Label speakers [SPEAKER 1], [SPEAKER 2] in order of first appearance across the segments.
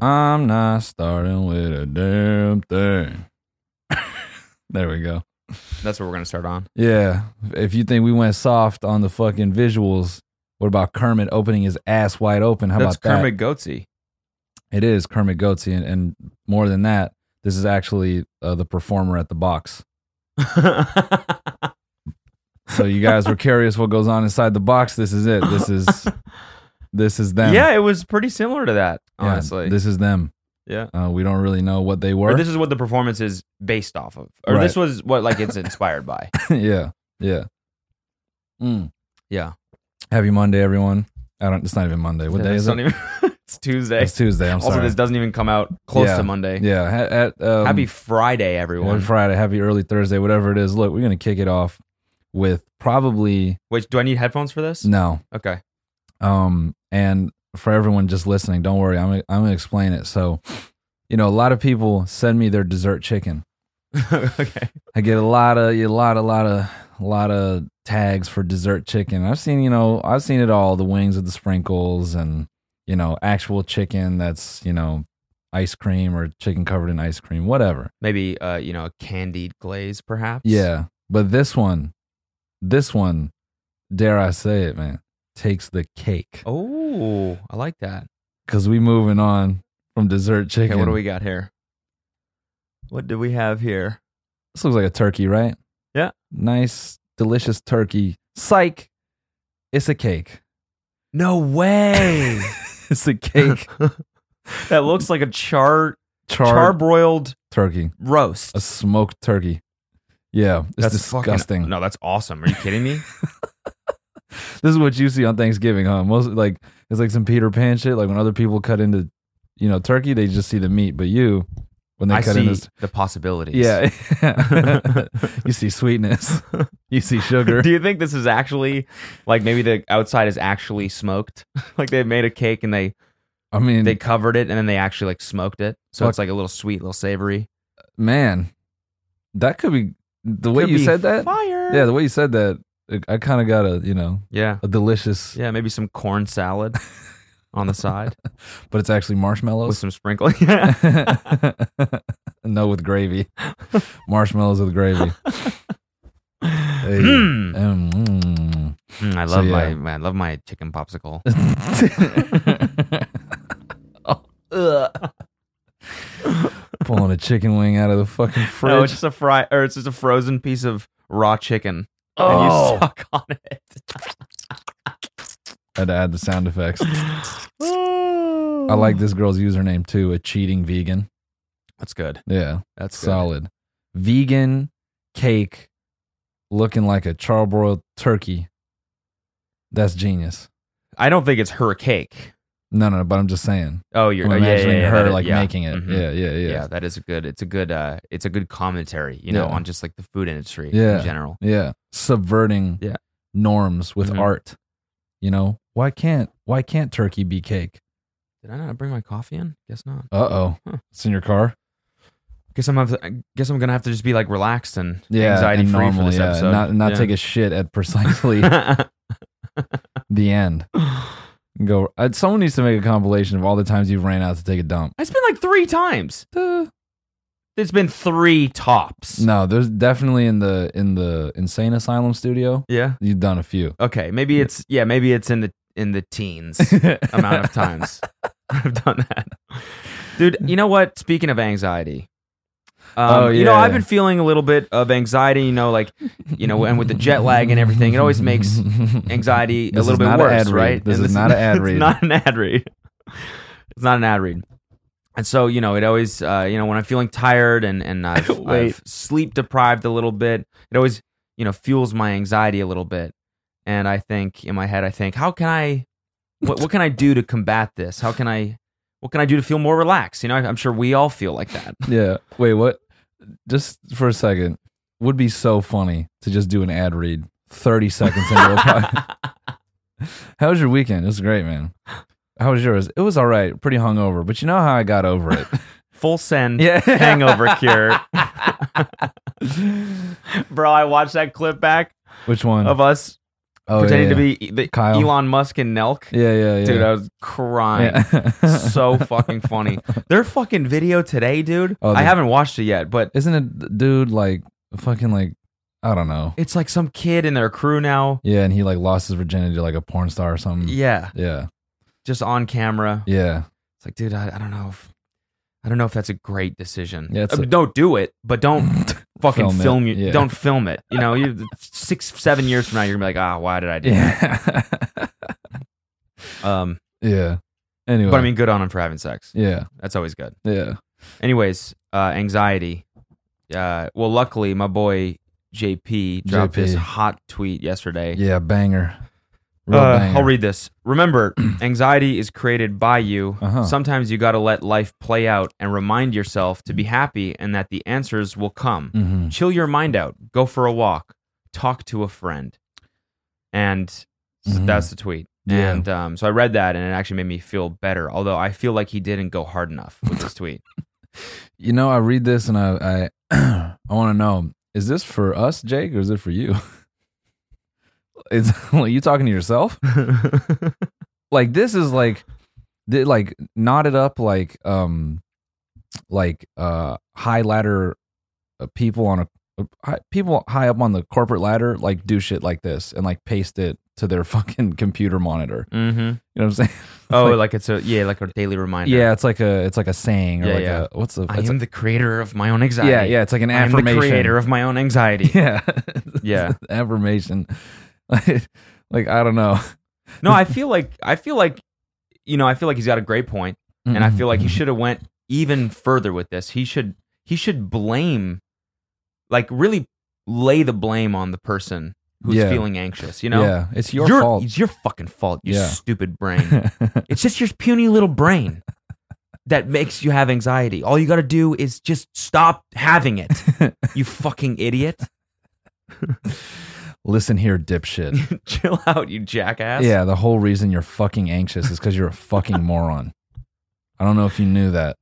[SPEAKER 1] I'm not starting with a damn thing. there we go.
[SPEAKER 2] That's what we're gonna start on.
[SPEAKER 1] Yeah. If you think we went soft on the fucking visuals, what about Kermit opening his ass wide open? How
[SPEAKER 2] That's
[SPEAKER 1] about that?
[SPEAKER 2] Kermit Goatsy.
[SPEAKER 1] It is Kermit Goatsy, and, and more than that, this is actually uh, the performer at the box. So you guys were curious what goes on inside the box. This is it. This is this is them.
[SPEAKER 2] yeah, it was pretty similar to that,
[SPEAKER 1] Yeah,
[SPEAKER 2] honestly. Yeah.
[SPEAKER 1] this is them.
[SPEAKER 2] yeah.
[SPEAKER 1] Uh, we don't really know what they were.
[SPEAKER 2] Or this is what the performance is based off of. Or this was what like it's inspired by.
[SPEAKER 1] yeah, yeah. Mm.
[SPEAKER 2] Yeah.
[SPEAKER 1] Happy Monday, everyone. I don't. It's not even Monday. What day
[SPEAKER 2] It's
[SPEAKER 1] is
[SPEAKER 2] not
[SPEAKER 1] it?
[SPEAKER 2] even- it's Tuesday.
[SPEAKER 1] It's Tuesday. I'm
[SPEAKER 2] also,
[SPEAKER 1] sorry.
[SPEAKER 2] this doesn't even come out close
[SPEAKER 1] Yeah.
[SPEAKER 2] to Monday.
[SPEAKER 1] yeah. ha- At, um,
[SPEAKER 2] Happy Friday, everyone.
[SPEAKER 1] Happy Friday. Happy early Thursday. Whatever it is. Look, we're gonna kick it off with probably
[SPEAKER 2] Wait, do I need headphones for this?
[SPEAKER 1] no.
[SPEAKER 2] Okay.
[SPEAKER 1] Um, and for everyone just listening, don't worry. I'm gonna, I'm gonna explain it. So, you know, a lot of people send me their dessert chicken.
[SPEAKER 2] okay.
[SPEAKER 1] I get a lot of a lot a lot of a lot of tags for dessert chicken. I've seen you know I've seen it all the wings with the sprinkles and you know actual chicken that's you know ice cream or chicken covered in ice cream whatever.
[SPEAKER 2] Maybe uh, you know, a candied glaze, perhaps.
[SPEAKER 1] Yeah, but this one, this one, dare I say it, man, takes the cake
[SPEAKER 2] Oh, I like that.
[SPEAKER 1] because we moving on from dessert
[SPEAKER 2] Okay,
[SPEAKER 1] chicken.
[SPEAKER 2] what do we got here? What do we have here?
[SPEAKER 1] This looks like a turkey, right?
[SPEAKER 2] Yeah.
[SPEAKER 1] Nice, delicious turkey. Psych. It's a cake.
[SPEAKER 2] No way.
[SPEAKER 1] It's a cake.
[SPEAKER 2] that looks like a char
[SPEAKER 1] Charred
[SPEAKER 2] broiled
[SPEAKER 1] turkey.
[SPEAKER 2] roast.
[SPEAKER 1] A smoked turkey. Yeah, it's
[SPEAKER 2] fucking-
[SPEAKER 1] disgusting.
[SPEAKER 2] no, that's awesome. Are you kidding me?
[SPEAKER 1] This is what you see on Thanksgiving, huh? Most like it's like some Peter Pan shit. Like when other people cut into, you know, turkey, they just see the meat. But you, when they
[SPEAKER 2] I
[SPEAKER 1] cut
[SPEAKER 2] see
[SPEAKER 1] into,
[SPEAKER 2] the possibilities.
[SPEAKER 1] yeah, you see sweetness, you see sugar.
[SPEAKER 2] Do you think this is actually like maybe the outside is actually smoked? like they made a cake and they
[SPEAKER 1] I mean,
[SPEAKER 2] they covered it and then they actually like smoked it. So
[SPEAKER 1] Fuck.
[SPEAKER 2] it's like a little sweet, little savory.
[SPEAKER 1] man, that could be the way
[SPEAKER 2] Could
[SPEAKER 1] you
[SPEAKER 2] be
[SPEAKER 1] said that.
[SPEAKER 2] Fire.
[SPEAKER 1] Yeah, the way you said that, I- I kind of got a you know
[SPEAKER 2] yeah.
[SPEAKER 1] a delicious,
[SPEAKER 2] Yeah, maybe some corn salad on the side
[SPEAKER 1] but it's actually
[SPEAKER 2] with
[SPEAKER 1] marshmallows.
[SPEAKER 2] some sprinkling. Yeah.
[SPEAKER 1] no, with gravy, marshmallows with gravy. Hey.
[SPEAKER 2] Mm.
[SPEAKER 1] Um, mm.
[SPEAKER 2] Mm, I
[SPEAKER 1] So,
[SPEAKER 2] love
[SPEAKER 1] yeah.
[SPEAKER 2] my I love my chicken popsicle.
[SPEAKER 1] mm. Pulling a chicken wing out of the fucking fridge.
[SPEAKER 2] No, it's just a fry or it's just a frozen piece of raw chicken.
[SPEAKER 1] Oh.
[SPEAKER 2] And you suck on it.
[SPEAKER 1] I had to add the sound effects. I like this girl's username too. A cheating vegan.
[SPEAKER 2] That's good.
[SPEAKER 1] Yeah,
[SPEAKER 2] That's good.
[SPEAKER 1] solid. Vegan cake, looking like a charbroiled turkey. That's genius.
[SPEAKER 2] I don't think it's her cake.
[SPEAKER 1] No, no, but I'm just saying.
[SPEAKER 2] Oh, you're
[SPEAKER 1] I'm
[SPEAKER 2] oh, yeah, yeah,
[SPEAKER 1] imagining
[SPEAKER 2] yeah,
[SPEAKER 1] her
[SPEAKER 2] that is-
[SPEAKER 1] like
[SPEAKER 2] yeah.
[SPEAKER 1] making it.
[SPEAKER 2] Mhm.
[SPEAKER 1] Yeah, yeah, yeah,
[SPEAKER 2] Yeah.
[SPEAKER 1] yeah,
[SPEAKER 2] that is a good. It's a good. uh It's a good commentary, you know,
[SPEAKER 1] Yeah.
[SPEAKER 2] on just like the food industry
[SPEAKER 1] Yeah.
[SPEAKER 2] in general.
[SPEAKER 1] Subverting
[SPEAKER 2] Yeah.
[SPEAKER 1] norms with
[SPEAKER 2] Mhm.
[SPEAKER 1] art. You know why can't why can't turkey be cake?
[SPEAKER 2] Did I not bring my coffee in? Guess not.
[SPEAKER 1] Uh oh,
[SPEAKER 2] Huh.
[SPEAKER 1] it's in your car.
[SPEAKER 2] Guess I'm. Have to, I guess I'm gonna have to just be like relaxed and
[SPEAKER 1] Yeah,
[SPEAKER 2] anxiety
[SPEAKER 1] and
[SPEAKER 2] free
[SPEAKER 1] normal,
[SPEAKER 2] for this
[SPEAKER 1] yeah,
[SPEAKER 2] episode.
[SPEAKER 1] Not not take a shit at precisely
[SPEAKER 2] a.
[SPEAKER 1] the end. Go. uh, Someone needs to make a compilation of all the times you've ran out to take a dump.
[SPEAKER 2] it's been like three times. It's been three tops.
[SPEAKER 1] No, there's definitely in the in the insane asylum studio.
[SPEAKER 2] Yeah.
[SPEAKER 1] You've done a few
[SPEAKER 2] Okay. Maybe it's yeah. Maybe it's in the in the teens amount of times I've done that. Dude, you know what? Speaking of anxiety, um,
[SPEAKER 1] Oh,
[SPEAKER 2] you know
[SPEAKER 1] yeah.
[SPEAKER 2] I've been feeling a little bit of anxiety. You know, like you know, and with the jet lag and everything, it always makes anxiety a
[SPEAKER 1] This
[SPEAKER 2] little
[SPEAKER 1] is
[SPEAKER 2] bit
[SPEAKER 1] not an
[SPEAKER 2] worse,
[SPEAKER 1] ad read.
[SPEAKER 2] right?
[SPEAKER 1] This
[SPEAKER 2] And
[SPEAKER 1] is not an ad read.
[SPEAKER 2] It's not an ad read. It's not an ad read. And so, you know, it always, uh, you know, when I'm feeling tired and and I've,
[SPEAKER 1] Wait.
[SPEAKER 2] I've sleep deprived a little bit, it always, you know, fuels my anxiety a little bit. And I think in my head, I think, how can I, what what can I do to combat this? How can I, what can I do to feel more relaxed? You know, I, I'm sure we all feel like that.
[SPEAKER 1] Yeah. Wait, what? Just for a second, would be so funny to just do an ad read thirty seconds into a podcast. How was your weekend? It was great, man. How was yours? It was all right. Pretty hungover, but you know how I got over it.
[SPEAKER 2] Full send.
[SPEAKER 1] yeah.
[SPEAKER 2] Hangover cure. Bro, I watched that clip back
[SPEAKER 1] Which one?
[SPEAKER 2] of us
[SPEAKER 1] Oh,
[SPEAKER 2] pretending
[SPEAKER 1] yeah,
[SPEAKER 2] to be E, the
[SPEAKER 1] Kyle.
[SPEAKER 2] Elon Musk and Nelk.
[SPEAKER 1] yeah. Yeah, yeah, yeah.
[SPEAKER 2] Dude, I was crying.
[SPEAKER 1] Yeah.
[SPEAKER 2] so fucking funny. Their fucking video today, dude.
[SPEAKER 1] Oh,
[SPEAKER 2] I
[SPEAKER 1] the-
[SPEAKER 2] haven't watched it yet, but
[SPEAKER 1] Isn't it, dude? Like fucking like I don't know.
[SPEAKER 2] it's like some kid in their crew now.
[SPEAKER 1] Yeah, and he like lost his virginity to like a porn star or something.
[SPEAKER 2] Yeah,
[SPEAKER 1] yeah,
[SPEAKER 2] just on camera.
[SPEAKER 1] Mm. yeah.
[SPEAKER 2] It's like, dude, I, I don't know if I don't know if that's a great decision.
[SPEAKER 1] Yeah, it's
[SPEAKER 2] I mean,
[SPEAKER 1] a-
[SPEAKER 2] don't do it, but don't fucking
[SPEAKER 1] Film
[SPEAKER 2] film,
[SPEAKER 1] it,
[SPEAKER 2] you.
[SPEAKER 1] yeah.
[SPEAKER 2] Don't film it. You know, you six, seven years from now, you're gonna be like, ah, why did I do
[SPEAKER 1] Yeah.
[SPEAKER 2] that? Um,
[SPEAKER 1] yeah. Anyway.
[SPEAKER 2] but I mean, good on him for having sex.
[SPEAKER 1] yeah.
[SPEAKER 2] That's always good.
[SPEAKER 1] Yeah.
[SPEAKER 2] Anyways, uh, anxiety. Uh, well, luckily, my boy JP dropped
[SPEAKER 1] JP.
[SPEAKER 2] his hot tweet yesterday.
[SPEAKER 1] Yeah. Banger. Real
[SPEAKER 2] Uh,
[SPEAKER 1] banger.
[SPEAKER 2] I'll read this. Remember, anxiety is created by you.
[SPEAKER 1] Uh-huh.
[SPEAKER 2] Sometimes you got to let life play out and remind yourself to be happy and that the answers will come.
[SPEAKER 1] Mhm.
[SPEAKER 2] Chill your mind out. Go for a walk. Talk to a friend. And so
[SPEAKER 1] Mhm.
[SPEAKER 2] that's the tweet.
[SPEAKER 1] Yeah.
[SPEAKER 2] And um, so I read that and it actually made me feel better. Although I feel like he didn't go hard enough with this tweet.
[SPEAKER 1] You know, I read this and I I, I want to know: is this for us, Jake, or is it for you? It's like you talking to yourself.
[SPEAKER 2] Mm-hmm.
[SPEAKER 1] Like this is like, th- like knotted up like um, like uh high ladder uh, people on a uh, hi- people high up on the corporate ladder like do shit like this and like paste it to their fucking computer monitor.
[SPEAKER 2] mm-hmm.
[SPEAKER 1] You know what I'm saying?
[SPEAKER 2] Oh,
[SPEAKER 1] Like-
[SPEAKER 2] like, it's a yeah, like a daily reminder.
[SPEAKER 1] yeah, it's like a it's like a saying or
[SPEAKER 2] Yeah,
[SPEAKER 1] like
[SPEAKER 2] yeah.
[SPEAKER 1] a what's the
[SPEAKER 2] I
[SPEAKER 1] it's a-
[SPEAKER 2] am the creator of my own anxiety.
[SPEAKER 1] yeah yeah it's like an
[SPEAKER 2] I am the
[SPEAKER 1] affirmation.
[SPEAKER 2] creator of my own anxiety.
[SPEAKER 1] Yeah.
[SPEAKER 2] Yeah.
[SPEAKER 1] Affirmation. Like, like, I don't know.
[SPEAKER 2] no, I feel like I feel like you know, I feel like he's got a great point, and I feel like he
[SPEAKER 1] Mm-hmm.
[SPEAKER 2] should have went even further with this. He should he should blame, like really lay the blame on the person who's
[SPEAKER 1] Yeah.
[SPEAKER 2] feeling anxious. You know,
[SPEAKER 1] Yeah, it's your
[SPEAKER 2] You're-
[SPEAKER 1] fault.
[SPEAKER 2] It's your fucking fault. You
[SPEAKER 1] Yeah.
[SPEAKER 2] stupid brain. it's just your puny little brain that makes you have anxiety. All you got to do is just stop having it. You fucking idiot.
[SPEAKER 1] Listen here, dipshit.
[SPEAKER 2] Chill out, you jackass.
[SPEAKER 1] yeah, the whole reason you're fucking anxious is because you're a fucking moron. I don't know if you knew that.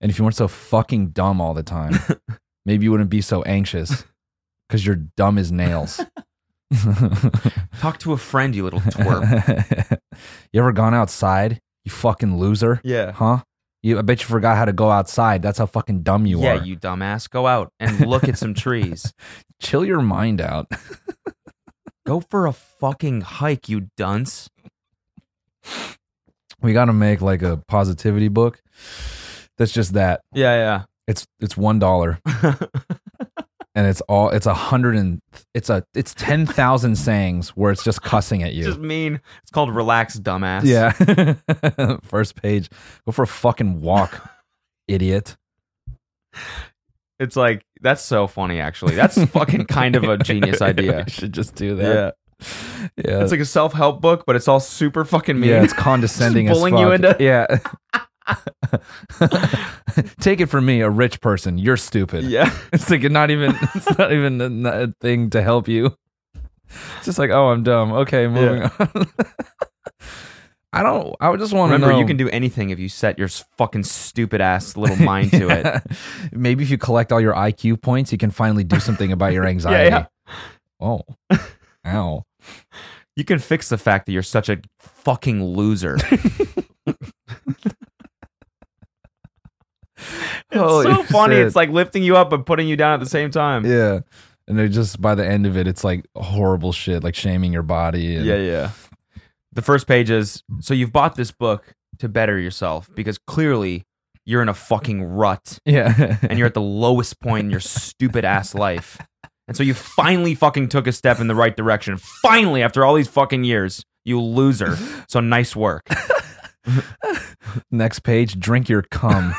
[SPEAKER 1] And if you weren't so fucking dumb all the time, maybe you wouldn't be so anxious because you're dumb as nails.
[SPEAKER 2] Talk to a friend, you little twerp.
[SPEAKER 1] you ever gone outside? You fucking loser.
[SPEAKER 2] yeah.
[SPEAKER 1] Huh? You, I bet you forgot how to go outside. That's how fucking dumb you
[SPEAKER 2] yeah,
[SPEAKER 1] are.
[SPEAKER 2] you dumbass. Go out and look at some trees.
[SPEAKER 1] chill your mind out.
[SPEAKER 2] Go for a fucking hike, you dunce.
[SPEAKER 1] We got to make like a positivity book. That's just that.
[SPEAKER 2] Yeah,
[SPEAKER 1] It's it's one dollar,
[SPEAKER 2] yeah.
[SPEAKER 1] and it's all it's a hundred and it's a it's ten thousand sayings where it's just cussing at you.
[SPEAKER 2] Just mean. It's called relax, dumbass.
[SPEAKER 1] yeah. First page. Go for a fucking walk, idiot.
[SPEAKER 2] It's like that's so funny. Actually, that's fucking kind of a genius idea.
[SPEAKER 1] We should just do
[SPEAKER 2] Yeah.
[SPEAKER 1] that. Yeah.
[SPEAKER 2] It's like a self help book, but it's all super fucking mean.
[SPEAKER 1] Yeah, it's condescending
[SPEAKER 2] Just
[SPEAKER 1] as
[SPEAKER 2] bullying you
[SPEAKER 1] fuck.
[SPEAKER 2] into-
[SPEAKER 1] yeah. Take it from me, a rich person. You're stupid.
[SPEAKER 2] Yeah.
[SPEAKER 1] It's like not even it's not even a, not a thing to help you. It's just like, oh, I'm dumb. Okay, moving on. I don't. I would just want to
[SPEAKER 2] Remember,
[SPEAKER 1] know.
[SPEAKER 2] you can do anything if you set your s- fucking stupid ass little mind to it.
[SPEAKER 1] Maybe if you collect all your IQ points, you can finally do something about your anxiety.
[SPEAKER 2] yeah.
[SPEAKER 1] Oh, ow.
[SPEAKER 2] You can fix the fact that you're such a fucking loser. it's
[SPEAKER 1] Holy
[SPEAKER 2] so funny.
[SPEAKER 1] shit.
[SPEAKER 2] It's like lifting you up but putting you down at the same time.
[SPEAKER 1] yeah. And they just by the end of it, it's like horrible shit, like shaming your body. And,
[SPEAKER 2] Yeah, yeah. The first page is so you've bought this book to better yourself because clearly you're in a fucking rut
[SPEAKER 1] yeah.
[SPEAKER 2] and you're at the lowest point in your stupid ass life. And so you finally fucking took a step in the right direction. Finally, after all these fucking years, you loser. So nice work.
[SPEAKER 1] Next page, drink your cum.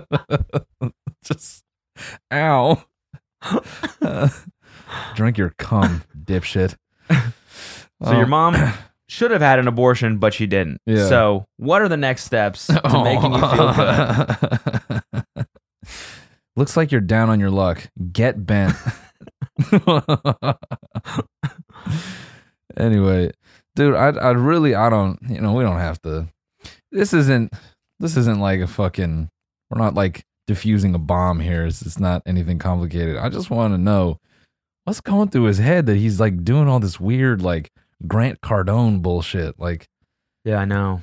[SPEAKER 1] Just ow. drink your cum, dipshit.
[SPEAKER 2] So your mom should have had an abortion, but she didn't.
[SPEAKER 1] Oh. Yeah. Oh.
[SPEAKER 2] So what are the next steps to making you feel good?
[SPEAKER 1] feel good. Looks like you're down on your luck. Get bent. anyway, dude, I I really I don't you know we don't have to. This isn't this isn't like a fucking. We're not like diffusing a bomb here. It's, it's not anything complicated. I just want to know what's going through his head that he's like doing all this weird like Grant Cardone bullshit? Like,
[SPEAKER 2] Yeah, I know.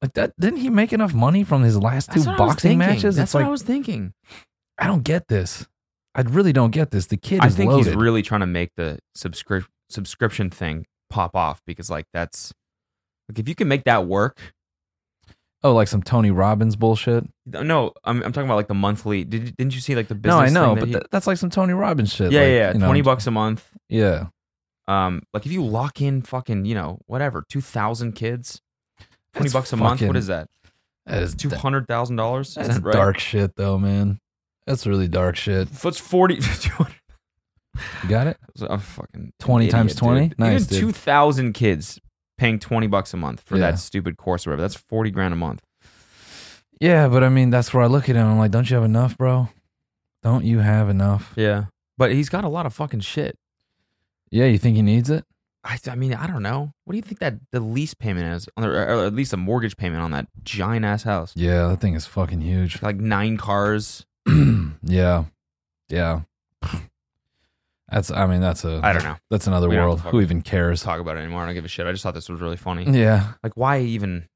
[SPEAKER 1] like that didn't he make enough money from his last two
[SPEAKER 2] That's what I was
[SPEAKER 1] boxing
[SPEAKER 2] thinking.
[SPEAKER 1] matches?
[SPEAKER 2] That's
[SPEAKER 1] it's
[SPEAKER 2] what
[SPEAKER 1] like
[SPEAKER 2] I was thinking.
[SPEAKER 1] I don't get this. I really don't get this. The kid
[SPEAKER 2] I
[SPEAKER 1] is
[SPEAKER 2] think
[SPEAKER 1] loaded.
[SPEAKER 2] he's really trying to make the subscri- subscription thing pop off because like that's like if you can make that work.
[SPEAKER 1] oh, like some Tony Robbins bullshit.
[SPEAKER 2] No, I'm, I'm talking about like the monthly. Did didn't you see like the business?
[SPEAKER 1] No, I know,
[SPEAKER 2] thing that
[SPEAKER 1] but
[SPEAKER 2] he-
[SPEAKER 1] tha- that's like some Tony Robbins shit.
[SPEAKER 2] yeah,
[SPEAKER 1] like,
[SPEAKER 2] yeah, yeah,
[SPEAKER 1] you know,
[SPEAKER 2] twenty bucks a month.
[SPEAKER 1] Yeah,
[SPEAKER 2] Um, like if you lock in fucking you know whatever two thousand kids, twenty
[SPEAKER 1] That's
[SPEAKER 2] bucks a month.
[SPEAKER 1] fucking-
[SPEAKER 2] What is that?
[SPEAKER 1] that is
[SPEAKER 2] Two hundred thousand dollars. Is
[SPEAKER 1] That's
[SPEAKER 2] that right?
[SPEAKER 1] dark shit, though, man. That's really dark shit.
[SPEAKER 2] That's forty. 200
[SPEAKER 1] You got it?
[SPEAKER 2] I'm fucking
[SPEAKER 1] 20
[SPEAKER 2] idiot,
[SPEAKER 1] times 20?
[SPEAKER 2] Dude.
[SPEAKER 1] Nice, dude.
[SPEAKER 2] Even two thousand kids paying twenty bucks a month for
[SPEAKER 1] Yeah.
[SPEAKER 2] that stupid course or whatever. That's forty grand a month.
[SPEAKER 1] Yeah, but I mean, that's where I look at him. I'm like, don't you have enough, bro? Don't you have enough?
[SPEAKER 2] Yeah, but he's got a lot of fucking shit.
[SPEAKER 1] Yeah, you think he needs it?
[SPEAKER 2] I, I mean, I don't know. What do you think that the lease payment is, on the, or at least a mortgage payment on that giant ass house?
[SPEAKER 1] Yeah, that thing is fucking huge.
[SPEAKER 2] Like nine cars.
[SPEAKER 1] yeah, yeah. That's. I mean, that's a.
[SPEAKER 2] I don't know.
[SPEAKER 1] That's another
[SPEAKER 2] We don't have
[SPEAKER 1] world.
[SPEAKER 2] to talk-
[SPEAKER 1] Who even cares?
[SPEAKER 2] Let's talk about it anymore. I don't give a shit. I just thought this was really funny.
[SPEAKER 1] Yeah,
[SPEAKER 2] Like, why even?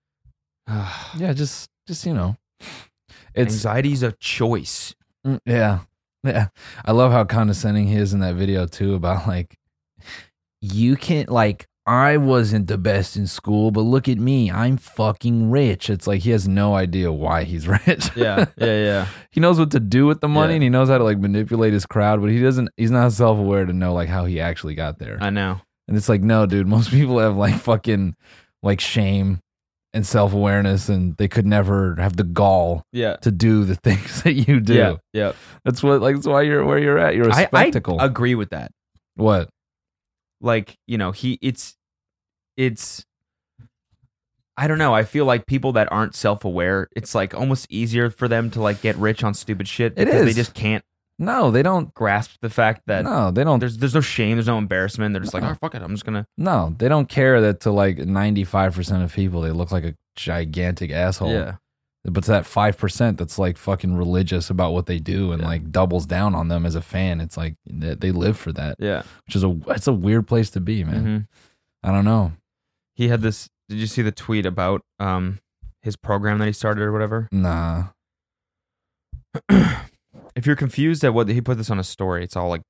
[SPEAKER 1] yeah. Just, just you know, it's.
[SPEAKER 2] Anxiety's a choice.
[SPEAKER 1] Mm, Yeah. Yeah. I love how condescending he is in that video too about like you can't like I wasn't the best in school, but look at me. I'm fucking rich. It's like he has no idea why he's rich.
[SPEAKER 2] yeah, yeah.
[SPEAKER 1] he knows what to do with the money
[SPEAKER 2] Yeah.
[SPEAKER 1] and he knows how to like manipulate his crowd, but he doesn't he's not self-aware to know like how he actually got there.
[SPEAKER 2] I know.
[SPEAKER 1] And it's like, no, dude, most people have like fucking like shame and self-awareness and they could never have the gall
[SPEAKER 2] Yeah.
[SPEAKER 1] to do the things that you do.
[SPEAKER 2] yeah.
[SPEAKER 1] That's what like that's why you're where you're at. You're a
[SPEAKER 2] I, I
[SPEAKER 1] spectacle.
[SPEAKER 2] agree with that.
[SPEAKER 1] what?
[SPEAKER 2] like you know he it's it's i don't know i feel like people that aren't self-aware it's like almost easier for them to like get rich on stupid shit
[SPEAKER 1] It
[SPEAKER 2] because they
[SPEAKER 1] is.
[SPEAKER 2] just can't
[SPEAKER 1] No, they don't
[SPEAKER 2] grasp the fact that
[SPEAKER 1] No, they don't
[SPEAKER 2] there's there's no shame there's no embarrassment they're just
[SPEAKER 1] No.
[SPEAKER 2] like oh fuck it i'm just gonna
[SPEAKER 1] no, they don't care that to like 95% of people they look like a gigantic asshole. But to that 5% that's like fucking religious about what they do and
[SPEAKER 2] Yeah.
[SPEAKER 1] like doubles down on them as a fan, it's like they, they live for that,
[SPEAKER 2] yeah
[SPEAKER 1] which is a it's a weird place to be, man.
[SPEAKER 2] Mhm.
[SPEAKER 1] I don't know.
[SPEAKER 2] he had this did you see the tweet about um his program that he started or whatever
[SPEAKER 1] Nah.
[SPEAKER 2] if you're confused at what he put this on a story it's all like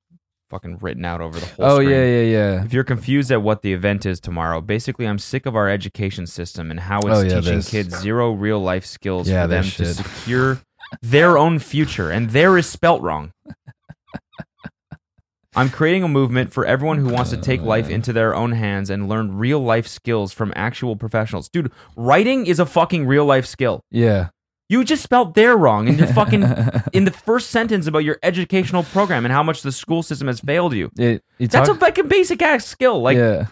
[SPEAKER 2] fucking written out over the whole
[SPEAKER 1] Oh
[SPEAKER 2] screen.
[SPEAKER 1] yeah, yeah, yeah.
[SPEAKER 2] If you're confused at what the event is tomorrow, basically, I'm sick of our education system and how it's
[SPEAKER 1] Oh, yeah,
[SPEAKER 2] teaching
[SPEAKER 1] this.
[SPEAKER 2] kids zero real life skills
[SPEAKER 1] Yeah,
[SPEAKER 2] for them
[SPEAKER 1] this
[SPEAKER 2] to
[SPEAKER 1] shit.
[SPEAKER 2] secure their own future. And there is spelt wrong. I'm creating a movement for everyone who
[SPEAKER 1] Oh,
[SPEAKER 2] wants to take life into their own hands and learn real life skills from actual professionals. Dude, writing is a fucking real life skill.
[SPEAKER 1] Yeah.
[SPEAKER 2] You just spelled there wrong and you're fucking in the first sentence about your educational program and how much the school system has failed you.
[SPEAKER 1] it, you
[SPEAKER 2] That's a
[SPEAKER 1] talk-
[SPEAKER 2] fucking basic ass skill. Like
[SPEAKER 1] yeah.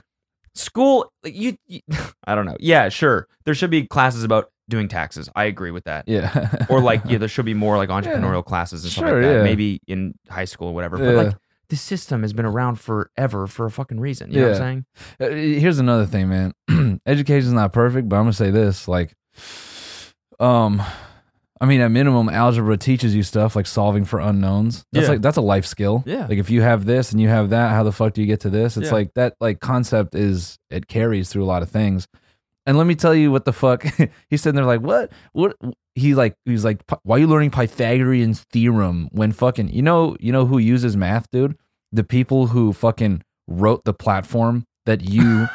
[SPEAKER 2] school like, you, you i don't know yeah sure there should be classes about doing taxes i agree with that
[SPEAKER 1] Yeah.
[SPEAKER 2] or like yeah there should be more like entrepreneurial classes and stuff
[SPEAKER 1] Sure,
[SPEAKER 2] like that
[SPEAKER 1] yeah.
[SPEAKER 2] maybe in high school or whatever
[SPEAKER 1] Yeah.
[SPEAKER 2] but like the system has been around forever for a fucking reason you know what
[SPEAKER 1] Yeah.
[SPEAKER 2] i'm saying
[SPEAKER 1] Uh, here's another thing man education's not perfect but i'm gonna say this like um i mean at minimum algebra teaches you stuff like solving for unknowns that's
[SPEAKER 2] Yeah.
[SPEAKER 1] like that's a life skill
[SPEAKER 2] Yeah.
[SPEAKER 1] like if you have this and you have that how the fuck do you get to this it's
[SPEAKER 2] Yeah.
[SPEAKER 1] like that like concept is it carries through a lot of things and let me tell you what the fuck he's sitting there like what what he like he's like "Pi- why are you learning pythagorean's theorem when fucking you know you know who uses math dude the people who fucking wrote the platform that you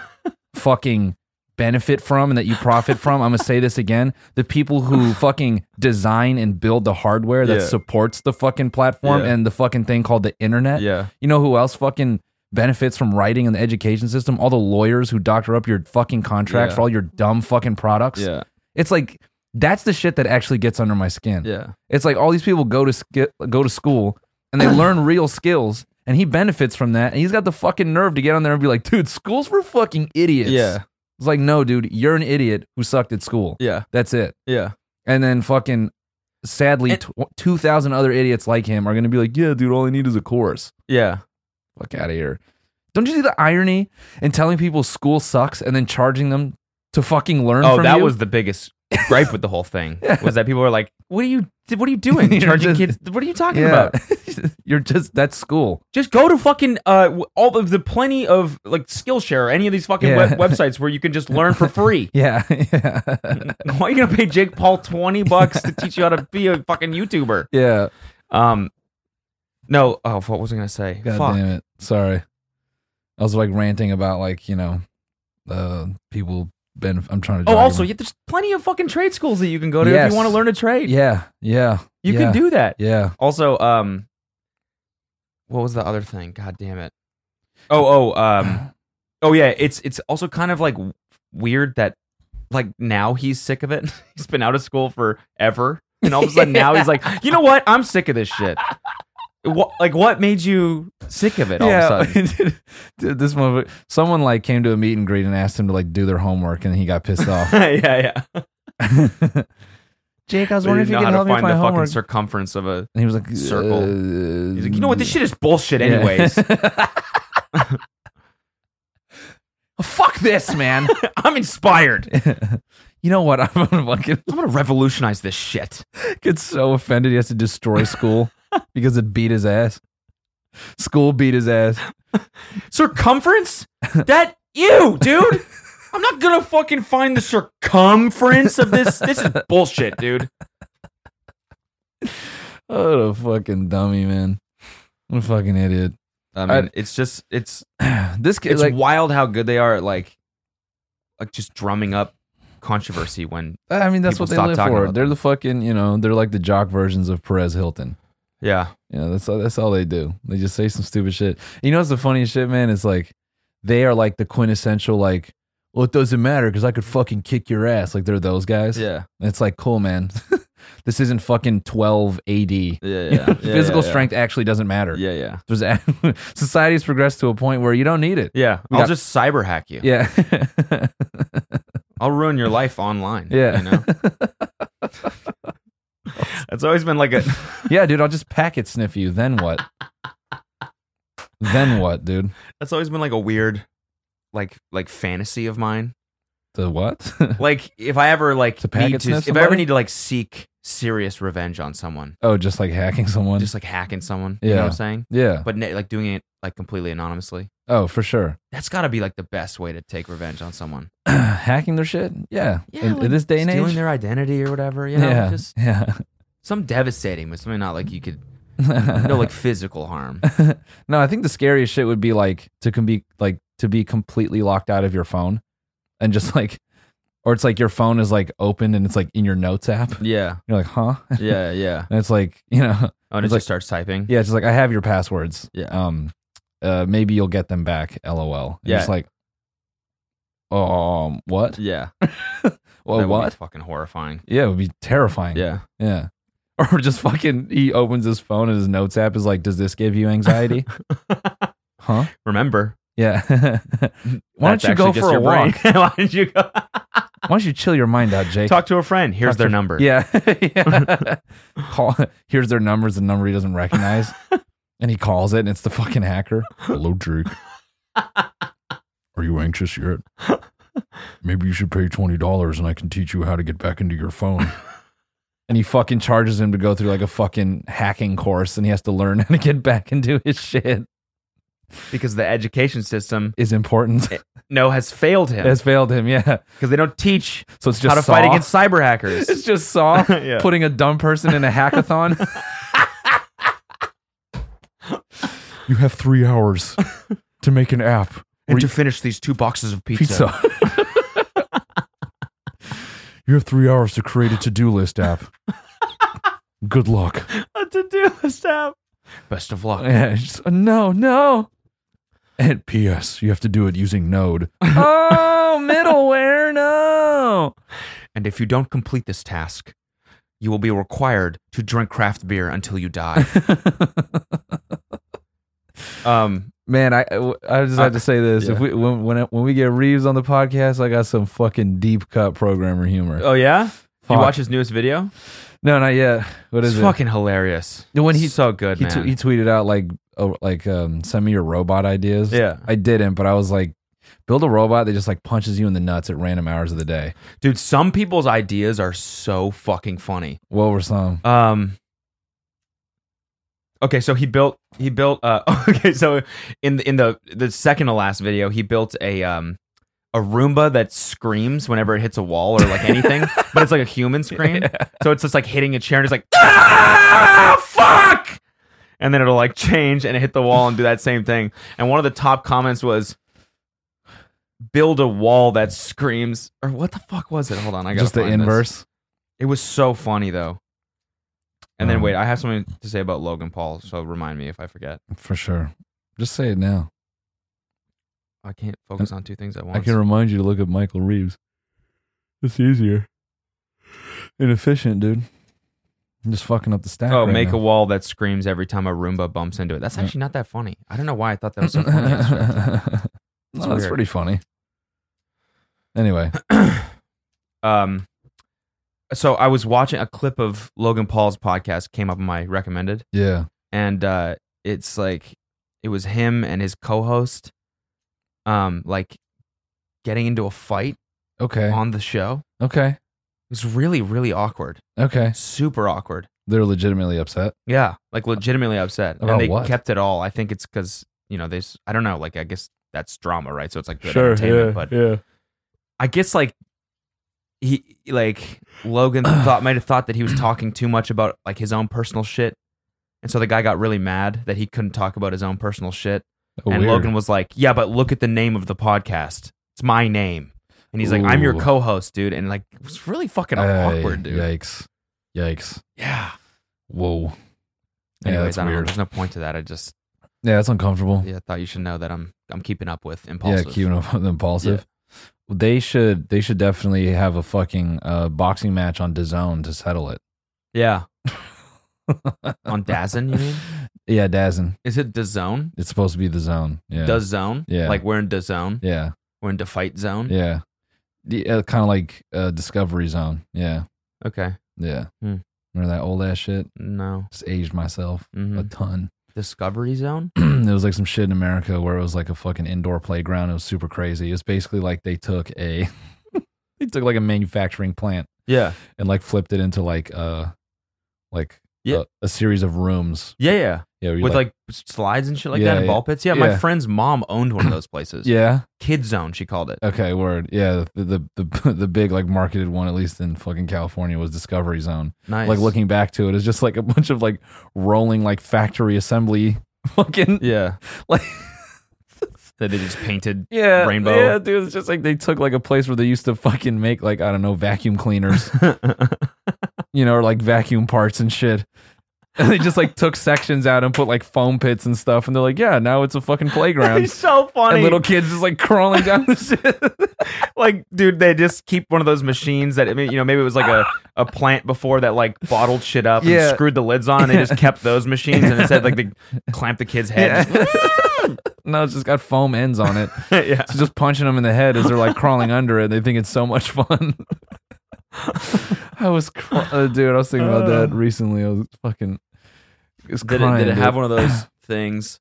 [SPEAKER 1] fucking benefit from and that you profit from. I'm gonna say this again. The people who fucking design and build the hardware that
[SPEAKER 2] Yeah.
[SPEAKER 1] supports the fucking platform
[SPEAKER 2] Yeah.
[SPEAKER 1] and the fucking thing called the internet.
[SPEAKER 2] yeah
[SPEAKER 1] You know who else fucking benefits from writing in the education system? All the lawyers who doctor up your fucking contracts
[SPEAKER 2] Yeah.
[SPEAKER 1] for all your dumb fucking products. It's like that's the shit that actually gets under my skin.
[SPEAKER 2] yeah
[SPEAKER 1] It's like all these people go to sk- go to school and they learn real skills, and he benefits from that. And he's got the fucking nerve to get on there and be like, "Dude, school's for fucking idiots." it's like, no, dude, you're an idiot who sucked at school.
[SPEAKER 2] yeah
[SPEAKER 1] That's it.
[SPEAKER 2] yeah
[SPEAKER 1] And then fucking, sadly,
[SPEAKER 2] And-
[SPEAKER 1] tw- two thousand other idiots like him are gonna be like, "Yeah, dude, all I need is a course."
[SPEAKER 2] yeah
[SPEAKER 1] Fuck out of here. Don't you see the irony in telling people school sucks and then charging them to fucking learn?
[SPEAKER 2] oh
[SPEAKER 1] from
[SPEAKER 2] that
[SPEAKER 1] you?
[SPEAKER 2] was the biggest gripe with the whole thing
[SPEAKER 1] Yeah.
[SPEAKER 2] was that people were like, "What are you? What are you doing?
[SPEAKER 1] You're
[SPEAKER 2] Charging
[SPEAKER 1] just-
[SPEAKER 2] kids? What are you talking about?
[SPEAKER 1] You're just that's school.
[SPEAKER 2] Just go to fucking uh, w- all of the plenty of like Skillshare or any of these fucking
[SPEAKER 1] Yeah.
[SPEAKER 2] web- websites where you can just learn for free."
[SPEAKER 1] Yeah. Yeah.
[SPEAKER 2] Why are you gonna pay Jake Paul twenty bucks to teach you how to be a fucking YouTuber?
[SPEAKER 1] yeah.
[SPEAKER 2] Um, no. Oh, what was I gonna say?
[SPEAKER 1] God
[SPEAKER 2] Fuck.
[SPEAKER 1] damn it. Sorry. I was like ranting about like, you know, uh people been I'm trying to
[SPEAKER 2] Oh,
[SPEAKER 1] jog
[SPEAKER 2] also,
[SPEAKER 1] my-
[SPEAKER 2] yeah, there's plenty of fucking trade schools that you can go to if
[SPEAKER 1] Yes.
[SPEAKER 2] you want to learn a trade.
[SPEAKER 1] Yeah. Yeah.
[SPEAKER 2] you
[SPEAKER 1] yeah,
[SPEAKER 2] can do that.
[SPEAKER 1] Yeah.
[SPEAKER 2] Also, um, what was the other thing? God damn it. Oh, oh, um, oh yeah. It's it's also kind of like w- weird that like now he's sick of it. he's been out of school forever, and all of a sudden now he's like, you know what? I'm sick of this shit. What like what made you sick of it all of a sudden?
[SPEAKER 1] Dude, this one someone like came to a meet and greet and asked him to like do their homework and he got pissed off.
[SPEAKER 2] yeah, yeah. I
[SPEAKER 1] Jake, I was
[SPEAKER 2] know how to find the fucking circumference of a.
[SPEAKER 1] and he was like,
[SPEAKER 2] circle.
[SPEAKER 1] "Uh,
[SPEAKER 2] He's like, you know what? This shit is bullshit,
[SPEAKER 1] yeah."
[SPEAKER 2] anyways.
[SPEAKER 1] Fuck this, man.
[SPEAKER 2] I'm inspired.
[SPEAKER 1] you know what? I'm gonna fucking
[SPEAKER 2] I'm gonna revolutionize this shit.
[SPEAKER 1] gets so offended he has to destroy school because it beat his ass. School beat his ass.
[SPEAKER 2] Circumference? That you, dude. I'm not gonna fucking find the circumference of this. This is bullshit, dude.
[SPEAKER 1] Oh, what a fucking dummy, man. What a fucking idiot.
[SPEAKER 2] I
[SPEAKER 1] mean,
[SPEAKER 2] it's just it's
[SPEAKER 1] this kid,
[SPEAKER 2] it's
[SPEAKER 1] like,
[SPEAKER 2] wild how good they are at like like just drumming up controversy when
[SPEAKER 1] I mean, that's what they
[SPEAKER 2] people stop
[SPEAKER 1] live
[SPEAKER 2] talking
[SPEAKER 1] for.
[SPEAKER 2] about
[SPEAKER 1] They're
[SPEAKER 2] them.
[SPEAKER 1] the fucking, you know, they're like the jock versions of Perez Hilton.
[SPEAKER 2] yeah
[SPEAKER 1] You know, that's all, that's all they do. They just say some stupid shit. You know, what's the funniest shit, man? It's like they are like the quintessential, like, well, it doesn't matter because I could fucking kick your ass. Like they're those guys.
[SPEAKER 2] yeah
[SPEAKER 1] And It's like, cool, man. this isn't fucking 12 AD.
[SPEAKER 2] yeah
[SPEAKER 1] Physical strength actually doesn't matter.
[SPEAKER 2] yeah yeah
[SPEAKER 1] There's a- society's progressed to a point where you don't need it.
[SPEAKER 2] yeah.
[SPEAKER 1] We
[SPEAKER 2] I'll
[SPEAKER 1] got-
[SPEAKER 2] just cyber hack you.
[SPEAKER 1] Yeah.
[SPEAKER 2] I'll ruin your life online.
[SPEAKER 1] Yeah.
[SPEAKER 2] you know. That's always been like a
[SPEAKER 1] yeah, dude, I'll just packet sniff you. Then what? then what, dude?
[SPEAKER 2] that's always been like a weird like like fantasy of mine.
[SPEAKER 1] The what?
[SPEAKER 2] like if I ever like
[SPEAKER 1] To packet
[SPEAKER 2] need to,
[SPEAKER 1] sniff
[SPEAKER 2] if I ever
[SPEAKER 1] somebody?
[SPEAKER 2] need to like seek serious revenge on someone,
[SPEAKER 1] oh, just like hacking someone?
[SPEAKER 2] just like hacking someone, you know
[SPEAKER 1] Yeah.
[SPEAKER 2] what I'm saying?
[SPEAKER 1] yeah.
[SPEAKER 2] But na- like doing it like completely anonymously,
[SPEAKER 1] Oh, for sure.
[SPEAKER 2] that's got to be like the best way to take revenge on someone.
[SPEAKER 1] hacking their shit? Yeah. in, in
[SPEAKER 2] like,
[SPEAKER 1] this day and
[SPEAKER 2] stealing
[SPEAKER 1] age?
[SPEAKER 2] their identity or whatever, you know,
[SPEAKER 1] yeah.
[SPEAKER 2] just
[SPEAKER 1] yeah.
[SPEAKER 2] some devastating, but something not like you could no like physical harm.
[SPEAKER 1] no, I think the scariest shit would be like to can be like to be completely locked out of your phone and just like or it's like your phone is like opened and it's like in your notes app.
[SPEAKER 2] Yeah,
[SPEAKER 1] You're like, huh?
[SPEAKER 2] yeah, yeah.
[SPEAKER 1] And it's like, you know,
[SPEAKER 2] Oh,
[SPEAKER 1] It's
[SPEAKER 2] and it just
[SPEAKER 1] like-
[SPEAKER 2] starts typing.
[SPEAKER 1] yeah, it's just like I have your passwords.
[SPEAKER 2] Yeah.
[SPEAKER 1] Um uh maybe you'll get them back, LOL. And
[SPEAKER 2] Yeah.
[SPEAKER 1] It's like um what?
[SPEAKER 2] yeah. That would
[SPEAKER 1] Well
[SPEAKER 2] be
[SPEAKER 1] what?
[SPEAKER 2] fucking horrifying.
[SPEAKER 1] Yeah, it would be terrifying.
[SPEAKER 2] Yeah,
[SPEAKER 1] Yeah. Or just fucking he opens his phone and his notes app is like, Does this give you anxiety? huh?
[SPEAKER 2] remember.
[SPEAKER 1] Yeah. Why don't
[SPEAKER 2] that's
[SPEAKER 1] you go
[SPEAKER 2] actually just
[SPEAKER 1] for a
[SPEAKER 2] your brain.
[SPEAKER 1] walk?
[SPEAKER 2] Why don't you go
[SPEAKER 1] Why don't you chill your mind out, Jake?
[SPEAKER 2] talk to a friend? Here's
[SPEAKER 1] Talk
[SPEAKER 2] their
[SPEAKER 1] to-
[SPEAKER 2] number.
[SPEAKER 1] Yeah. yeah. Call. Here's their numbers. The number he doesn't recognize, and he calls it, and it's the fucking hacker. Hello, Jake. Are you anxious yet? Maybe you should pay twenty dollars, and I can teach you how to get back into your phone. And he fucking charges him to go through like a fucking hacking course, and he has to learn how to get back into his shit.
[SPEAKER 2] because the education system
[SPEAKER 1] Is important.
[SPEAKER 2] no has failed him
[SPEAKER 1] Has failed him. Yeah.
[SPEAKER 2] because they don't teach
[SPEAKER 1] So it's just
[SPEAKER 2] how to
[SPEAKER 1] saw.
[SPEAKER 2] fight against cyber hackers.
[SPEAKER 1] It's just saw
[SPEAKER 2] Yeah.
[SPEAKER 1] putting a dumb person in a hackathon. you have three hours to make an app.
[SPEAKER 2] and to finish these two boxes of pizza.
[SPEAKER 1] you have three hours to create a to-do list app. Good luck.
[SPEAKER 2] to do list app. Best of luck.
[SPEAKER 1] no, no. And P.S. You have to do it using Node. oh, middleware, no.
[SPEAKER 2] And if you don't complete this task, you will be required to drink craft beer until you die. um,
[SPEAKER 1] Man, I, I just have to say this.
[SPEAKER 2] Yeah.
[SPEAKER 1] If we when when, when we get Reeves on the podcast, I got some fucking deep cut programmer humor.
[SPEAKER 2] oh yeah,
[SPEAKER 1] Fuck.
[SPEAKER 2] you watch his newest video?
[SPEAKER 1] No, not yet. What
[SPEAKER 2] It's
[SPEAKER 1] is it?
[SPEAKER 2] fucking hilarious.
[SPEAKER 1] The one he-
[SPEAKER 2] so good,
[SPEAKER 1] He,
[SPEAKER 2] man.
[SPEAKER 1] t- he tweeted out like oh, like um, send me your robot ideas.
[SPEAKER 2] yeah,
[SPEAKER 1] I didn't, but I was like, Build a robot that just like punches you in the nuts at random hours of the day.
[SPEAKER 2] Dude, some people's ideas are so fucking funny.
[SPEAKER 1] What were some?
[SPEAKER 2] Um Okay, so he built he built uh okay, so in the in the the second to last video, he built a um a Roomba that screams whenever it hits a wall or like anything, but it's like a human scream. So it's just like hitting a chair and it's like ah, fuck. And then it'll like change and hit the wall and do that same thing. And one of the top comments was build a wall that screams or what the fuck was it? Hold on, I got
[SPEAKER 1] Just the inverse.
[SPEAKER 2] it was so funny though. And then
[SPEAKER 1] Um,
[SPEAKER 2] wait, I have something to say about Logan Paul, so remind me if I forget.
[SPEAKER 1] For sure. Just say it now.
[SPEAKER 2] I can't focus on two things at once.
[SPEAKER 1] I can remind you to look at Michael Reeves. It's easier. Inefficient, dude. I'm just fucking up the stack.
[SPEAKER 2] oh,
[SPEAKER 1] right
[SPEAKER 2] make
[SPEAKER 1] now.
[SPEAKER 2] a wall that screams every time a Roomba bumps into it. That's
[SPEAKER 1] Yeah.
[SPEAKER 2] actually not that funny. I don't know why I thought that was so funny. yesterday.
[SPEAKER 1] no, Oh, that's
[SPEAKER 2] weird.
[SPEAKER 1] pretty funny. Anyway,
[SPEAKER 2] um, so I was watching a clip of Logan Paul's podcast came up in my recommended,
[SPEAKER 1] yeah.
[SPEAKER 2] and uh, it's like it was him and his co-host, um, like getting into a fight
[SPEAKER 1] Okay.
[SPEAKER 2] on the show.
[SPEAKER 1] Okay.
[SPEAKER 2] It was really, really awkward.
[SPEAKER 1] Okay.
[SPEAKER 2] Super awkward.
[SPEAKER 1] They're legitimately upset.
[SPEAKER 2] Yeah, like legitimately upset.
[SPEAKER 1] About
[SPEAKER 2] and they
[SPEAKER 1] what?
[SPEAKER 2] kept it all. I think it's because you know there's I don't know. Like I guess that's drama, right? So it's like good entertainment. but
[SPEAKER 1] yeah.
[SPEAKER 2] I guess like he like Logan thought might have thought that he was talking too much about like his own personal shit, and so the guy got really mad that he couldn't talk about his own personal shit. and Logan was like, "Yeah, but look at the name of the podcast. It's my name." And he's like, "I'm your
[SPEAKER 1] Ooh.
[SPEAKER 2] co-host, dude." And like it was really fucking awkward, dude. Yeah.
[SPEAKER 1] Yikes. Yikes. Whoa. Yeah,
[SPEAKER 2] Anyways,
[SPEAKER 1] that's
[SPEAKER 2] I don't know.
[SPEAKER 1] weird.
[SPEAKER 2] There's no point to that. I just
[SPEAKER 1] Yeah, that's uncomfortable.
[SPEAKER 2] Yeah, I thought you should know that I'm I'm keeping up with impulsive.
[SPEAKER 1] Yeah, keeping up with impulsive. They should they should definitely have a fucking uh, boxing match on DAZN to settle it.
[SPEAKER 2] Yeah. On Dazn, you mean?
[SPEAKER 1] Yeah, DAZN.
[SPEAKER 2] Is it the zone?
[SPEAKER 1] It's supposed to be the zone. Yeah.
[SPEAKER 2] The zone?
[SPEAKER 1] Yeah.
[SPEAKER 2] Like we're in the zone.
[SPEAKER 1] yeah.
[SPEAKER 2] We're in the fight zone.
[SPEAKER 1] Yeah. The, uh, kind of like uh, Discovery Zone. Yeah.
[SPEAKER 2] Okay.
[SPEAKER 1] Yeah.
[SPEAKER 2] Hmm.
[SPEAKER 1] Remember that old ass shit?
[SPEAKER 2] No.
[SPEAKER 1] Just aged myself
[SPEAKER 2] hmm
[SPEAKER 1] a ton.
[SPEAKER 2] Discovery zone?
[SPEAKER 1] it was like some shit in America where it was like a fucking indoor playground. It was super crazy. It was basically like they took a they took like a manufacturing plant
[SPEAKER 2] Yeah.
[SPEAKER 1] and like flipped it into like uh like
[SPEAKER 2] Yeah.
[SPEAKER 1] a, a series of rooms.
[SPEAKER 2] Yeah, yeah.
[SPEAKER 1] Yeah, where you,
[SPEAKER 2] With like, slides and shit like
[SPEAKER 1] Yeah,
[SPEAKER 2] that and
[SPEAKER 1] yeah.
[SPEAKER 2] ball pits. Yeah, my
[SPEAKER 1] Yeah.
[SPEAKER 2] friend's mom owned one of those places.
[SPEAKER 1] yeah.
[SPEAKER 2] Kid zone, she called it.
[SPEAKER 1] Okay, word. Yeah, the, the the the big like marketed one at least in fucking California was Discovery Zone.
[SPEAKER 2] Nice.
[SPEAKER 1] Like looking back to it, it's just like a bunch of like rolling like factory assembly fucking
[SPEAKER 2] Yeah.
[SPEAKER 1] Like-
[SPEAKER 2] that they just painted.
[SPEAKER 1] yeah
[SPEAKER 2] Rainbow.
[SPEAKER 1] Yeah, dude, it's just like they took like a place where they used to fucking make like I don't know vacuum cleaners, you know, or like vacuum parts and shit. And they just like took sections out and put like foam pits and stuff, and they're like, yeah, now it's a fucking playground.
[SPEAKER 2] It's so funny.
[SPEAKER 1] and little kids just like crawling down the shit.
[SPEAKER 2] like dude they just keep one of those machines that I mean, you know maybe it was like a, a plant before that like bottled shit up
[SPEAKER 1] Yeah.
[SPEAKER 2] and screwed the lids on and they just kept those machines and instead like they clamped the kid's head yeah,
[SPEAKER 1] no, it's just got foam ends on it.
[SPEAKER 2] yeah.
[SPEAKER 1] So just punching them in the head as they're like crawling under it. They think it's so much fun. I was, cr- uh, dude. I was thinking about that recently. I was fucking. It's
[SPEAKER 2] Did, it,
[SPEAKER 1] crying,
[SPEAKER 2] did it
[SPEAKER 1] dude.
[SPEAKER 2] have one of those things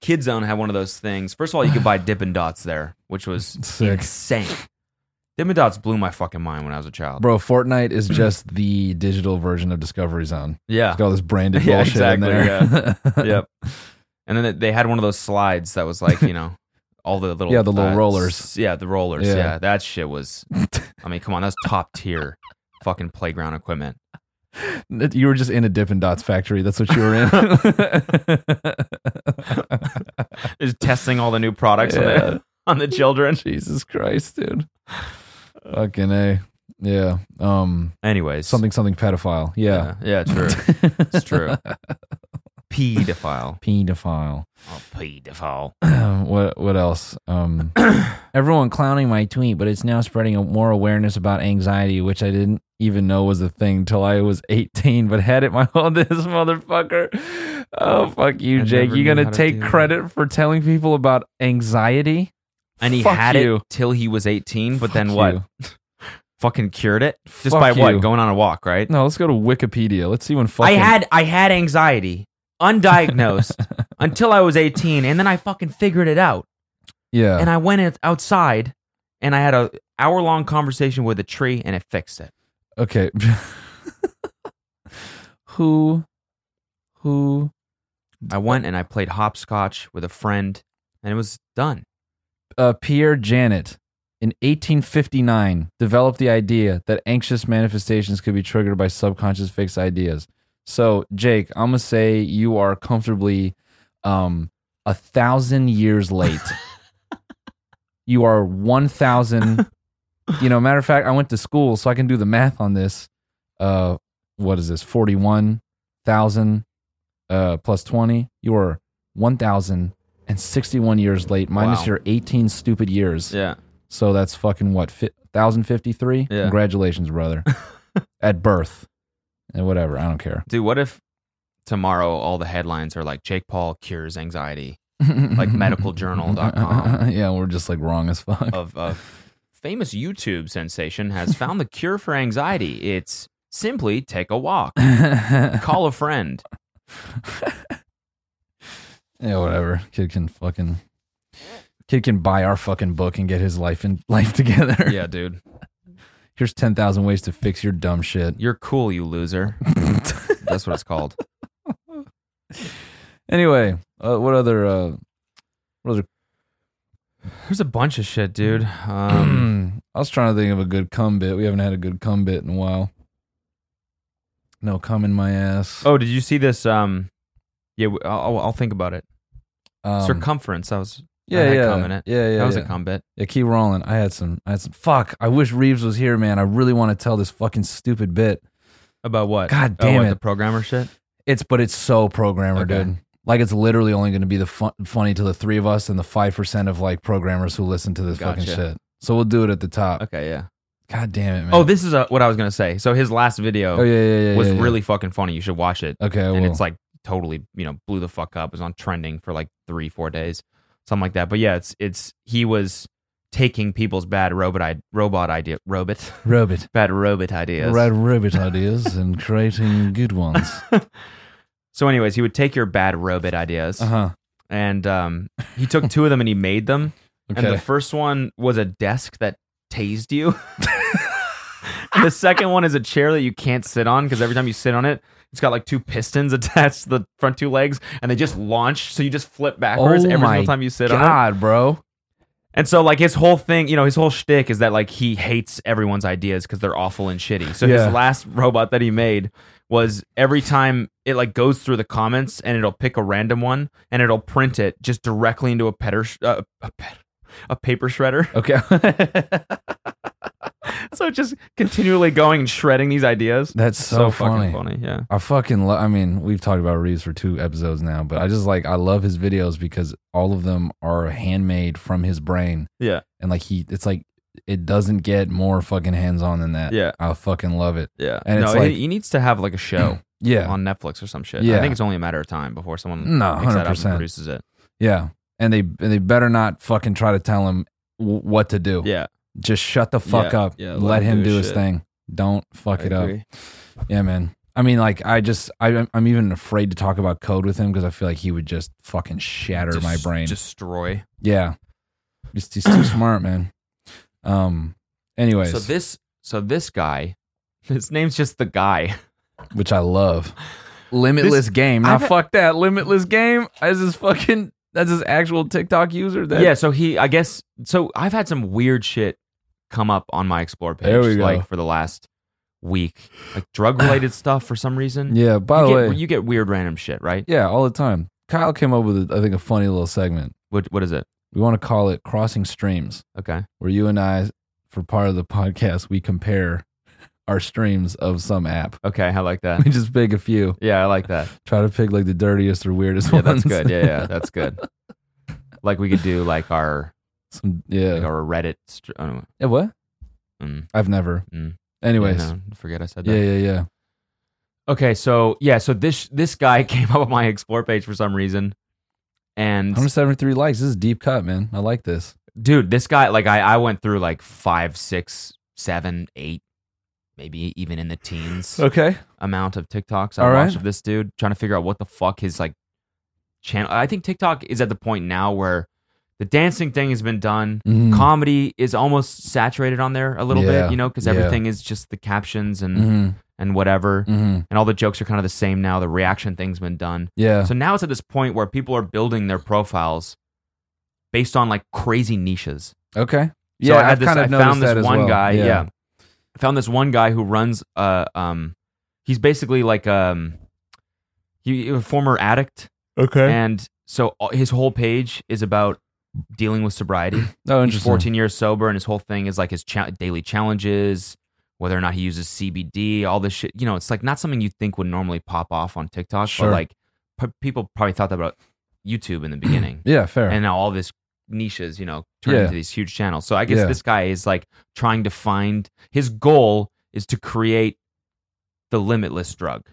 [SPEAKER 2] kid zone had one of those things first of all you could buy dippin' dots there which was
[SPEAKER 1] Sick.
[SPEAKER 2] insane dippin' dots blew my fucking mind when i was a child
[SPEAKER 1] Bro, Fortnite is just the digital version of Discovery Zone.
[SPEAKER 2] yeah
[SPEAKER 1] It's got all this branded
[SPEAKER 2] Yeah,
[SPEAKER 1] bullshit
[SPEAKER 2] exactly,
[SPEAKER 1] in there. Yeah,
[SPEAKER 2] yep and then they had one of those slides that was like you know all the little
[SPEAKER 1] Yeah, the little rollers.
[SPEAKER 2] s- yeah the rollers
[SPEAKER 1] Yeah.
[SPEAKER 2] yeah. that shit was i mean come on that's top tier fucking playground equipment
[SPEAKER 1] You were just in a Dippin' Dots factory. That's what you were in.
[SPEAKER 2] just testing all the new products on,
[SPEAKER 1] Yeah.
[SPEAKER 2] the, on the children
[SPEAKER 1] Jesus Christ, dude. Fucking a. Yeah. Um.
[SPEAKER 2] anyways
[SPEAKER 1] Something. Something. Pedophile. Yeah.
[SPEAKER 2] yeah yeah true it's true pedophile
[SPEAKER 1] Pedophile.
[SPEAKER 2] oh pedophile
[SPEAKER 1] what what else? Um, everyone clowning my tweet, but it's now spreading more awareness about anxiety, which I didn't even know was a thing till I was 18, but had it my whole this motherfucker. Oh fuck you,
[SPEAKER 2] I
[SPEAKER 1] Jake!
[SPEAKER 2] never
[SPEAKER 1] You
[SPEAKER 2] knew
[SPEAKER 1] gonna
[SPEAKER 2] how to
[SPEAKER 1] take
[SPEAKER 2] do that.
[SPEAKER 1] credit for telling people about anxiety?
[SPEAKER 2] and he
[SPEAKER 1] Fuck
[SPEAKER 2] had
[SPEAKER 1] you.
[SPEAKER 2] it till he was 18 but then
[SPEAKER 1] Fuck
[SPEAKER 2] what
[SPEAKER 1] you.
[SPEAKER 2] fucking cured it just
[SPEAKER 1] Fuck
[SPEAKER 2] by
[SPEAKER 1] you.
[SPEAKER 2] what going on a walk right
[SPEAKER 1] No, let's go to Wikipedia. Let's see when
[SPEAKER 2] I
[SPEAKER 1] fucking
[SPEAKER 2] had I had anxiety undiagnosed until I was 18 and then I fucking figured it out.
[SPEAKER 1] Yeah.
[SPEAKER 2] and I went it- outside and I had a hour long conversation with a tree and it fixed it.
[SPEAKER 1] okay. who who
[SPEAKER 2] I went and I played hopscotch with a friend and it was done.
[SPEAKER 1] uh, Pierre Janet in 1859 developed the idea that anxious manifestations could be triggered by subconscious fixed ideas. So, Jake, I'm gonna say you are comfortably um, a thousand years late. you are one thousand. You know, matter of fact, I went to school, so I can do the math on this. Uh, what is this? Forty-one thousand uh, plus twenty. You are one thousand and sixty-one years late, minus
[SPEAKER 2] Wow.
[SPEAKER 1] your eighteen stupid years.
[SPEAKER 2] Yeah.
[SPEAKER 1] So that's fucking what, fi- 1,053?
[SPEAKER 2] Yeah.
[SPEAKER 1] Congratulations, brother. At birth. And whatever. I don't care.
[SPEAKER 2] Dude, what if tomorrow all the headlines are like Jake Paul cures anxiety Like medicaljournal.com.
[SPEAKER 1] yeah, we're just like wrong as fuck.
[SPEAKER 2] of a famous YouTube sensation has found the cure for anxiety. It's simply take a walk,
[SPEAKER 1] yeah,
[SPEAKER 2] call a friend.
[SPEAKER 1] whatever. Kid can fucking. Kid can buy our fucking book and get his life and life together.
[SPEAKER 2] Yeah, dude.
[SPEAKER 1] Here's 10,000 ways to fix your dumb shit.
[SPEAKER 2] You're cool, you loser. That's what it's called.
[SPEAKER 1] Anyway, uh, what other uh what other
[SPEAKER 2] There's a bunch of shit, dude. Um,
[SPEAKER 1] I was trying to think of a good cum bit. We haven't had a good cum bit in a while. No cum in my ass.
[SPEAKER 2] Oh, did you see this? Um, yeah, w- I'll, I'll- I'll think about it.
[SPEAKER 1] Um,
[SPEAKER 2] Circumference. That was
[SPEAKER 1] yeah,
[SPEAKER 2] had
[SPEAKER 1] yeah,
[SPEAKER 2] cum in it.
[SPEAKER 1] yeah, yeah.
[SPEAKER 2] eh? that was
[SPEAKER 1] yeah.
[SPEAKER 2] a combat.
[SPEAKER 1] yeah, keep rolling. I had some. I had some. Fuck. I wish Reeves was here, man. I really want to tell this fucking stupid bit.
[SPEAKER 2] About what?
[SPEAKER 1] God
[SPEAKER 2] oh,
[SPEAKER 1] damn
[SPEAKER 2] what,
[SPEAKER 1] it.
[SPEAKER 2] The programmer shit.
[SPEAKER 1] It's but it's so programmer,
[SPEAKER 2] Okay.
[SPEAKER 1] dude. Like it's literally only going to be the fun, funny to the three of us and the five percent of like programmers who listen to this fucking
[SPEAKER 2] Gotcha.
[SPEAKER 1] shit. So we'll do it at the top.
[SPEAKER 2] Okay, yeah.
[SPEAKER 1] God damn it, man.
[SPEAKER 2] Oh, this is uh what I was gonna say. So his last video
[SPEAKER 1] Oh, yeah, yeah, yeah.
[SPEAKER 2] was
[SPEAKER 1] yeah, yeah.
[SPEAKER 2] really fucking funny. You should watch it.
[SPEAKER 1] okay. I
[SPEAKER 2] and
[SPEAKER 1] will.
[SPEAKER 2] it's like totally, you know, blew the fuck up. It was on trending for like three, four days, something like that. But yeah, it's it's he was taking people's bad robot I- robot idea robot
[SPEAKER 1] Robot.
[SPEAKER 2] bad robot ideas.
[SPEAKER 1] Red rabbit ideas and creating good ones.
[SPEAKER 2] So, anyways, he would take your bad robot ideas.
[SPEAKER 1] Uh huh.
[SPEAKER 2] and um, he took two of them and he made them.
[SPEAKER 1] Okay.
[SPEAKER 2] And the first one was a desk that tased you. the second one is a chair that you can't sit on because every time you sit on it, it's got like two pistons attached to the front two legs, and they just launch. So you just flip backwards
[SPEAKER 1] Oh
[SPEAKER 2] every
[SPEAKER 1] my
[SPEAKER 2] single time you sit on it.
[SPEAKER 1] God, bro.
[SPEAKER 2] And so, like his whole thing, you know, his whole shtick is that like he hates everyone's ideas because they're awful and shitty. So
[SPEAKER 1] Yeah.
[SPEAKER 2] his last robot that he made was every time it like goes through the comments and it'll pick a random one and it'll print it just directly into a petter, uh, a, pet- a paper shredder.
[SPEAKER 1] Okay.
[SPEAKER 2] so it's just continually going and shredding these ideas.
[SPEAKER 1] That's so, funny.
[SPEAKER 2] fucking funny. Yeah.
[SPEAKER 1] I fucking love, I mean, we've talked about Reeves for two episodes now, but I just like, I love his videos because all of them are handmade from his brain.
[SPEAKER 2] Yeah.
[SPEAKER 1] And like, he, it's like, it doesn't get more fucking hands on than that.
[SPEAKER 2] Yeah.
[SPEAKER 1] I fucking love it.
[SPEAKER 2] Yeah.
[SPEAKER 1] And
[SPEAKER 2] no,
[SPEAKER 1] it's
[SPEAKER 2] he-
[SPEAKER 1] like-
[SPEAKER 2] he, needs to have like a show
[SPEAKER 1] Yeah.
[SPEAKER 2] on Netflix or some shit.
[SPEAKER 1] Yeah.
[SPEAKER 2] I think it's only a matter of time before someone
[SPEAKER 1] No,
[SPEAKER 2] picks that up and
[SPEAKER 1] 100%.
[SPEAKER 2] produces it.
[SPEAKER 1] Yeah. And they, and they better not fucking try to tell him w- what to do.
[SPEAKER 2] Yeah.
[SPEAKER 1] Just shut the fuck
[SPEAKER 2] Yeah.
[SPEAKER 1] up.
[SPEAKER 2] Yeah,
[SPEAKER 1] let, him do his
[SPEAKER 2] shit.
[SPEAKER 1] thing. Don't fuck
[SPEAKER 2] I
[SPEAKER 1] it up.
[SPEAKER 2] agree.
[SPEAKER 1] Yeah, man. I mean, like, I just, I, I'm even afraid to talk about code with him because I feel like he would just fucking shatter my
[SPEAKER 2] Des-
[SPEAKER 1] brain.
[SPEAKER 2] Destroy.
[SPEAKER 1] yeah, just he's too smart, man. Um. Anyways,
[SPEAKER 2] So this so this guy, his name's just the guy.
[SPEAKER 1] which I love. Limitless game. Now,
[SPEAKER 2] I've-
[SPEAKER 1] fuck that. Limitless game. That's his fucking. That's his actual TikTok user. That,
[SPEAKER 2] yeah, so he I guess so I've had some weird shit come up on my explore page
[SPEAKER 1] There we go.
[SPEAKER 2] like for the last week. Like drug related stuff for some reason.
[SPEAKER 1] Yeah. By
[SPEAKER 2] you
[SPEAKER 1] the
[SPEAKER 2] get,
[SPEAKER 1] way,
[SPEAKER 2] you get weird random shit, right?
[SPEAKER 1] yeah, all the time. Kyle came up with, I think, a funny little segment.
[SPEAKER 2] What what is it?
[SPEAKER 1] We want to call it "Crossing Streams."
[SPEAKER 2] Okay.
[SPEAKER 1] where you and I, for part of the podcast, we compare our streams of some app.
[SPEAKER 2] Okay, I like that.
[SPEAKER 1] We just pick a few,
[SPEAKER 2] Yeah, I like that.
[SPEAKER 1] try to pick like the dirtiest or weirdest
[SPEAKER 2] Yeah,
[SPEAKER 1] ones.
[SPEAKER 2] that's good. Yeah, yeah, that's good. Like we could do like our
[SPEAKER 1] Some, yeah.
[SPEAKER 2] like our Reddit. Str- I don't
[SPEAKER 1] Yeah, What?
[SPEAKER 2] Mm.
[SPEAKER 1] I've never.
[SPEAKER 2] Mm.
[SPEAKER 1] Anyways.
[SPEAKER 2] know, forget I said that.
[SPEAKER 1] Yeah, yeah, yeah.
[SPEAKER 2] Okay, so yeah, so this this guy came up on my explore page for some reason, and
[SPEAKER 1] 173 likes. This is a deep cut, man. I like this.
[SPEAKER 2] dude, this guy like I I went through like five, six, seven, eight, maybe even in the teens
[SPEAKER 1] Okay.
[SPEAKER 2] amount of TikToks I
[SPEAKER 1] All right.
[SPEAKER 2] watched of this dude trying to figure out what the fuck his like channel. I think TikTok is at the point now where the dancing thing has been done.
[SPEAKER 1] Mm-hmm.
[SPEAKER 2] Comedy is almost saturated on there a little
[SPEAKER 1] Mm. Yeah.
[SPEAKER 2] bit, you know, because
[SPEAKER 1] Yeah.
[SPEAKER 2] everything is just the captions and
[SPEAKER 1] hmm
[SPEAKER 2] and whatever.
[SPEAKER 1] hmm
[SPEAKER 2] And all the jokes are kind of the same now. The reaction thing's been done.
[SPEAKER 1] Yeah.
[SPEAKER 2] So now it's at this point where people are building their profiles based on like crazy niches.
[SPEAKER 1] okay.
[SPEAKER 2] So
[SPEAKER 1] Yeah,
[SPEAKER 2] I, had
[SPEAKER 1] I've
[SPEAKER 2] this,
[SPEAKER 1] kind of
[SPEAKER 2] I
[SPEAKER 1] noticed
[SPEAKER 2] found this
[SPEAKER 1] that as
[SPEAKER 2] one
[SPEAKER 1] well.
[SPEAKER 2] guy. Yeah. I found this one guy who runs uh um he's basically like um he, he was a former addict
[SPEAKER 1] Okay.
[SPEAKER 2] and so all- his whole page is about dealing with sobriety.
[SPEAKER 1] Oh,
[SPEAKER 2] He's
[SPEAKER 1] interesting.
[SPEAKER 2] 14 years sober and his whole thing is like his cha- daily challenges, whether or not he uses CBD, all this shit. You know, it's like not something you think would normally pop off on TikTok,
[SPEAKER 1] Sure.
[SPEAKER 2] but like p- people probably thought that about YouTube in the beginning
[SPEAKER 1] Yeah, fair.
[SPEAKER 2] and now all this niches, you know, turn
[SPEAKER 1] Yeah.
[SPEAKER 2] into these huge channels. So I guess
[SPEAKER 1] Yeah.
[SPEAKER 2] this guy is like trying to find his goal is to create the limitless drug.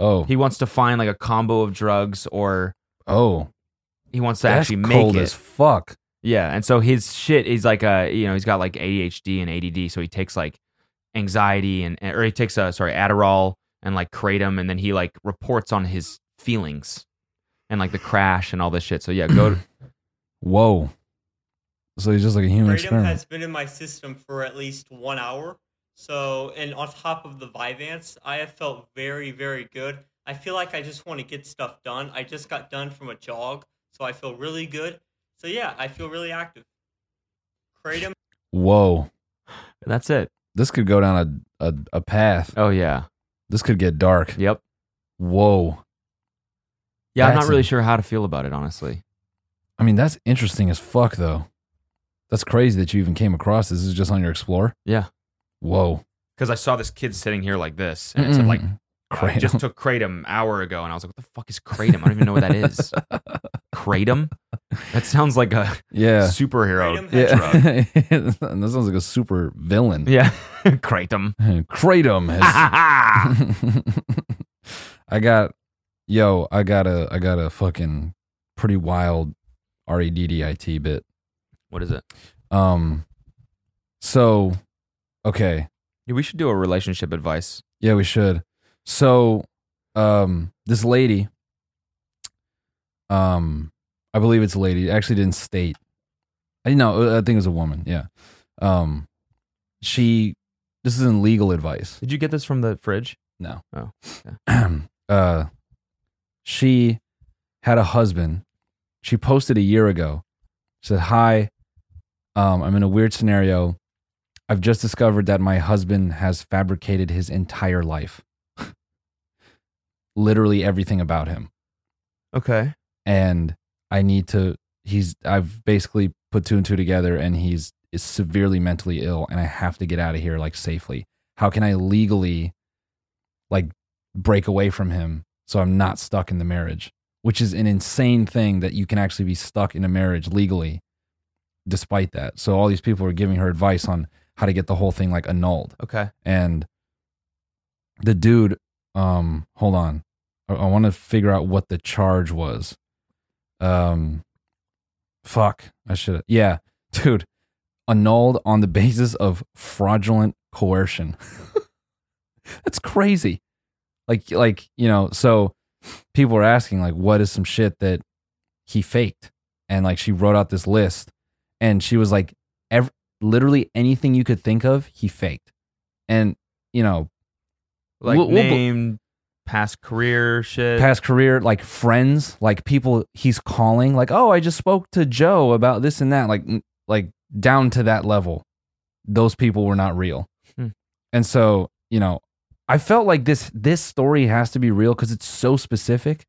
[SPEAKER 1] oh,
[SPEAKER 2] He wants to find like a combo of drugs or
[SPEAKER 1] oh,
[SPEAKER 2] he wants to
[SPEAKER 1] that's
[SPEAKER 2] actually make
[SPEAKER 1] cold
[SPEAKER 2] it.
[SPEAKER 1] as fuck.
[SPEAKER 2] yeah. And so his shit is like a, you know, he's got like ADHD and ADD. So he takes like anxiety and, or he takes uh sorry, Adderall and like Kratom. And then he like reports on his feelings and like the crash and all this shit. So yeah, go to,
[SPEAKER 1] Whoa. So he's just like a human
[SPEAKER 3] Kratom
[SPEAKER 1] experiment.
[SPEAKER 3] has been in my system for at least one hour. So, and on top of the Vyvanse, I have felt very, very good. I feel like I just want to get stuff done. I just got done from a jog, so I feel really good. So, yeah, I feel really active. Kratom
[SPEAKER 1] Whoa.
[SPEAKER 2] that's it.
[SPEAKER 1] This could go down a, a, a path.
[SPEAKER 2] Oh yeah.
[SPEAKER 1] This could get dark.
[SPEAKER 2] Yep.
[SPEAKER 1] Whoa.
[SPEAKER 2] Yeah, I'm
[SPEAKER 1] That's
[SPEAKER 2] not really
[SPEAKER 1] it.
[SPEAKER 2] sure how to feel about it, honestly.
[SPEAKER 1] I mean, that's interesting as fuck, though. That's crazy that you even came across this. This is just on your Explorer.
[SPEAKER 2] Yeah.
[SPEAKER 1] Whoa.
[SPEAKER 2] Because I saw this kid sitting here like this, and it
[SPEAKER 1] Mm-mm.
[SPEAKER 2] said like I
[SPEAKER 1] Kratom.
[SPEAKER 2] just took kratom hour ago, and I was like, "What the fuck is kratom? I don't even know what that is." kratom? That sounds like a
[SPEAKER 1] yeah.
[SPEAKER 2] superhero
[SPEAKER 3] Kratom has-
[SPEAKER 1] Yeah.
[SPEAKER 2] drug.
[SPEAKER 1] that sounds like a super villain.
[SPEAKER 2] Yeah, kratom.
[SPEAKER 1] Kratom has.
[SPEAKER 2] Ah,
[SPEAKER 1] I got, yo, I got a, I got a fucking pretty wild R E D D I T bit.
[SPEAKER 2] what is it?
[SPEAKER 1] Um, so, okay.
[SPEAKER 2] Yeah, we should do a relationship advice.
[SPEAKER 1] Yeah, we should. So, um, this lady, um, I believe it's a lady. It actually didn't state. I know. I think it was a woman. Yeah. Um, she. This isn't legal advice.
[SPEAKER 2] Did you get this from the fridge?
[SPEAKER 1] No.
[SPEAKER 2] Oh,
[SPEAKER 1] uh, she had a husband. She posted a year ago. She said, "Hi, um, I'm in a weird scenario. I've just discovered that my husband has fabricated his entire life, literally everything about him,
[SPEAKER 2] Okay.
[SPEAKER 1] and I need to. He's. I've basically put two and two together, and he's is severely mentally ill, and I have to get out of here like safely. How can I legally, like, break away from him so I'm not stuck in the marriage?" Which is an insane thing that you can actually be stuck in a marriage legally, despite that. So all these people are giving her advice on how to get the whole thing like annulled
[SPEAKER 2] Okay.
[SPEAKER 1] and the dude um hold on i, I want to figure out what the charge was um fuck i should yeah dude annulled on the basis of fraudulent coercion that's crazy like like you know so people are asking like what is some shit that he faked and like she wrote out this list and she was like ev- literally anything you could think of he faked and you know
[SPEAKER 2] Like
[SPEAKER 1] We'll- we'll bl-
[SPEAKER 2] name, past career, shit.
[SPEAKER 1] past career like friends like people he's calling like oh i just spoke to joe about this and that like n- like down to that level those people were not real
[SPEAKER 2] Hmm.
[SPEAKER 1] and so you know i felt like this this story has to be real because it's so specific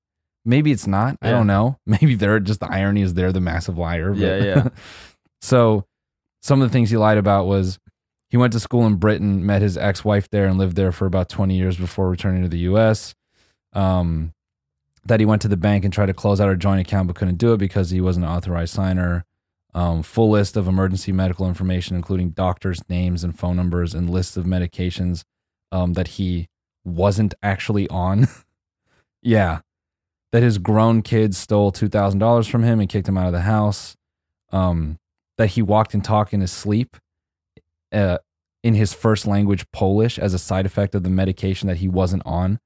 [SPEAKER 1] maybe it's not i
[SPEAKER 2] Yeah.
[SPEAKER 1] don't know maybe they're just the irony is they're the massive liar but-
[SPEAKER 2] Yeah, yeah.
[SPEAKER 1] so some of the things he lied about was he went to school in Britain, met his ex-wife there, and lived there for about 20 years before returning to the U.S. Um, that he went to the bank and tried to close out her joint account, but couldn't do it because he wasn't an authorized signer. Um, full list of emergency medical information, including doctors' names and phone numbers, and lists of medications um, that he wasn't actually on. yeah, that his grown kids stole two thousand dollars from him and kicked him out of the house. Um, that he walked and talked in his sleep, uh, in his first language Polish as a side effect of the medication that he wasn't on.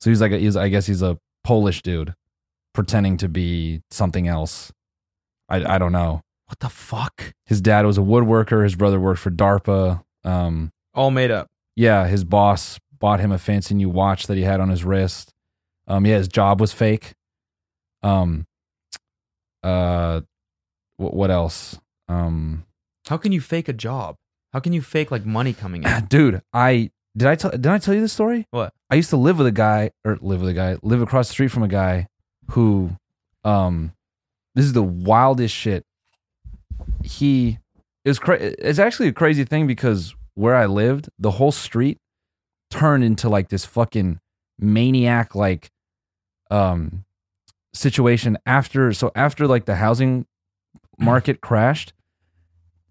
[SPEAKER 1] So he's like, a, he's I guess he's a Polish dude pretending to be something else. I I don't know.
[SPEAKER 2] What the fuck?
[SPEAKER 1] His dad was a woodworker. His brother worked for DARPA. Um,
[SPEAKER 2] All made up.
[SPEAKER 1] yeah, his boss bought him a fancy new watch that he had on his wrist. Um, yeah, his job was fake. Um, uh, what, what else? Um,
[SPEAKER 2] How can you fake a job? How can you fake like money coming in?
[SPEAKER 1] dude, I did I tell did I tell you this story?
[SPEAKER 2] What?
[SPEAKER 1] I used to live with a guy or live with a guy, live across the street from a guy who um this is the wildest shit. He it was cra- it's actually a crazy thing because where I lived, the whole street turned into like this fucking maniac like um situation after so after like the housing market crashed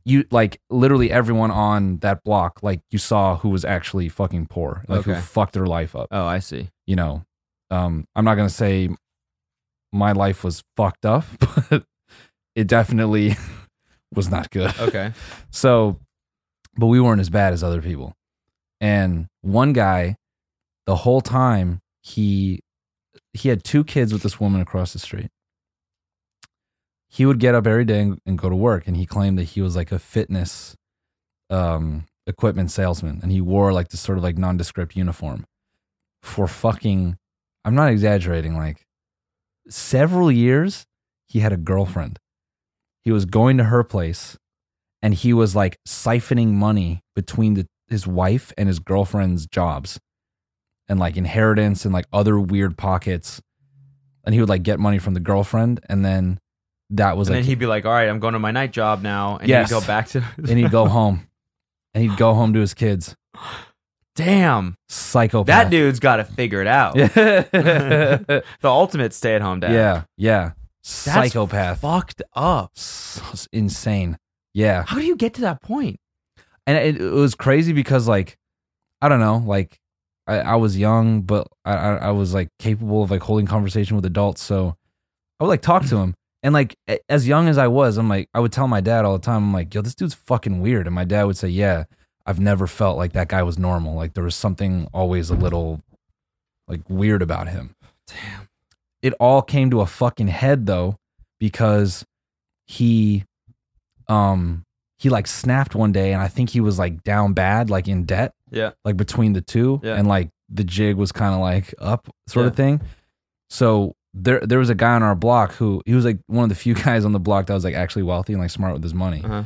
[SPEAKER 1] you like literally everyone on that block like you saw who was actually fucking poor like who
[SPEAKER 2] Okay.
[SPEAKER 1] fucked their life up
[SPEAKER 2] oh, I see.
[SPEAKER 1] you know um i'm not gonna say my life was fucked up but it definitely was not good
[SPEAKER 2] Okay.
[SPEAKER 1] so, but we weren't as bad as other people. And one guy, the whole time he he had two kids with this woman across the street. He would get up every day and, and go to work, and he claimed that he was like a fitness um, equipment salesman, and he wore like this sort of like nondescript uniform for fucking. I'm not exaggerating. Like several years, he had a girlfriend. He was going to her place and he was like siphoning money between the, his wife and his girlfriend's jobs and like inheritance and like other weird pockets and he would like get money from the girlfriend and then that was
[SPEAKER 2] and
[SPEAKER 1] like
[SPEAKER 2] then he'd be like, "All right, I'm going to my night job now," and
[SPEAKER 1] Yes.
[SPEAKER 2] he'd go back to.
[SPEAKER 1] and he'd go home and he'd go home to his kids
[SPEAKER 2] Damn,
[SPEAKER 1] psychopath
[SPEAKER 2] that dude's got to figure it out.
[SPEAKER 1] yeah
[SPEAKER 2] The ultimate stay-at-home dad.
[SPEAKER 1] yeah yeah psychopath
[SPEAKER 2] Fucked up.
[SPEAKER 1] S- insane yeah
[SPEAKER 2] How do you get to that point?
[SPEAKER 1] and it, it was crazy because like i don't know like i, I was young but I, I i was like capable of like holding conversation with adults so i would like talk to him and like a- as young as i was i'm like i would tell my dad all the time i'm like yo this dude's fucking weird and my dad would say yeah i've never felt like that guy was normal like there was something always a little like weird about him
[SPEAKER 2] Damn.
[SPEAKER 1] it all came to a fucking head though because he um he like snapped one day and i think he was like down bad like in debt
[SPEAKER 2] Yeah.
[SPEAKER 1] like between the two
[SPEAKER 2] Yeah.
[SPEAKER 1] and like the jig was kind of like up sort of
[SPEAKER 2] Yeah.
[SPEAKER 1] thing so there there was a guy on our block who he was like one of the few guys on the block that was like actually wealthy and like smart with his money
[SPEAKER 2] Uh-huh.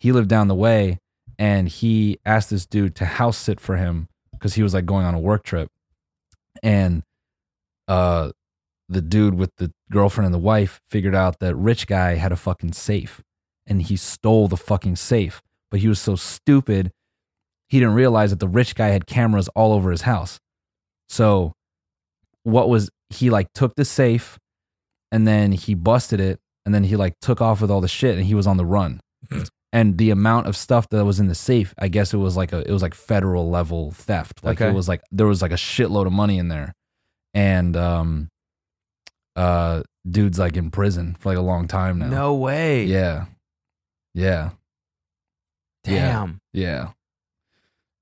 [SPEAKER 1] he lived down the way and he asked this dude to house sit for him because he was like going on a work trip and uh the dude with the girlfriend and the wife figured out that rich guy had a fucking safe and he stole the fucking safe but he was so stupid he didn't realize that the rich guy had cameras all over his house so what was he like took the safe and then he busted it and then he like took off with all the shit and he was on the run and the amount of stuff that was in the safe i guess it was like a it was like federal level theft like it
[SPEAKER 2] Okay.
[SPEAKER 1] was like there was like a shitload of money in there and um uh dude's like in prison for like a long time now
[SPEAKER 2] No way.
[SPEAKER 1] yeah yeah
[SPEAKER 2] Damn.
[SPEAKER 1] yeah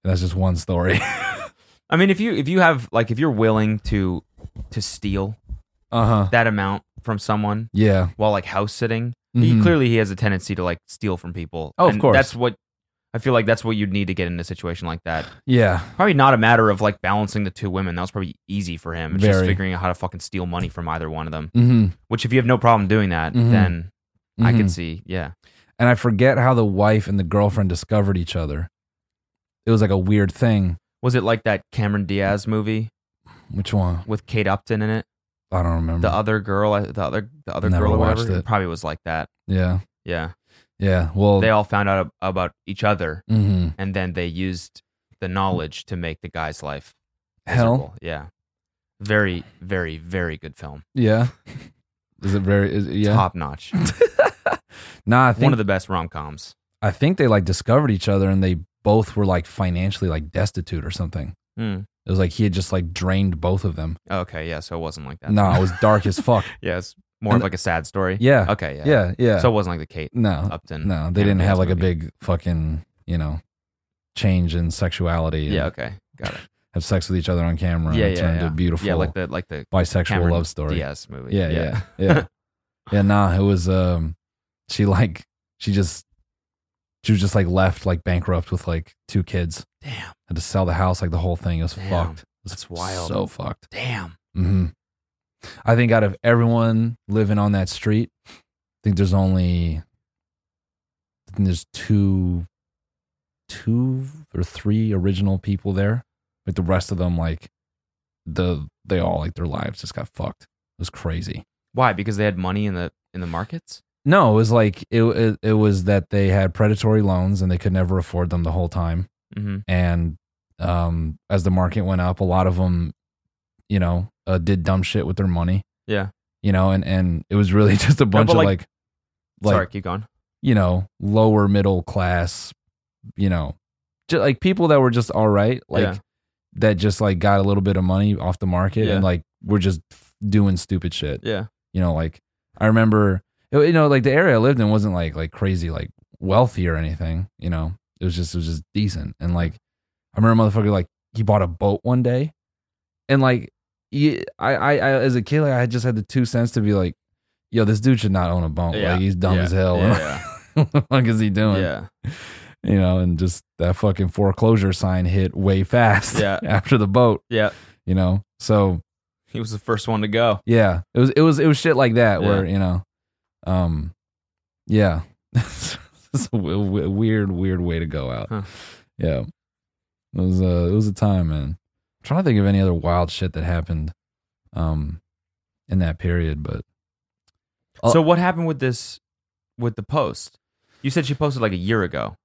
[SPEAKER 1] that's just one story
[SPEAKER 2] I mean, if you if you have like if you're willing to to steal
[SPEAKER 1] uh-huh
[SPEAKER 2] that amount from someone
[SPEAKER 1] yeah
[SPEAKER 2] while like house sitting,
[SPEAKER 1] Mhm.
[SPEAKER 2] he clearly he has a tendency to like steal from people.
[SPEAKER 1] Oh, of
[SPEAKER 2] And
[SPEAKER 1] course.
[SPEAKER 2] That's what I feel like. That's what you'd need to get in a situation like that.
[SPEAKER 1] yeah
[SPEAKER 2] Probably not a matter of like balancing the two women. That was probably easy for him. It's just
[SPEAKER 1] Very.
[SPEAKER 2] figuring out how to fucking steal money from either one of them.
[SPEAKER 1] mm-hmm.
[SPEAKER 2] Which, if you have no problem doing that,
[SPEAKER 1] Mhm.
[SPEAKER 2] then I
[SPEAKER 1] Mhm.
[SPEAKER 2] could see. Yeah.
[SPEAKER 1] And I forget how the wife and the girlfriend discovered each other. It was like a weird thing.
[SPEAKER 2] Was it like that Cameron Diaz movie
[SPEAKER 1] Which one?
[SPEAKER 2] with Kate Upton in it?
[SPEAKER 1] I don't remember.
[SPEAKER 2] The other girl, I- the other, the other
[SPEAKER 1] Mm. Never
[SPEAKER 2] girl, or
[SPEAKER 1] watched
[SPEAKER 2] whatever.
[SPEAKER 1] it.
[SPEAKER 2] probably was like that.
[SPEAKER 1] yeah.
[SPEAKER 2] Yeah.
[SPEAKER 1] Yeah. Well,
[SPEAKER 2] They all found out ab- about each other,
[SPEAKER 1] hmm
[SPEAKER 2] and then they used the knowledge to make the guy's life
[SPEAKER 1] hell.
[SPEAKER 2] miserable. Yeah. Very, very, very good film.
[SPEAKER 1] Yeah. Is it very, is, yeah.
[SPEAKER 2] Top notch.
[SPEAKER 1] Nah, I think,
[SPEAKER 2] One of the best rom coms.
[SPEAKER 1] I think they like discovered each other and they both were like financially like destitute or something.
[SPEAKER 2] Hmm.
[SPEAKER 1] It was like he had just like drained both of them.
[SPEAKER 2] Okay. Yeah. So it wasn't like that.
[SPEAKER 1] No, it was dark as fuck.
[SPEAKER 2] Yeah. It's more
[SPEAKER 1] And-
[SPEAKER 2] of like a sad story.
[SPEAKER 1] Yeah.
[SPEAKER 2] Okay. Yeah.
[SPEAKER 1] Yeah. Yeah.
[SPEAKER 2] So Uh, hmm. it wasn't like the Kate
[SPEAKER 1] no,
[SPEAKER 2] Upton.
[SPEAKER 1] no, they
[SPEAKER 2] Cameron
[SPEAKER 1] didn't have
[SPEAKER 2] Diaz
[SPEAKER 1] like a
[SPEAKER 2] movie.
[SPEAKER 1] big fucking, you know, change in sexuality. and
[SPEAKER 2] Yeah. Okay. Got it.
[SPEAKER 1] Have sex with each other on camera.
[SPEAKER 2] Yeah.
[SPEAKER 1] and
[SPEAKER 2] Yeah.
[SPEAKER 1] turn into
[SPEAKER 2] yeah.
[SPEAKER 1] a beautiful.
[SPEAKER 2] Yeah. Like the like the
[SPEAKER 1] bisexual
[SPEAKER 2] Cameron
[SPEAKER 1] love story.
[SPEAKER 2] Diaz movie.
[SPEAKER 1] Yeah, yeah, yeah. yeah, nah, it was um she like she just she was just like left like bankrupt with like two kids.
[SPEAKER 2] Damn.
[SPEAKER 1] Had to sell the house, like the whole thing. It was
[SPEAKER 2] Damn.
[SPEAKER 1] fucked. It was
[SPEAKER 2] That's wild.
[SPEAKER 1] So fucked.
[SPEAKER 2] Damn.
[SPEAKER 1] hmm I think out of everyone living on that street, I think there's only I think there's two two or three original people there. Like the rest of them like the they all like their lives just got fucked. It was crazy.
[SPEAKER 2] Why? Because they had money in the in the markets?
[SPEAKER 1] No, it was like it, it it was that they had predatory loans and they could never afford them the whole time.
[SPEAKER 2] Mm-hmm.
[SPEAKER 1] And um as the market went up, a lot of them, you know, uh, did dumb shit with their money.
[SPEAKER 2] Yeah.
[SPEAKER 1] you know, and and it was really just a bunch
[SPEAKER 2] but
[SPEAKER 1] of
[SPEAKER 2] like-
[SPEAKER 1] like, like,
[SPEAKER 2] Sorry, keep going.
[SPEAKER 1] you know, lower middle class, you know, just like people that were just all right, like
[SPEAKER 2] Yeah.
[SPEAKER 1] that just like got a little bit of money off the market
[SPEAKER 2] Yeah.
[SPEAKER 1] and like were just f- doing stupid shit.
[SPEAKER 2] Yeah.
[SPEAKER 1] You know, like I remember, you know, like the area I lived in wasn't like like crazy like wealthy or anything. You know, it was just it was just decent. And like I remember, a motherfucker, like he bought a boat one day, and like he, I, I I as a kid, like I just had the two cents to be like, yo, this dude should not own a boat.
[SPEAKER 2] Yeah.
[SPEAKER 1] Like he's dumb
[SPEAKER 2] Yeah.
[SPEAKER 1] as hell.
[SPEAKER 2] Yeah.
[SPEAKER 1] what the fuck is he doing?
[SPEAKER 2] Yeah.
[SPEAKER 1] You know, and just that fucking foreclosure sign hit way fast
[SPEAKER 2] Yeah.
[SPEAKER 1] after the boat.
[SPEAKER 2] Yeah.
[SPEAKER 1] You know, so
[SPEAKER 2] He was the first one to go.
[SPEAKER 1] yeah, it was it was it was shit like that
[SPEAKER 2] Yeah.
[SPEAKER 1] where you know, um, yeah, it's a w- w- weird weird way to go out.
[SPEAKER 2] Huh.
[SPEAKER 1] Yeah, it was a it was a time, man. I'm trying to think of any other wild shit that happened, um, in that period. But Uh,
[SPEAKER 2] so what happened with this with the post? You said she posted like a year ago.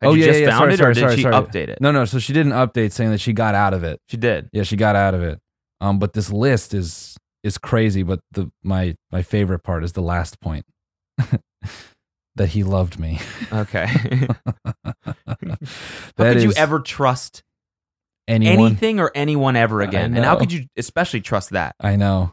[SPEAKER 2] Had
[SPEAKER 1] Oh,
[SPEAKER 2] you
[SPEAKER 1] yeah,
[SPEAKER 2] just
[SPEAKER 1] yeah, yeah.
[SPEAKER 2] found
[SPEAKER 1] Sorry,
[SPEAKER 2] it or
[SPEAKER 1] sorry,
[SPEAKER 2] did
[SPEAKER 1] sorry,
[SPEAKER 2] she
[SPEAKER 1] sorry.
[SPEAKER 2] update it?
[SPEAKER 1] no, no. So she did an update saying that she got out of it.
[SPEAKER 2] She did.
[SPEAKER 1] Yeah, she got out of it. Um, but this list is is crazy. But the my my favorite part is the last point that he loved me.
[SPEAKER 2] Okay. how
[SPEAKER 1] That
[SPEAKER 2] could you
[SPEAKER 1] is-
[SPEAKER 2] ever trust
[SPEAKER 1] anyone.
[SPEAKER 2] anything or anyone ever
[SPEAKER 1] I
[SPEAKER 2] again? And how
[SPEAKER 1] know.
[SPEAKER 2] could you especially trust that?
[SPEAKER 1] I know,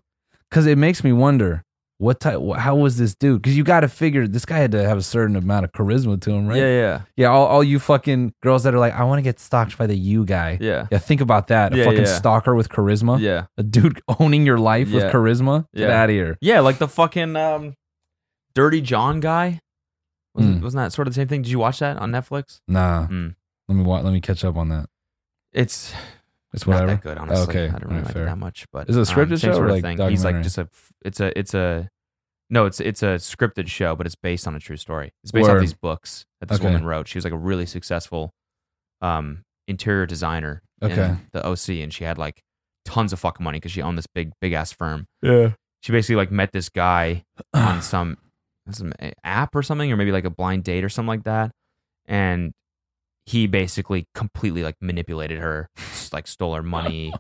[SPEAKER 1] because it makes me wonder what type. wh- How was this dude? Because you got to figure this guy had to have a certain amount of charisma to him, right? Yeah,
[SPEAKER 2] Yeah,
[SPEAKER 1] all, all you fucking girls that are like, I want to get stalked by the you guy.
[SPEAKER 2] yeah. Yeah.
[SPEAKER 1] Yeah, think about that. A
[SPEAKER 2] Yeah,
[SPEAKER 1] fucking
[SPEAKER 2] yeah.
[SPEAKER 1] stalker with charisma.
[SPEAKER 2] Yeah.
[SPEAKER 1] A dude owning your life with
[SPEAKER 2] Yeah.
[SPEAKER 1] charisma. Get
[SPEAKER 2] Yeah.
[SPEAKER 1] out of here.
[SPEAKER 2] Yeah, like the fucking um Dirty John guy. Wasn't,
[SPEAKER 1] Mm.
[SPEAKER 2] wasn't that sort of the same thing? Did you watch that on Netflix?
[SPEAKER 1] Nah.
[SPEAKER 2] Mm.
[SPEAKER 1] Let me wa- let me catch up on that.
[SPEAKER 2] It's
[SPEAKER 1] It's
[SPEAKER 2] not
[SPEAKER 1] whatever.
[SPEAKER 2] that good, honestly.
[SPEAKER 1] Okay.
[SPEAKER 2] I don't really
[SPEAKER 1] Alright,
[SPEAKER 2] like
[SPEAKER 1] fair.
[SPEAKER 2] it that much. But um,
[SPEAKER 1] Is it a scripted show
[SPEAKER 2] same
[SPEAKER 1] or
[SPEAKER 2] sort of
[SPEAKER 1] like
[SPEAKER 2] thing. He's like
[SPEAKER 1] documentary?
[SPEAKER 2] just a f- it's a it's a no, it's it's a scripted show, but it's based on a true story. It's based off
[SPEAKER 1] Word.
[SPEAKER 2] these books that this
[SPEAKER 1] Okay.
[SPEAKER 2] woman wrote. She was like a really successful um interior designer
[SPEAKER 1] Okay.
[SPEAKER 2] in the OC and she had like tons of fucking money because she owned this big big ass firm.
[SPEAKER 1] Yeah.
[SPEAKER 2] She basically like met this guy on some some app or something, or maybe like a blind date or something like that. And he basically completely like manipulated her, s- like stole her money.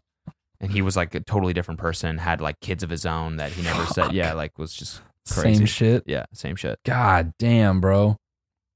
[SPEAKER 2] And he was like a totally different person, had like kids of his own that he never said.
[SPEAKER 1] Fuck.
[SPEAKER 2] Yeah, like was just crazy.
[SPEAKER 1] Same shit.
[SPEAKER 2] yeah, same shit.
[SPEAKER 1] God damn, bro.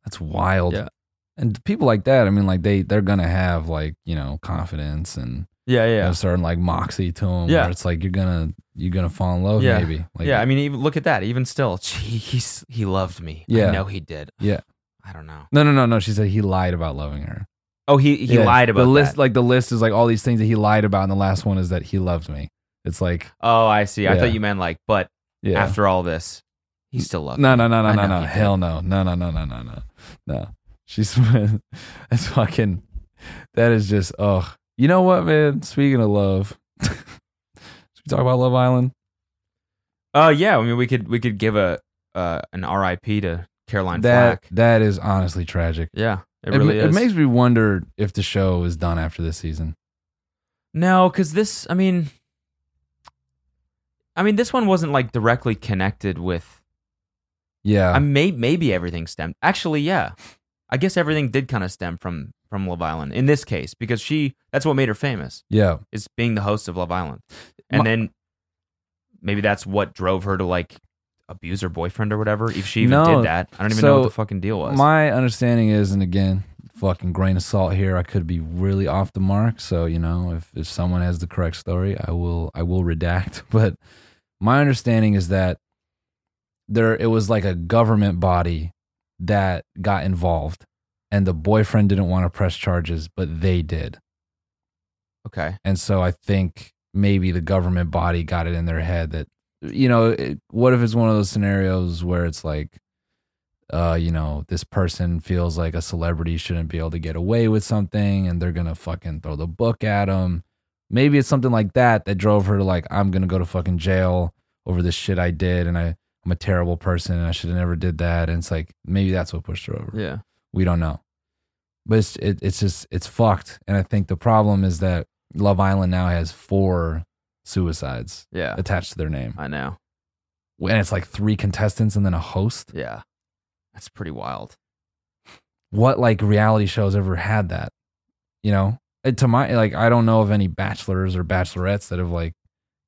[SPEAKER 1] That's wild.
[SPEAKER 2] Yeah.
[SPEAKER 1] And people like that, I mean, like they they're gonna have like you know confidence and
[SPEAKER 2] Yeah, yeah,
[SPEAKER 1] a certain like moxie to them.
[SPEAKER 2] Yeah.
[SPEAKER 1] where it's like you're gonna you're gonna fall in love
[SPEAKER 2] Yeah.
[SPEAKER 1] maybe. Like,
[SPEAKER 2] yeah. I mean, even look at that. Even still, gee, he's he loved me.
[SPEAKER 1] Yeah.
[SPEAKER 2] I know he did.
[SPEAKER 1] Yeah.
[SPEAKER 2] I don't know.
[SPEAKER 1] no, no, no, no. She said he lied about loving her.
[SPEAKER 2] Oh, he he
[SPEAKER 1] Yeah.
[SPEAKER 2] lied about
[SPEAKER 1] the list.
[SPEAKER 2] that.
[SPEAKER 1] Like the list is like all these things that he lied about, and the last one is that he loved me. It's like
[SPEAKER 2] oh, I see. I
[SPEAKER 1] Yeah.
[SPEAKER 2] thought you meant like, but
[SPEAKER 1] yeah.
[SPEAKER 2] after all this, he still loved
[SPEAKER 1] no,
[SPEAKER 2] me.
[SPEAKER 1] no, no,
[SPEAKER 2] I
[SPEAKER 1] no, no,
[SPEAKER 2] know
[SPEAKER 1] no.
[SPEAKER 2] he did.
[SPEAKER 1] Hell no, no, no, no, no, no, no, no. She's that's fucking. That is just ugh. You know what, man? Speaking of love, should we talk about Love Island?
[SPEAKER 2] Uh, yeah. I mean, we could we could give a uh an R.I.P. to Caroline
[SPEAKER 1] that
[SPEAKER 2] Flack.
[SPEAKER 1] that is honestly tragic.
[SPEAKER 2] Yeah, it really
[SPEAKER 1] ma-
[SPEAKER 2] is.
[SPEAKER 1] makes me wonder if the show is done after this season.
[SPEAKER 2] no, because this. I mean, I mean, this one wasn't like directly connected with.
[SPEAKER 1] Yeah,
[SPEAKER 2] I may maybe everything stemmed. Actually, yeah, I guess everything did kind of stem from from Love Island in this case because she that's what made her famous
[SPEAKER 1] yeah,
[SPEAKER 2] is being the host of Love Island, and
[SPEAKER 1] My-
[SPEAKER 2] then maybe that's what drove her to like abuse her boyfriend or whatever if she even
[SPEAKER 1] No,
[SPEAKER 2] did that. I don't even know what
[SPEAKER 1] so
[SPEAKER 2] the fucking deal was.
[SPEAKER 1] My understanding is, and again, fucking grain of salt here. I could be really off the mark. So you know, if if someone has the correct story, I will I will redact. But my understanding is that there it was like a government body that got involved, and the boyfriend didn't want to press charges, but they did.
[SPEAKER 2] okay.
[SPEAKER 1] And so I think maybe the government body got it in their head that, you know, it, what if it's one of those scenarios where it's like, uh, you know, this person feels like a celebrity shouldn't be able to get away with something and they're going to fucking throw the book at him. Maybe it's something like that that drove her to like, I'm going to go to fucking jail over this shit I did and I, I'm a terrible person and I should have never did that. And it's like, maybe that's what pushed her over.
[SPEAKER 2] Yeah.
[SPEAKER 1] We don't know. But it's, it, it's just, it's fucked. And I think the problem is that Love Island now has four suicides
[SPEAKER 2] Yeah.
[SPEAKER 1] attached to their name.
[SPEAKER 2] I know.
[SPEAKER 1] And it's like three contestants and then a host.
[SPEAKER 2] Yeah. That's pretty wild.
[SPEAKER 1] what like reality shows ever had that you know it, to my like i don't know of any bachelors or bachelorettes that have like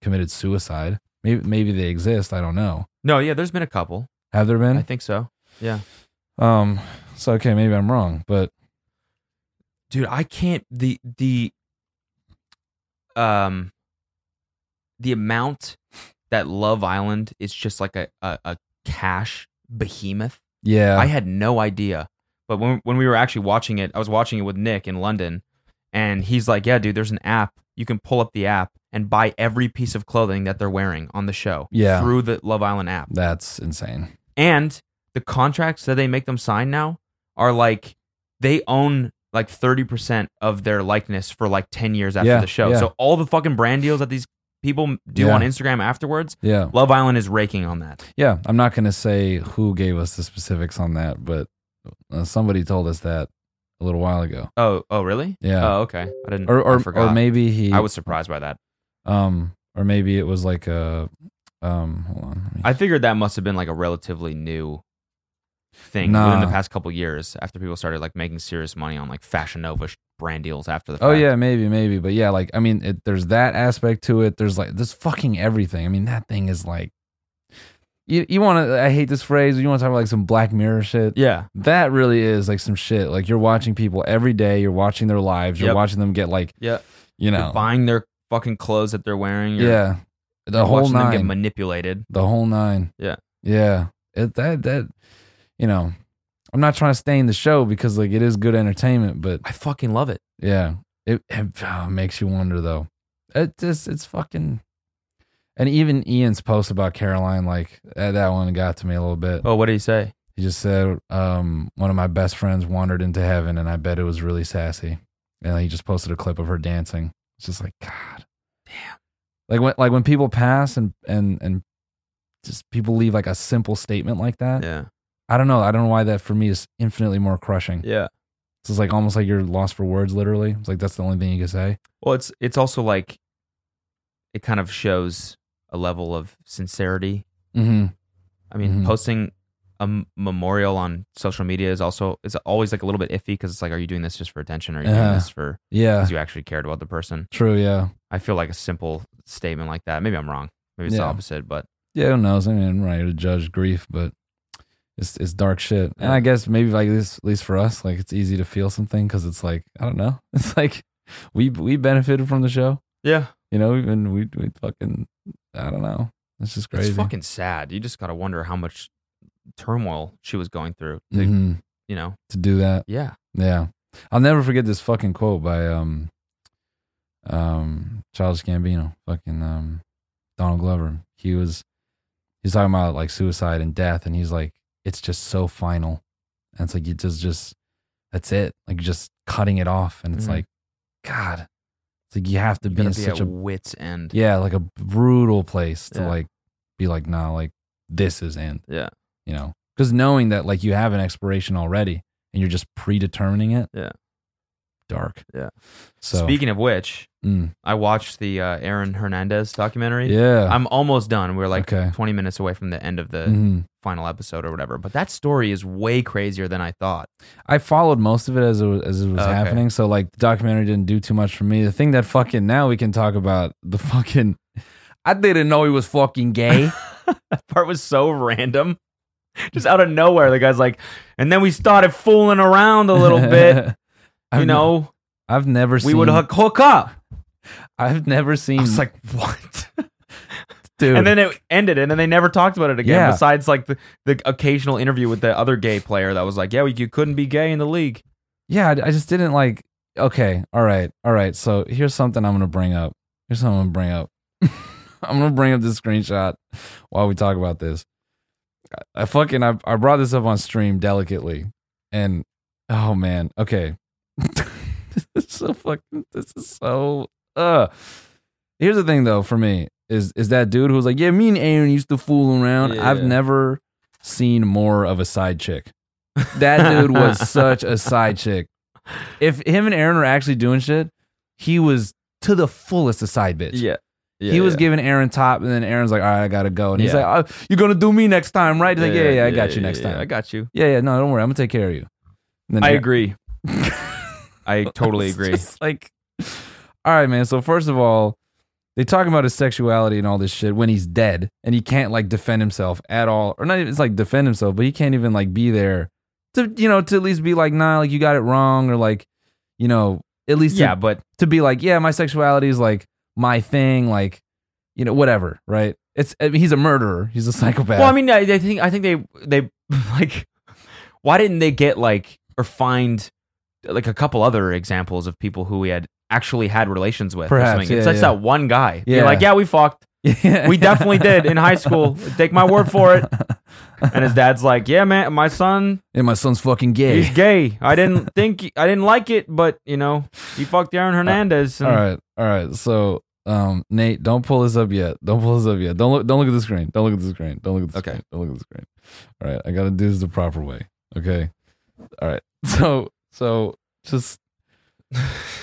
[SPEAKER 1] committed suicide maybe maybe they exist i don't know
[SPEAKER 2] No, yeah, there's been a couple.
[SPEAKER 1] have there
[SPEAKER 2] I
[SPEAKER 1] been
[SPEAKER 2] think so.
[SPEAKER 1] um so okay maybe i'm wrong but
[SPEAKER 2] Dude, I can't the the um the amount that Love Island is just like a a, a cash behemoth.
[SPEAKER 1] yeah
[SPEAKER 2] I had no idea. But when when we were actually watching it, I was watching it with Nick in London, and he's like, "Yeah, dude, there's an app. You can pull up the app and buy every piece of clothing that they're wearing on the show
[SPEAKER 1] Yeah.
[SPEAKER 2] through the Love Island app."
[SPEAKER 1] that's insane
[SPEAKER 2] And the contracts that they make them sign now are like they own like 30% of their likeness for like 10 years after
[SPEAKER 1] Yeah,
[SPEAKER 2] the show.
[SPEAKER 1] yeah.
[SPEAKER 2] So all the fucking brand deals that these people do
[SPEAKER 1] Yeah.
[SPEAKER 2] on Instagram afterwards,
[SPEAKER 1] yeah
[SPEAKER 2] Love Island is raking on that.
[SPEAKER 1] yeah i'm not gonna say who gave us the specifics on that but uh, somebody told us that a little while ago
[SPEAKER 2] Oh, oh really?
[SPEAKER 1] yeah
[SPEAKER 2] Oh, okay. I didn't
[SPEAKER 1] or
[SPEAKER 2] I
[SPEAKER 1] or,
[SPEAKER 2] forgot.
[SPEAKER 1] or maybe he
[SPEAKER 2] I was surprised by that.
[SPEAKER 1] um or maybe it was like a um hold on let me-
[SPEAKER 2] I figured that must have been like a relatively new thing within
[SPEAKER 1] Nah.
[SPEAKER 2] the past couple years after people started like making serious money on like Fashion Nova sh- brand deals after the fact.
[SPEAKER 1] Oh yeah, maybe, maybe, but yeah, like I mean, it, there's that aspect to it. There's like there's fucking everything. I mean, that thing is like, you you want to? I hate this phrase. You want to talk about like some Black Mirror shit?
[SPEAKER 2] Yeah.
[SPEAKER 1] That really is like some shit. Like you're watching people every day. You're watching their lives. You're
[SPEAKER 2] Yep.
[SPEAKER 1] watching them get like,
[SPEAKER 2] Yeah.
[SPEAKER 1] you
[SPEAKER 2] You're
[SPEAKER 1] know,
[SPEAKER 2] buying their fucking clothes that they're wearing. You're,
[SPEAKER 1] yeah, the
[SPEAKER 2] you're
[SPEAKER 1] whole
[SPEAKER 2] watching them get
[SPEAKER 1] nine,
[SPEAKER 2] manipulated.
[SPEAKER 1] the whole nine.
[SPEAKER 2] Yeah.
[SPEAKER 1] yeah. It, that that, you know, I'm not trying to stain the show because like it is good entertainment, but
[SPEAKER 2] I fucking love it.
[SPEAKER 1] Yeah. It, it oh, makes you wonder though. It just it's fucking and even Ian's post about Caroline, like eh, that one got to me a little bit.
[SPEAKER 2] Oh, what did he say?
[SPEAKER 1] He just said, um, one of my best friends wandered into heaven and I bet it was really sassy. And he just posted a clip of her dancing. It's just like, God.
[SPEAKER 2] Damn.
[SPEAKER 1] Like when like when people pass and and and just people leave like a simple statement like that.
[SPEAKER 2] Yeah.
[SPEAKER 1] I don't know. I don't know why that for me is infinitely more crushing.
[SPEAKER 2] Yeah.
[SPEAKER 1] So it's like almost like you're lost for words, literally. It's like that's the only thing you can say.
[SPEAKER 2] Well, it's it's also like it kind of shows a level of sincerity.
[SPEAKER 1] Mm-hmm.
[SPEAKER 2] I mean,
[SPEAKER 1] Mhm.
[SPEAKER 2] posting a m- memorial on social media is also is always like a little bit iffy because it's like, are you doing this just for attention or are you doing
[SPEAKER 1] Uh-huh.
[SPEAKER 2] this for
[SPEAKER 1] Yeah.
[SPEAKER 2] because you actually cared about the person?
[SPEAKER 1] True. Yeah.
[SPEAKER 2] I feel like a simple statement like that. Maybe I'm wrong. Maybe it's the
[SPEAKER 1] Yeah.
[SPEAKER 2] opposite, but
[SPEAKER 1] Yeah. Who knows? I mean, I'm not here to judge grief, but it's it's dark shit. And I guess maybe like this, at least for us, like it's easy to feel something because it's like I don't know. It's like we we benefited from the show,
[SPEAKER 2] yeah,
[SPEAKER 1] you know, and we we fucking I don't know. It's just crazy.
[SPEAKER 2] it's fucking sad. You just gotta wonder how much turmoil she was going through. to-
[SPEAKER 1] Mhm.
[SPEAKER 2] You know,
[SPEAKER 1] To do that,
[SPEAKER 2] yeah,
[SPEAKER 1] yeah. I'll never forget this fucking quote by um um Charles Gambino, fucking um Donald Glover. He was he's talking about like suicide and death, and he's like, it's just so final, and it's like you just just that's it, like you're just cutting it off, and it's
[SPEAKER 2] Mhm.
[SPEAKER 1] like, God, it's like you have to
[SPEAKER 2] You
[SPEAKER 1] be in
[SPEAKER 2] gotta be
[SPEAKER 1] such
[SPEAKER 2] at
[SPEAKER 1] a
[SPEAKER 2] wit's end.
[SPEAKER 1] yeah, like a brutal place to
[SPEAKER 2] Yeah.
[SPEAKER 1] like be like, nah, like this is end,
[SPEAKER 2] yeah.
[SPEAKER 1] you know, because knowing that like you have an expiration already, and you're just predetermining it,
[SPEAKER 2] Yeah.
[SPEAKER 1] dark,
[SPEAKER 2] Yeah.
[SPEAKER 1] So
[SPEAKER 2] Speaking of which,
[SPEAKER 1] mm,
[SPEAKER 2] I watched the uh, Aaron Hernandez documentary.
[SPEAKER 1] yeah,
[SPEAKER 2] I'm almost done. We're like
[SPEAKER 1] Okay.
[SPEAKER 2] 20 minutes away from the end of the
[SPEAKER 1] mhm.
[SPEAKER 2] final episode or whatever. But that story is way crazier than I thought.
[SPEAKER 1] I followed most of it as it was, as it was
[SPEAKER 2] Okay.
[SPEAKER 1] happening. So like the documentary didn't do too much for me. The thing that fucking now we can talk about the fucking I didn't know he was fucking gay.
[SPEAKER 2] That part was so random. Just out of nowhere, the guy's like, and then we started fooling around a little bit.
[SPEAKER 1] I've
[SPEAKER 2] you
[SPEAKER 1] ne-
[SPEAKER 2] know,
[SPEAKER 1] I've never
[SPEAKER 2] we
[SPEAKER 1] seen
[SPEAKER 2] would hook, hook up.
[SPEAKER 1] I've never seen
[SPEAKER 2] I was like, what?
[SPEAKER 1] dude.
[SPEAKER 2] And then it ended, and then they never talked about it again.
[SPEAKER 1] Yeah.
[SPEAKER 2] Besides, like the, the occasional interview with the other gay player that was like, "Yeah, you couldn't be gay in the league."
[SPEAKER 1] yeah, I, I just didn't like okay, all right, all right. So here's something I'm gonna bring up. Here's something I'm gonna bring up. I'm gonna bring up this screenshot while we talk about this. I fucking I, I brought this up on stream delicately, and oh man, okay, this is so fucking. This is so. Uh, here's the thing though for me is is that dude who was like, yeah, me and Aaron used to fool around. I've
[SPEAKER 2] Yeah.
[SPEAKER 1] never seen more of a side chick. That dude was such a side chick. If him and Aaron were actually doing shit, he was to the fullest a side bitch
[SPEAKER 2] Yeah. yeah
[SPEAKER 1] he was
[SPEAKER 2] yeah.
[SPEAKER 1] giving Aaron top, and then Aaron's like, "All right, I gotta go," and he's
[SPEAKER 2] Yeah.
[SPEAKER 1] like, oh, "You're gonna do me next time, right?" He's like, "Yeah, yeah, I got you
[SPEAKER 2] yeah,
[SPEAKER 1] next
[SPEAKER 2] yeah,
[SPEAKER 1] time.
[SPEAKER 2] I got you.
[SPEAKER 1] yeah, yeah, no, don't worry, I'm gonna take care of you." And then
[SPEAKER 2] I
[SPEAKER 1] Aaron-
[SPEAKER 2] agree. I totally
[SPEAKER 1] It's
[SPEAKER 2] agree.
[SPEAKER 1] just like, all right, man. So first of all, they talk about his sexuality and all this shit when he's dead, and he can't like defend himself at all, or not even it's like defend himself, but he can't even like be there to you know to at least be like, nah, like you got it wrong, or like you know at least to
[SPEAKER 2] Yeah, but
[SPEAKER 1] to be like, yeah, my sexuality is like my thing, like you know, whatever, right? It's I mean, he's a murderer, he's a psychopath.
[SPEAKER 2] well, I mean, I, I think I think they they like why didn't they get like or find like a couple other examples of people who we had actually had relations with
[SPEAKER 1] Perhaps,
[SPEAKER 2] or something?
[SPEAKER 1] yeah,
[SPEAKER 2] it's just
[SPEAKER 1] yeah.
[SPEAKER 2] that one guy.
[SPEAKER 1] Yeah.
[SPEAKER 2] You're like, yeah, we fucked.
[SPEAKER 1] mean,
[SPEAKER 2] We definitely did in high school. Take my word for it. And his dad's like, yeah, man, my son,
[SPEAKER 1] and my son's fucking gay.
[SPEAKER 2] he's gay. I didn't think I didn't like it, but you know, he fucked
[SPEAKER 1] Uh,
[SPEAKER 2] Aaron Hernandez.
[SPEAKER 1] all
[SPEAKER 2] and-
[SPEAKER 1] right, all right. So, um, Nate, don't pull this up yet. Don't pull this up yet. Don't look. Don't look at the screen. Don't look at the screen. Don't look at the
[SPEAKER 2] Okay.
[SPEAKER 1] screen. Don't look at the screen. All right, I gotta do this the proper way. Okay. All right. So, so just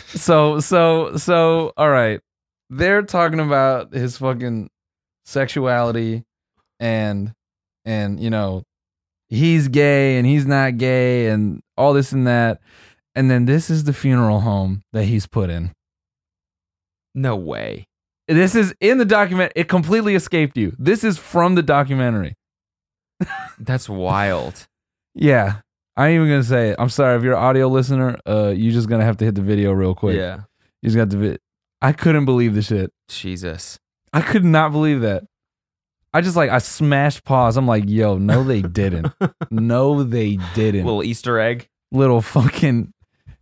[SPEAKER 1] so so so. All right. They're talking about his fucking sexuality, and and you know, he's gay and he's not gay and all this and that. And then this is the funeral home that he's put in.
[SPEAKER 2] No way.
[SPEAKER 1] This is in the document. It completely escaped you. This is from the documentary.
[SPEAKER 2] That's wild.
[SPEAKER 1] Yeah. I ain't even gonna say it. I'm sorry if you're an audio listener. Uh, you just gonna have to hit the video real quick.
[SPEAKER 2] Yeah.
[SPEAKER 1] you just got the. Vi- I couldn't believe the shit.
[SPEAKER 2] Jesus.
[SPEAKER 1] I could not believe that. I just like I smashed pause. I'm like, yo, no, they didn't. no, they didn't.
[SPEAKER 2] Little Easter egg.
[SPEAKER 1] Little fucking.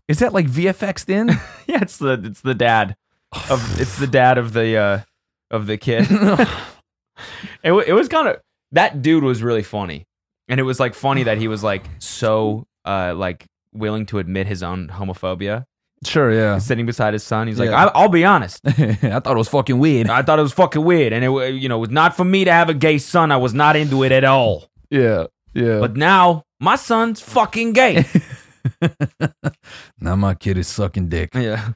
[SPEAKER 1] Is that like VFX'd in?
[SPEAKER 2] Yeah, it's the it's the dad of it's the dad of the uh of the kid. it wa- it was kind of that dude was really funny, and it was like funny that he was like so uh like willing to admit his own homophobia.
[SPEAKER 1] sure. Yeah.
[SPEAKER 2] Sitting beside his son, he's like,
[SPEAKER 1] Yeah.
[SPEAKER 2] I, "I'll be honest,
[SPEAKER 1] I thought it was fucking weird.
[SPEAKER 2] I thought it was fucking weird, and it wa- you know it was not for me to have a gay son. I was not into it at all.
[SPEAKER 1] Yeah. Yeah.
[SPEAKER 2] But now my son's fucking gay.
[SPEAKER 1] now my kid is sucking dick.
[SPEAKER 2] yeah,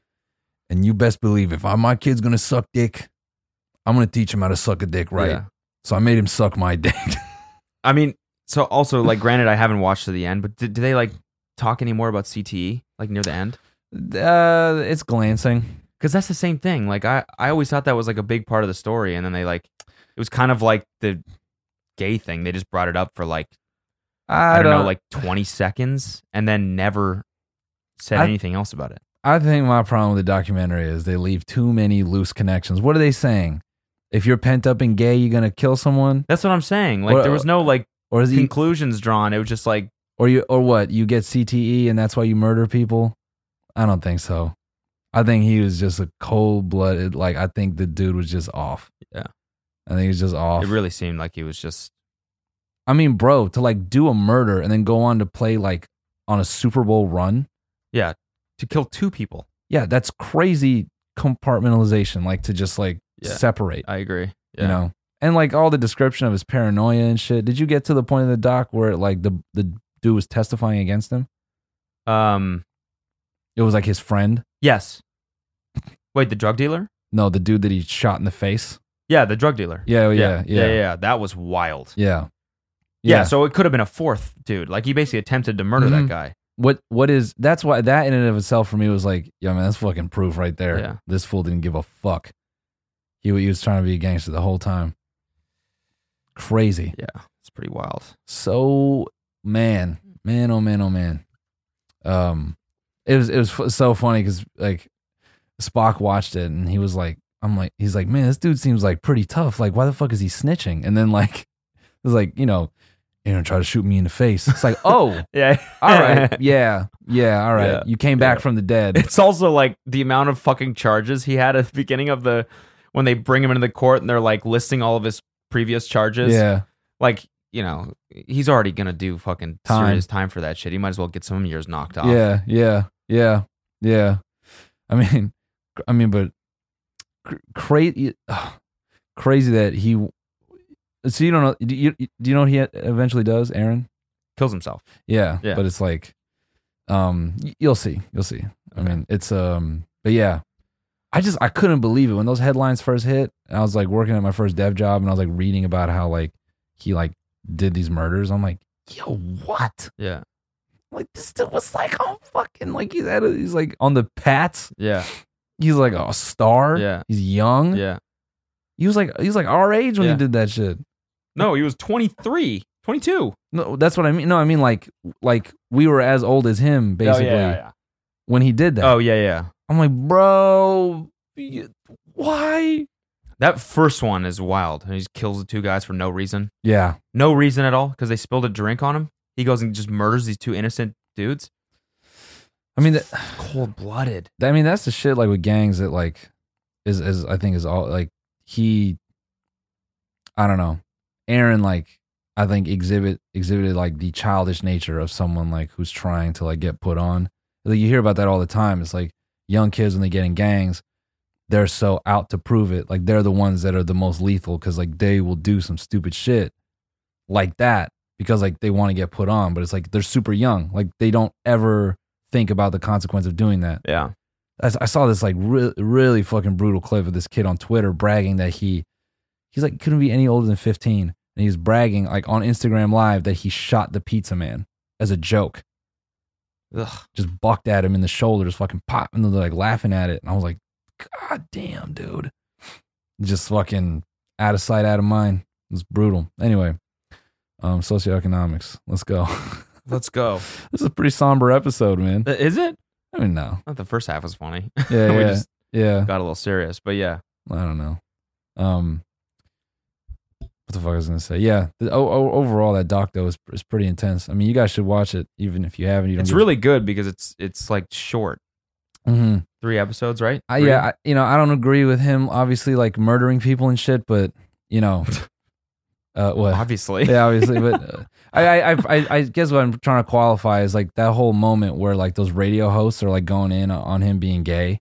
[SPEAKER 1] And you best believe if I, my kid's gonna suck dick, I'm gonna teach him how to suck a dick right.
[SPEAKER 2] Yeah.
[SPEAKER 1] So I made him suck my dick.
[SPEAKER 2] I mean, so also like, granted, I haven't watched to the end, but did, did they like talk any more about CTE like near the end?
[SPEAKER 1] uh, it's glancing.
[SPEAKER 2] because that's the same thing. Like I, I always thought that was like a big part of the story, and then they like, it was kind of like the gay thing. They just brought it up for like I, don't, know, like twenty seconds, and then never said
[SPEAKER 1] I-
[SPEAKER 2] anything else about it.
[SPEAKER 1] I think my problem with the documentary is they leave too many loose connections. What are they saying? If you're pent up and gay, you're gonna kill someone,
[SPEAKER 2] That's what I'm saying. Like
[SPEAKER 1] Well,
[SPEAKER 2] there was no like
[SPEAKER 1] or is he,
[SPEAKER 2] conclusions drawn. It was just like
[SPEAKER 1] or you, or what? You get CTE and that's why you murder people? I don't think so. I think he was just a cold blooded. Like I think the dude was just off.
[SPEAKER 2] Yeah.
[SPEAKER 1] I think he's just off.
[SPEAKER 2] it really seemed like he was just
[SPEAKER 1] I mean, bro, to like do a murder and then go on to play like on a Super Bowl run.
[SPEAKER 2] to kill two people.
[SPEAKER 1] Yeah, that's crazy compartmentalization. Like to just like
[SPEAKER 2] Yeah.
[SPEAKER 1] separate,
[SPEAKER 2] I agree. Yeah.
[SPEAKER 1] you know. And like all the description of his paranoia and shit. Did you get to the point in the doc where like the the dude was testifying against him?
[SPEAKER 2] Um.
[SPEAKER 1] It was like his friend.
[SPEAKER 2] Yes. Wait, the drug dealer?
[SPEAKER 1] No, the dude that he shot in the face.
[SPEAKER 2] Yeah, the drug dealer.
[SPEAKER 1] Yeah, oh, yeah,
[SPEAKER 2] yeah,
[SPEAKER 1] yeah,
[SPEAKER 2] yeah.
[SPEAKER 1] yeah,
[SPEAKER 2] yeah. That was wild.
[SPEAKER 1] yeah.
[SPEAKER 2] Yeah. Mm-hmm. so it could have been a fourth dude. Like he basically attempted to murder
[SPEAKER 1] Mhm.
[SPEAKER 2] that guy.
[SPEAKER 1] what what is that's why that in and of itself for me was like, yeah, man, that's fucking proof right there.
[SPEAKER 2] Yeah.
[SPEAKER 1] This fool didn't give a fuck. He, wa- he was trying to be a gangster the whole time. Crazy.
[SPEAKER 2] Yeah, it's pretty wild.
[SPEAKER 1] So man, man, oh man, oh man. Um, it was it was f- so funny because like Spock watched it and he was like, I'm like, he's like, man, this dude seems like pretty tough. Like, why the fuck is he snitching? And then like, it was like, you know, Aaron tried to shoot me in the face. It's like, oh.
[SPEAKER 2] Yeah.
[SPEAKER 1] All right. Yeah. Yeah. All right.
[SPEAKER 2] Yeah.
[SPEAKER 1] You came back
[SPEAKER 2] Yeah.
[SPEAKER 1] from the dead.
[SPEAKER 2] It's also like the amount of fucking charges he had at the beginning of the when they bring him into the court and they're like listing all of his previous charges.
[SPEAKER 1] yeah.
[SPEAKER 2] Like you know, he's already gonna do fucking
[SPEAKER 1] Time.
[SPEAKER 2] serious time for that shit. He might as well get some years knocked off.
[SPEAKER 1] Yeah, yeah, yeah, yeah. I mean, cr- I mean, but crazy, crazy that he. So you don't know? Do you, do you know what he eventually does, Aaron?
[SPEAKER 2] Kills himself.
[SPEAKER 1] Yeah,
[SPEAKER 2] Yeah.
[SPEAKER 1] But it's like, um, y- you'll see, you'll see. I mean, it's um, but yeah, I just I couldn't believe it when those headlines first hit. And I was like working at my first dev job, and I was like reading about how like he like did these murders. I'm like, yo, what?
[SPEAKER 2] Yeah.
[SPEAKER 1] Like this dude was like on fucking like he's at a, he's like on the Pats.
[SPEAKER 2] Yeah.
[SPEAKER 1] He's like a star.
[SPEAKER 2] Yeah.
[SPEAKER 1] He's young.
[SPEAKER 2] Yeah.
[SPEAKER 1] He was like he was like our age when
[SPEAKER 2] Yeah.
[SPEAKER 1] he did that shit.
[SPEAKER 2] No, he was 23, 22.
[SPEAKER 1] No, that's what I mean. No, I mean like like we were as old as him basically
[SPEAKER 2] Oh, yeah, yeah,
[SPEAKER 1] when he did that.
[SPEAKER 2] yeah. Oh, yeah, yeah.
[SPEAKER 1] I'm like, bro, you- why?
[SPEAKER 2] That first one is wild. He just kills the two guys for no reason.
[SPEAKER 1] Yeah,
[SPEAKER 2] No reason at all because they spilled a drink on him. He goes and just murders these two innocent dudes.
[SPEAKER 1] I mean, that,
[SPEAKER 2] Cold blooded.
[SPEAKER 1] I mean that's the shit like with gangs that like is is I think is all like he. I don't know, Aaron like I think exhibit exhibited like the childish nature of someone like who's trying to like get put on. Like you hear about that all the time. It's like young kids when they get in gangs, they're so out to prove it. Like they're the ones that are the most lethal because like they will do some stupid shit like that because like they want to get put on. But it's like they're super young. Like they don't ever think about the consequence of doing that.
[SPEAKER 2] Yeah.
[SPEAKER 1] I I saw this like re- really fucking brutal clip of this kid on Twitter bragging that he he's like couldn't be any older than 15 and he's bragging like on Instagram live that he shot the pizza man as a joke
[SPEAKER 2] Ugh.
[SPEAKER 1] just bucked at him in the shoulders fucking pop and they're like laughing at it and I was like god damn dude just fucking out of sight out of mind it's brutal anyway um socioeconomics let's go
[SPEAKER 2] Let's go. Uh,
[SPEAKER 1] this is a pretty somber episode man
[SPEAKER 2] Is it?
[SPEAKER 1] I mean no
[SPEAKER 2] Not the first half was funny.
[SPEAKER 1] yeah
[SPEAKER 2] we
[SPEAKER 1] yeah,
[SPEAKER 2] just
[SPEAKER 1] yeah.
[SPEAKER 2] got a little serious, but yeah.
[SPEAKER 1] I don't know. Um, what the fuck I was gonna say? Yeah. The, o- o- overall, that doc though is, is pretty intense. I mean, you guys should watch it, even if you haven't. You don't.
[SPEAKER 2] It's
[SPEAKER 1] give-
[SPEAKER 2] really good because it's it's like short.
[SPEAKER 1] Mhm.
[SPEAKER 2] Three episodes, right?
[SPEAKER 1] I,
[SPEAKER 2] Three?
[SPEAKER 1] yeah. I, you know, I don't agree with him. Obviously, like murdering people and shit, but you know, uh, what?
[SPEAKER 2] Obviously.
[SPEAKER 1] yeah, obviously. But uh, I, I, I- I, I guess what I'm trying to qualify is like that whole moment where like those radio hosts are like going in on him being gay,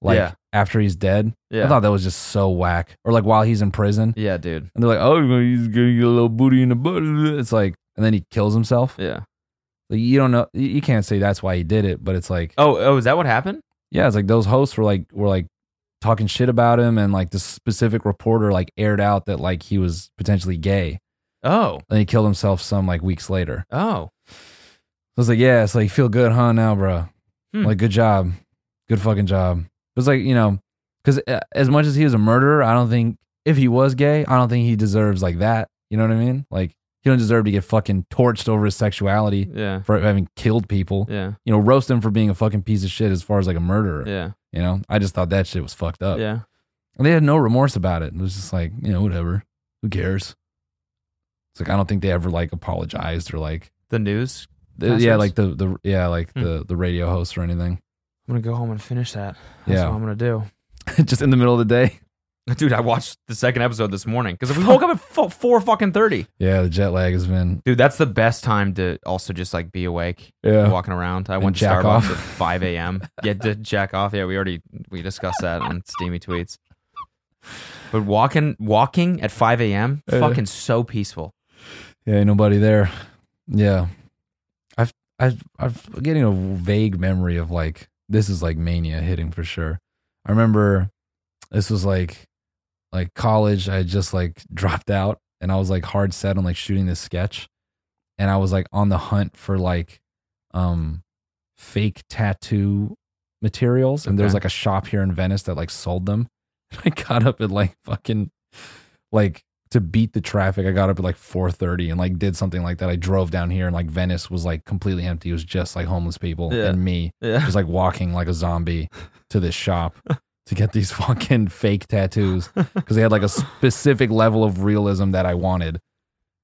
[SPEAKER 1] like
[SPEAKER 2] Yeah.
[SPEAKER 1] after he's dead.
[SPEAKER 2] Yeah.
[SPEAKER 1] I thought that was just so whack. Or like while he's in prison,
[SPEAKER 2] yeah, dude.
[SPEAKER 1] and they're like, "Oh, he's gonna get a little booty in the butt." It's like, and then he kills himself.
[SPEAKER 2] Yeah.
[SPEAKER 1] Like, you don't know. You you can't say that's why he did it, but it's like,
[SPEAKER 2] Oh, oh, is that what happened?
[SPEAKER 1] yeah, it's like those hosts were like were like talking shit about him, and like this specific reporter like aired out that like he was potentially gay,
[SPEAKER 2] Oh.
[SPEAKER 1] and he killed himself some like weeks later.
[SPEAKER 2] Oh.
[SPEAKER 1] So it's like, yeah, it's like feel good, huh? Now, bro,
[SPEAKER 2] Hmm.
[SPEAKER 1] like good job, good fucking job. It was like you know, because as much as he was a murderer, I don't think if he was gay, I don't think he deserves like that. You know what I mean? Like he don't deserve to get fucking torched over his sexuality
[SPEAKER 2] Yeah.
[SPEAKER 1] for having killed people.
[SPEAKER 2] Yeah.
[SPEAKER 1] You know, roast him for being a fucking piece of shit as far as like a murderer.
[SPEAKER 2] Yeah.
[SPEAKER 1] You know, I just thought that shit was fucked up.
[SPEAKER 2] Yeah.
[SPEAKER 1] And they had no remorse about it. It was just like you know, whatever, who cares? It's like I don't think they ever like apologized or like
[SPEAKER 2] The news.
[SPEAKER 1] the- yeah,
[SPEAKER 2] Passers?
[SPEAKER 1] like the the yeah, like
[SPEAKER 2] Hmm.
[SPEAKER 1] the the radio host or anything.
[SPEAKER 2] I'm gonna go home and finish that. That's
[SPEAKER 1] Yeah.
[SPEAKER 2] what I'm gonna do.
[SPEAKER 1] Just in the middle of the day.
[SPEAKER 2] Dude, I watched the second episode this morning because we woke up at fo- four fucking thirty.
[SPEAKER 1] Yeah, the jet lag has been
[SPEAKER 2] Dude, that's the best time to also just like be awake,
[SPEAKER 1] yeah.
[SPEAKER 2] walking around. I
[SPEAKER 1] And
[SPEAKER 2] went to
[SPEAKER 1] jack
[SPEAKER 2] Starbucks
[SPEAKER 1] off.
[SPEAKER 2] at five a.m. Yeah, to jack off. Yeah, we already we discussed that on Steamy Tweets. But walking walking at five a.m.
[SPEAKER 1] Yeah.
[SPEAKER 2] fucking so peaceful.
[SPEAKER 1] Yeah, ain't nobody there. Yeah. I've I've I'm getting a vague memory of like this is like mania hitting for sure. I remember this was like like college, I had just like dropped out and I was like hard set on like shooting this sketch and I was like on the hunt for like um fake tattoo materials and there was
[SPEAKER 2] Okay.
[SPEAKER 1] like a shop here in Venice that like sold them. I got up at like fucking like to beat the traffic. I got up at like 4:30 and like did something like that. I drove down here and like Venice was like completely empty. It was just like homeless people
[SPEAKER 2] Yeah.
[SPEAKER 1] and me
[SPEAKER 2] Yeah,
[SPEAKER 1] just like walking like a zombie to this shop to get these fucking fake tattoos because they had like a specific level of realism that I wanted.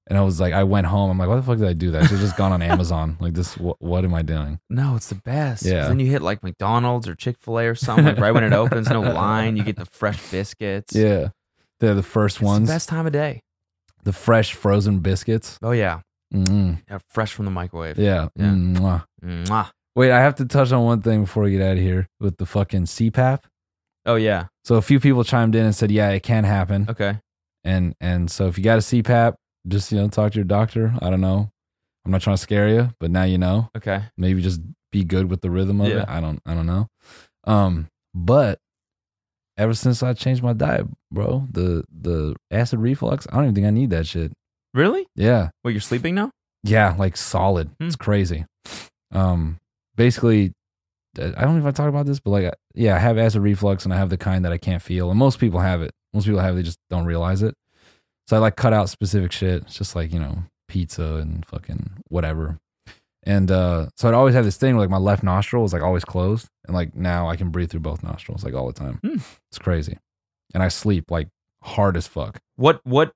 [SPEAKER 1] And I was like, I went home. I'm like, why the fuck did I do that? I should have just gone on Amazon. Like this, wh- what am I doing?
[SPEAKER 2] no, it's the best. 'Cause
[SPEAKER 1] Yeah.
[SPEAKER 2] then you hit like McDonald's or Chick Fil A or something. Like right when it opens, no line. You get the fresh biscuits.
[SPEAKER 1] Yeah, they're the first
[SPEAKER 2] It's the
[SPEAKER 1] ones.
[SPEAKER 2] best time of day.
[SPEAKER 1] The fresh frozen biscuits.
[SPEAKER 2] Oh yeah,
[SPEAKER 1] Mm.
[SPEAKER 2] yeah fresh from the microwave.
[SPEAKER 1] Yeah. Mm-hmm.
[SPEAKER 2] Yeah.
[SPEAKER 1] Mwah.
[SPEAKER 2] Mwah.
[SPEAKER 1] Wait, I have to touch on one thing before we get out of here with the fucking CPAP.
[SPEAKER 2] Oh yeah.
[SPEAKER 1] So a few people chimed in and said, "Yeah, it can happen."
[SPEAKER 2] Okay.
[SPEAKER 1] And and so if you got a CPAP, just you know talk to your doctor. I don't know. I'm not trying to scare you, but now you know.
[SPEAKER 2] Okay.
[SPEAKER 1] Maybe just be good with the rhythm of
[SPEAKER 2] Yeah.
[SPEAKER 1] it. I don't I don't know. Um, but ever since I changed my diet, bro, the the acid reflux, I don't even think I need that shit.
[SPEAKER 2] Really?
[SPEAKER 1] Yeah.
[SPEAKER 2] Wait, you're sleeping now?
[SPEAKER 1] Yeah, like solid.
[SPEAKER 2] Hmm.
[SPEAKER 1] It's crazy. Um, basically, uh, I don't know if I talk about this, but like, yeah, I have acid reflux and I have the kind that I can't feel, and most people have it. Most people have it, they just don't realize it. So I like cut out specific shit. It's just like you know pizza and fucking whatever. And uh, so I'd always have this thing where, like my left nostril was like always closed, and like now I can breathe through both nostrils like all the time.
[SPEAKER 2] Hmm.
[SPEAKER 1] It's crazy, and I sleep like hard as fuck.
[SPEAKER 2] What What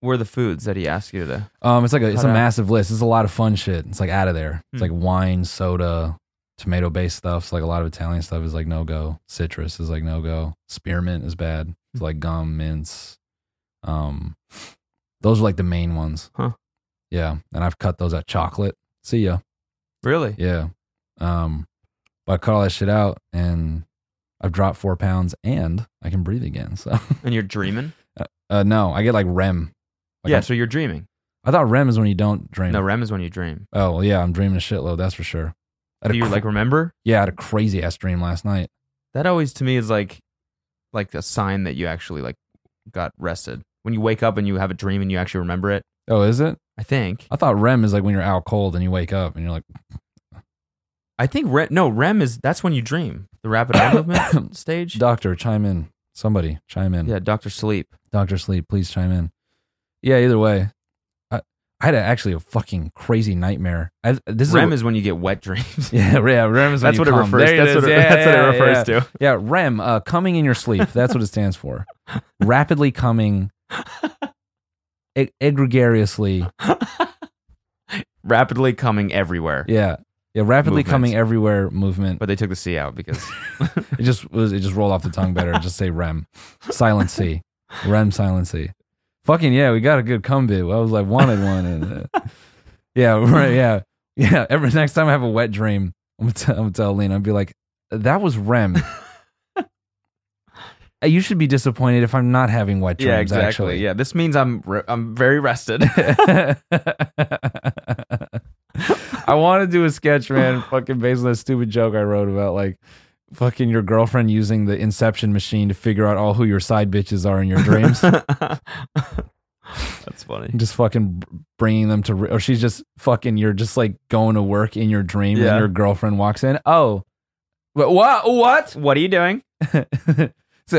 [SPEAKER 2] were the foods that he asked you to?
[SPEAKER 1] Um, it's like a, it's a
[SPEAKER 2] Cut out.
[SPEAKER 1] massive list. It's a lot of fun shit. It's like out of there. It's
[SPEAKER 2] Hmm.
[SPEAKER 1] like wine, soda, tomato based stuff. So like a lot of Italian stuff is like no go. Citrus is like no go. Spearmint is bad.
[SPEAKER 2] Hmm.
[SPEAKER 1] It's like gum, mints. Um, those are like the main ones.
[SPEAKER 2] Huh.
[SPEAKER 1] Yeah, and I've cut those out. Chocolate. See ya.
[SPEAKER 2] Really?
[SPEAKER 1] Yeah. Um, but I cut all that shit out, and I've dropped four pounds, and I can breathe again. So,
[SPEAKER 2] And you're dreaming?
[SPEAKER 1] uh, no, I get like REM. Like
[SPEAKER 2] yeah.
[SPEAKER 1] I'm-
[SPEAKER 2] so you're dreaming.
[SPEAKER 1] I thought REM is when you don't dream.
[SPEAKER 2] No, REM is when you dream.
[SPEAKER 1] Oh well, yeah, I'm dreaming a shitload. That's for sure. I had
[SPEAKER 2] Do
[SPEAKER 1] a
[SPEAKER 2] you
[SPEAKER 1] cr-
[SPEAKER 2] like remember?
[SPEAKER 1] yeah, I had a crazy ass dream last night.
[SPEAKER 2] That always to me is like, like a sign that you actually like got rested. When you wake up and you have a dream and you actually remember it,
[SPEAKER 1] Oh, is it?
[SPEAKER 2] I think.
[SPEAKER 1] I thought REM is like when you're out cold and you wake up and you're like,
[SPEAKER 2] I think REM. No, REM is that's when you dream. The rapid eye movement stage.
[SPEAKER 1] "Doctor, chime in. Somebody, chime in.
[SPEAKER 2] yeah, Doctor Sleep.
[SPEAKER 1] Doctor Sleep, please chime in." Yeah, either way, I, I had a, actually a fucking crazy nightmare. I, this
[SPEAKER 2] REM
[SPEAKER 1] is,
[SPEAKER 2] is when you get wet dreams.
[SPEAKER 1] a, yeah, yeah, REM is when
[SPEAKER 2] that's
[SPEAKER 1] you
[SPEAKER 2] what it
[SPEAKER 1] come.
[SPEAKER 2] refers.
[SPEAKER 1] There
[SPEAKER 2] That's,
[SPEAKER 1] is.
[SPEAKER 2] what it,
[SPEAKER 1] Yeah,
[SPEAKER 2] that's what it
[SPEAKER 1] yeah,
[SPEAKER 2] refers
[SPEAKER 1] yeah.
[SPEAKER 2] to.
[SPEAKER 1] Yeah, REM, uh, coming in your sleep. That's what it stands for. Rapidly coming, e- egregiously.
[SPEAKER 2] Rapidly coming everywhere.
[SPEAKER 1] Yeah. Yeah, rapidly
[SPEAKER 2] Movements.
[SPEAKER 1] coming everywhere movement.
[SPEAKER 2] But they took the C out because
[SPEAKER 1] It just was it just rolled off the tongue better. just say REM. Silent C. REM silent C. Fucking yeah, we got a good cum bit. I was like wanted one and uh, Yeah, right, yeah. Yeah. Every next time I have a wet dream, I'm gonna tell, I'm gonna tell Lena, I'll be like, that was REM. Uh, you should be disappointed if I'm not having wet dreams,
[SPEAKER 2] yeah, exactly.
[SPEAKER 1] actually.
[SPEAKER 2] Yeah, this means I'm re- I'm very rested.
[SPEAKER 1] I want to do a sketch, man, fucking based on that stupid joke I wrote about like fucking your girlfriend using the inception machine to figure out all who your side bitches are in your dreams.
[SPEAKER 2] that's funny.
[SPEAKER 1] just fucking br- bringing them to, re- or she's just fucking, you're just like going to work in your dream
[SPEAKER 2] Yeah.
[SPEAKER 1] and your girlfriend walks in. Oh, what? What? what?
[SPEAKER 2] What are you doing?
[SPEAKER 1] so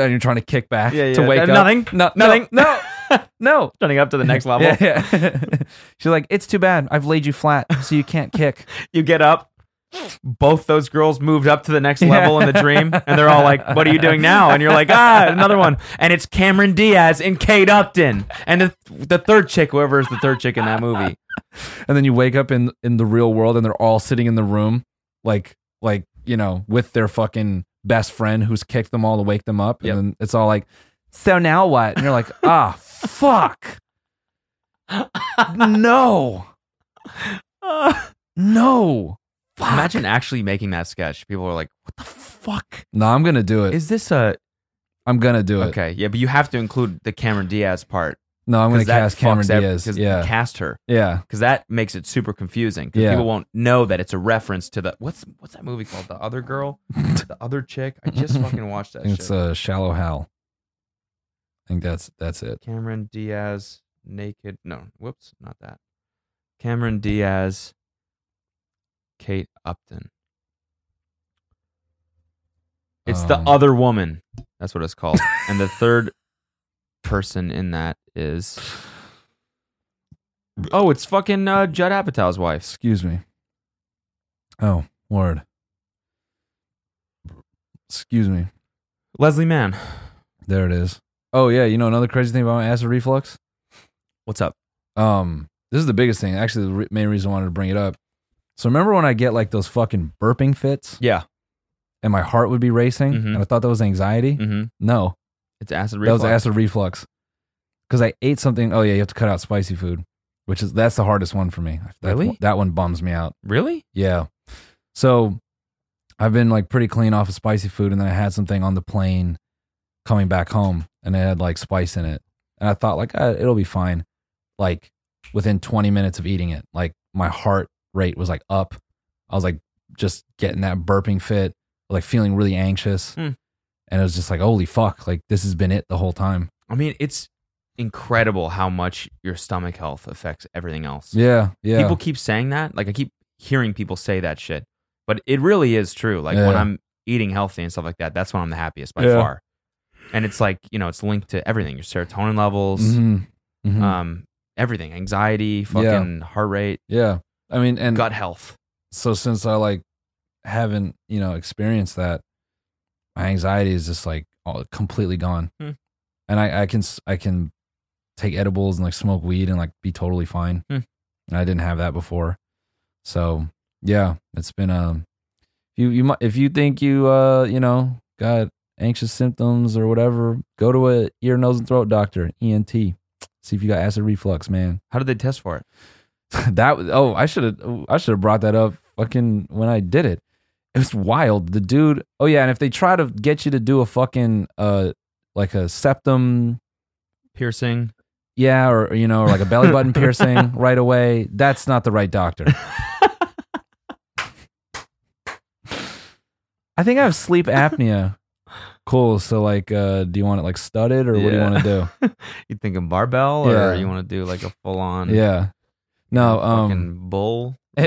[SPEAKER 1] you're trying to kick back
[SPEAKER 2] Yeah,
[SPEAKER 1] to
[SPEAKER 2] yeah.
[SPEAKER 1] wake
[SPEAKER 2] Uh,
[SPEAKER 1] up.
[SPEAKER 2] nothing.
[SPEAKER 1] No,
[SPEAKER 2] Nothing.
[SPEAKER 1] No, no, no.
[SPEAKER 2] Turning up to the next level.
[SPEAKER 1] Yeah, yeah. She's like, it's too bad. I've laid you flat, so you can't kick.
[SPEAKER 2] You get up. Both those girls moved up to the next
[SPEAKER 1] Yeah.
[SPEAKER 2] level in the dream, and they're all like, "What are you doing now?" And you're like, "Ah, another one." And it's Cameron Diaz and Kate Upton, and the the third chick, whoever is the third chick in that movie.
[SPEAKER 1] and then you wake up in in the real world and they're all sitting in the room like like you know with their fucking best friend who's kicked them all to wake them up
[SPEAKER 2] Yep.
[SPEAKER 1] and then it's all like so now what and you're like ah fuck no no fuck
[SPEAKER 2] Imagine actually making that sketch. People are like, "What the fuck
[SPEAKER 1] no i'm gonna do it
[SPEAKER 2] is this?" A
[SPEAKER 1] i'm gonna do it
[SPEAKER 2] okay, yeah, but you have to include the Cameron Diaz part.
[SPEAKER 1] no i'm gonna
[SPEAKER 2] 'cause that
[SPEAKER 1] cast cameron
[SPEAKER 2] fucks ev-
[SPEAKER 1] diaz
[SPEAKER 2] 'cause
[SPEAKER 1] yeah
[SPEAKER 2] cast her
[SPEAKER 1] yeah
[SPEAKER 2] because that makes it super confusing. 'cause
[SPEAKER 1] Yeah.
[SPEAKER 2] people won't know that it's a reference to the what's what's that movie called? The other girl, the other chick. I just fucking watched
[SPEAKER 1] I
[SPEAKER 2] that.
[SPEAKER 1] think it's
[SPEAKER 2] shit.
[SPEAKER 1] uh, shallow hal i think that's that's it
[SPEAKER 2] Cameron Diaz naked. No, whoops, not that. Cameron Diaz, Kate Upton. It's the
[SPEAKER 1] Um,
[SPEAKER 2] other woman. That's what it's called. and the third person in that is. Oh, it's fucking uh, Judd Apatow's wife.
[SPEAKER 1] Excuse me. Oh, word. Excuse me.
[SPEAKER 2] Leslie Mann.
[SPEAKER 1] There it is. Oh yeah, you know another crazy thing about my acid reflux?
[SPEAKER 2] What's up?
[SPEAKER 1] Um, this is the biggest thing. Actually, the re- main reason I wanted to bring it up. So remember when I get like those fucking burping fits
[SPEAKER 2] Yeah.
[SPEAKER 1] and my heart would be racing
[SPEAKER 2] Mhm.
[SPEAKER 1] and I thought that was anxiety?
[SPEAKER 2] Mm-hmm.
[SPEAKER 1] No,
[SPEAKER 2] It's acid
[SPEAKER 1] that
[SPEAKER 2] reflux.
[SPEAKER 1] was acid reflux. because I ate something. Oh yeah, you have to cut out spicy food, which is that's the hardest one for me. That
[SPEAKER 2] Really?
[SPEAKER 1] one- that one bums me out.
[SPEAKER 2] Really?
[SPEAKER 1] Yeah. So I've been like pretty clean off of spicy food, and then I had something on the plane coming back home, and it had like spice in it, and I thought like ah, it'll be fine. Like within 20 minutes of eating it, like my heart rate was like up. I was like just getting that burping fit, like feeling really anxious,
[SPEAKER 2] Hmm.
[SPEAKER 1] and it was just like holy fuck, like this has been it the whole time.
[SPEAKER 2] I mean, it's incredible how much your stomach health affects everything else.
[SPEAKER 1] Yeah, yeah.
[SPEAKER 2] People keep saying that. Like I keep hearing people say that shit, but it really is true. Like when
[SPEAKER 1] Yeah.
[SPEAKER 2] I'm eating healthy and stuff like that, that's when I'm the happiest by
[SPEAKER 1] Yeah.
[SPEAKER 2] far. And it's like you know, it's linked to everything: your serotonin levels,
[SPEAKER 1] Mhm. Mhm.
[SPEAKER 2] um, everything, anxiety, fucking heart rate,
[SPEAKER 1] yeah, I mean, and
[SPEAKER 2] gut health.
[SPEAKER 1] so since I like haven't you know experienced that, my anxiety is just like all, completely gone,
[SPEAKER 2] Hmm.
[SPEAKER 1] and I, I can s- I can take edibles and like smoke weed and like be totally fine.
[SPEAKER 2] Hmm.
[SPEAKER 1] And I didn't have that before, so yeah, it's been um you you might if you think you uh you know got anxious symptoms or whatever, go to a ear nose and throat doctor ENT. See if you got acid reflux, man
[SPEAKER 2] How did they test for it?
[SPEAKER 1] that was oh i should have i should have brought that up fucking when i did it it was wild the dude oh yeah and if they try to get you to do a fucking uh like a septum
[SPEAKER 2] Piercing.
[SPEAKER 1] yeah or you know or like a belly button piercing right away that's not the right doctor i think i have sleep apnea cool so like uh do you want it like studded or what do you
[SPEAKER 2] Yeah.
[SPEAKER 1] want to
[SPEAKER 2] you thinking barbell,
[SPEAKER 1] Yeah.
[SPEAKER 2] or you want to do like a full on?
[SPEAKER 1] do yeah no um
[SPEAKER 2] bull.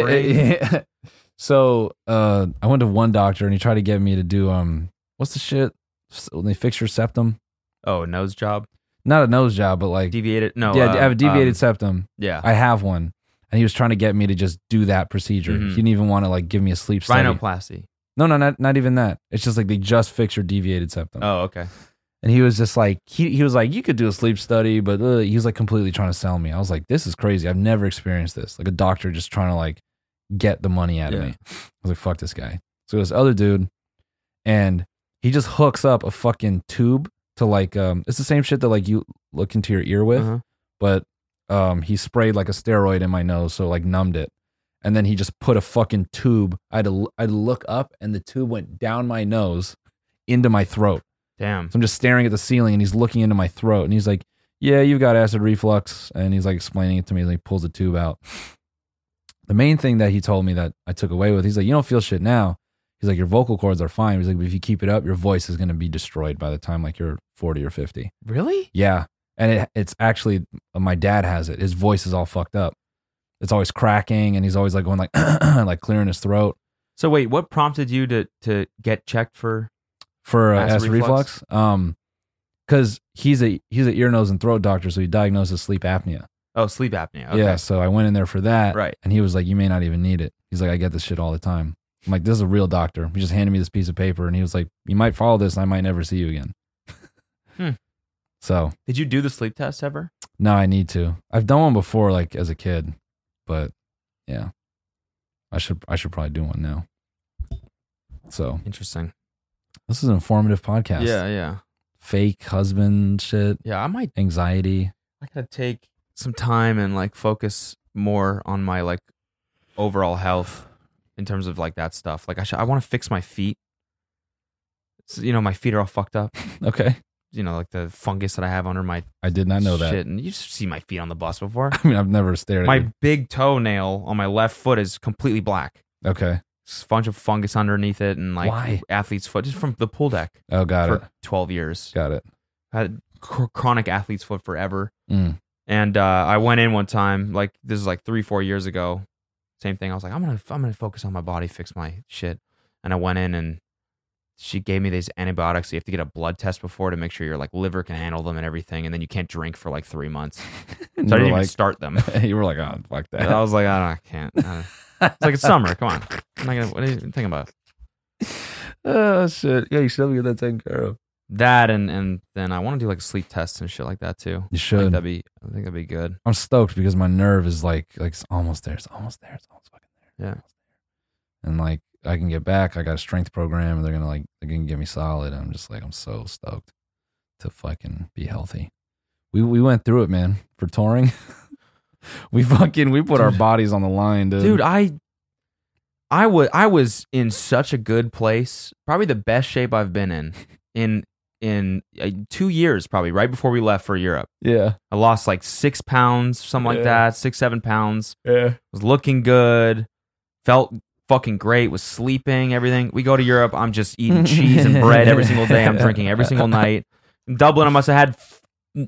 [SPEAKER 1] so uh, I went to one doctor and he tried to get me to do um what's the shit S- when they fix your septum?
[SPEAKER 2] oh, nose job,
[SPEAKER 1] Not a nose job, but like
[SPEAKER 2] deviated. No,
[SPEAKER 1] yeah,
[SPEAKER 2] uh,
[SPEAKER 1] I have a deviated
[SPEAKER 2] um,
[SPEAKER 1] septum.
[SPEAKER 2] yeah,
[SPEAKER 1] I have one, and he was trying to get me to just do that procedure.
[SPEAKER 2] Mhm.
[SPEAKER 1] He didn't even want to like give me a sleep study.
[SPEAKER 2] rhinoplasty.
[SPEAKER 1] No, no, not not even that. It's just like they just fix your deviated septum.
[SPEAKER 2] Oh, okay.
[SPEAKER 1] And he was just like he he was like you could do a sleep study, but uh, he was like completely trying to sell me. I was like, this is crazy. I've never experienced this. Like a doctor just trying to like get the money out of
[SPEAKER 2] Yeah.
[SPEAKER 1] me. I was like, fuck this guy. So this other dude, and he just hooks up a fucking tube to like um it's the same shit that like you look into your ear with,
[SPEAKER 2] Uh-huh.
[SPEAKER 1] but um he sprayed like a steroid in my nose, so like numbed it. And then he just put a fucking tube. I had to l- I had to look up, and the tube went down my nose into my throat.
[SPEAKER 2] Damn.
[SPEAKER 1] So I'm just staring at the ceiling and he's looking into my throat and he's like, Yeah, you've got acid reflux. And he's like explaining it to me and he pulls a tube out. The main thing that he told me that I took away with, he's like, You don't feel shit now. He's like, Your vocal cords are fine. He's like, But if you keep it up, your voice is going to be destroyed by the time like you're 40 or 50.
[SPEAKER 2] Really?
[SPEAKER 1] Yeah. And it, it's actually, uh, my dad has it. His voice is all fucked up. It's always cracking and he's always like going like, like clearing his throat.
[SPEAKER 2] So wait, what prompted you to to get checked for?
[SPEAKER 1] for uh,
[SPEAKER 2] Acid
[SPEAKER 1] acid reflux.
[SPEAKER 2] reflux?
[SPEAKER 1] Um, because he's a he's an ear, nose, and throat doctor, so he diagnoses sleep apnea.
[SPEAKER 2] Oh, sleep apnea. Okay.
[SPEAKER 1] Yeah, so I went in there for that,
[SPEAKER 2] Right.
[SPEAKER 1] and he was like, "You may not even need it." He's like, "I get this shit all the time." I'm like, "This is a real doctor." He just handed me this piece of paper, and he was like, "You might follow this, and I might never see you again."
[SPEAKER 2] Hmm.
[SPEAKER 1] So
[SPEAKER 2] Did you do the sleep test ever?
[SPEAKER 1] now I need to. I've done one before, like as a kid, but yeah, I should I should probably do one now. So
[SPEAKER 2] Interesting.
[SPEAKER 1] this is an informative podcast.
[SPEAKER 2] Yeah, yeah,
[SPEAKER 1] Fake husband shit,
[SPEAKER 2] yeah. I might.
[SPEAKER 1] anxiety.
[SPEAKER 2] I gotta take some time and like focus more on my like overall health in terms of like that stuff. Like I should, I want to fix my feet. So, you know, my feet are all fucked up.
[SPEAKER 1] Okay.
[SPEAKER 2] You know, like the fungus that I have under my
[SPEAKER 1] I did not know
[SPEAKER 2] shit.
[SPEAKER 1] that.
[SPEAKER 2] And you've seen my feet on the bus before.
[SPEAKER 1] I mean, I've never stared at
[SPEAKER 2] my
[SPEAKER 1] you.
[SPEAKER 2] big toenail on my left foot is completely black.
[SPEAKER 1] Okay.
[SPEAKER 2] It's a bunch of fungus underneath it, and like
[SPEAKER 1] Why?
[SPEAKER 2] athlete's foot, just from the pool deck
[SPEAKER 1] Oh, got
[SPEAKER 2] for
[SPEAKER 1] it.
[SPEAKER 2] twelve years.
[SPEAKER 1] Got it.
[SPEAKER 2] had cr- chronic athlete's foot forever.
[SPEAKER 1] Mm.
[SPEAKER 2] And uh, I went in one time, like this is like three, four years ago. Same thing. I was like, I'm gonna, I'm gonna focus on my body, fix my shit. And I went in, and she gave me these antibiotics. You have to get a blood test before to make sure your like liver can handle them and everything. And then you can't drink for like three months. So
[SPEAKER 1] You
[SPEAKER 2] I
[SPEAKER 1] were
[SPEAKER 2] didn't even
[SPEAKER 1] like,
[SPEAKER 2] start them.
[SPEAKER 1] you were like, oh, fuck
[SPEAKER 2] And I
[SPEAKER 1] that.
[SPEAKER 2] was like, I, don't, I can't. I don't- It's like it's summer. Come on. I'm not gonna. What are you thinking about?
[SPEAKER 1] oh, shit. Yeah, you should have get that taken care of.
[SPEAKER 2] That and and then I want to do like sleep tests and shit like that too.
[SPEAKER 1] You
[SPEAKER 2] I think
[SPEAKER 1] should.
[SPEAKER 2] that'd be. I think that'd be good.
[SPEAKER 1] I'm stoked because my nerve is like, like it's almost there. It's almost there. It's almost fucking there.
[SPEAKER 2] Yeah.
[SPEAKER 1] Almost there. And like, I can get back. I got a strength program and they're going to like, they're going to get me solid. I'm just like, I'm so stoked to fucking be healthy, we we went through it, man, for touring. we fucking we put our
[SPEAKER 2] Dude.
[SPEAKER 1] bodies on the line, dude.
[SPEAKER 2] dude i i was i was in such a good place probably the best shape i've been in in in uh, two years probably right before we left for europe
[SPEAKER 1] yeah,
[SPEAKER 2] i lost like six pounds something
[SPEAKER 1] Yeah.
[SPEAKER 2] like that six seven pounds
[SPEAKER 1] yeah.
[SPEAKER 2] was looking good felt fucking great was sleeping everything we go to europe i'm just eating cheese and bread every single day i'm drinking every single night in dublin i must have had f-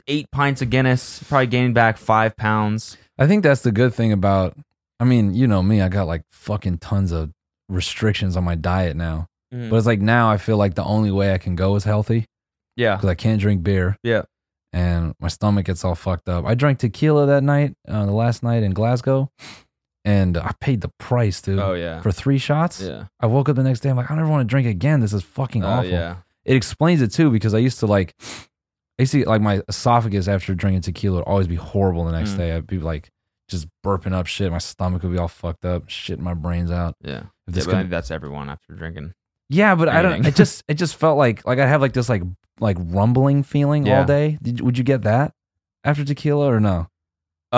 [SPEAKER 2] eight pints of guinness probably gained back five pounds
[SPEAKER 1] I think that's the good thing about. I mean, you know me, I got like fucking tons of restrictions on my diet now.
[SPEAKER 2] Mhm.
[SPEAKER 1] But it's like now I feel like the only way I can go is healthy
[SPEAKER 2] yeah
[SPEAKER 1] because I can't drink beer.
[SPEAKER 2] Yeah.
[SPEAKER 1] And my stomach gets all fucked up. I drank tequila that night, uh, the last night in Glasgow, and I paid the price, dude.
[SPEAKER 2] oh yeah
[SPEAKER 1] For three shots,
[SPEAKER 2] yeah
[SPEAKER 1] I woke up the next day. I'm like, I never want to drink again. This is fucking
[SPEAKER 2] Oh,
[SPEAKER 1] awful.
[SPEAKER 2] yeah
[SPEAKER 1] It explains it too because I used to like, I used to like my esophagus after drinking tequila would always be horrible the next
[SPEAKER 2] Mm.
[SPEAKER 1] day. I'd be like just burping up shit. My stomach would be all fucked up, shitting my brains out. If
[SPEAKER 2] Yeah. yeah
[SPEAKER 1] this
[SPEAKER 2] but I
[SPEAKER 1] could-
[SPEAKER 2] think that's everyone after drinking.
[SPEAKER 1] yeah, but I don't.
[SPEAKER 2] anything.
[SPEAKER 1] It just it just felt like like I have like this like like rumbling feeling
[SPEAKER 2] Yeah.
[SPEAKER 1] all day. Did, would you get that after tequila or no?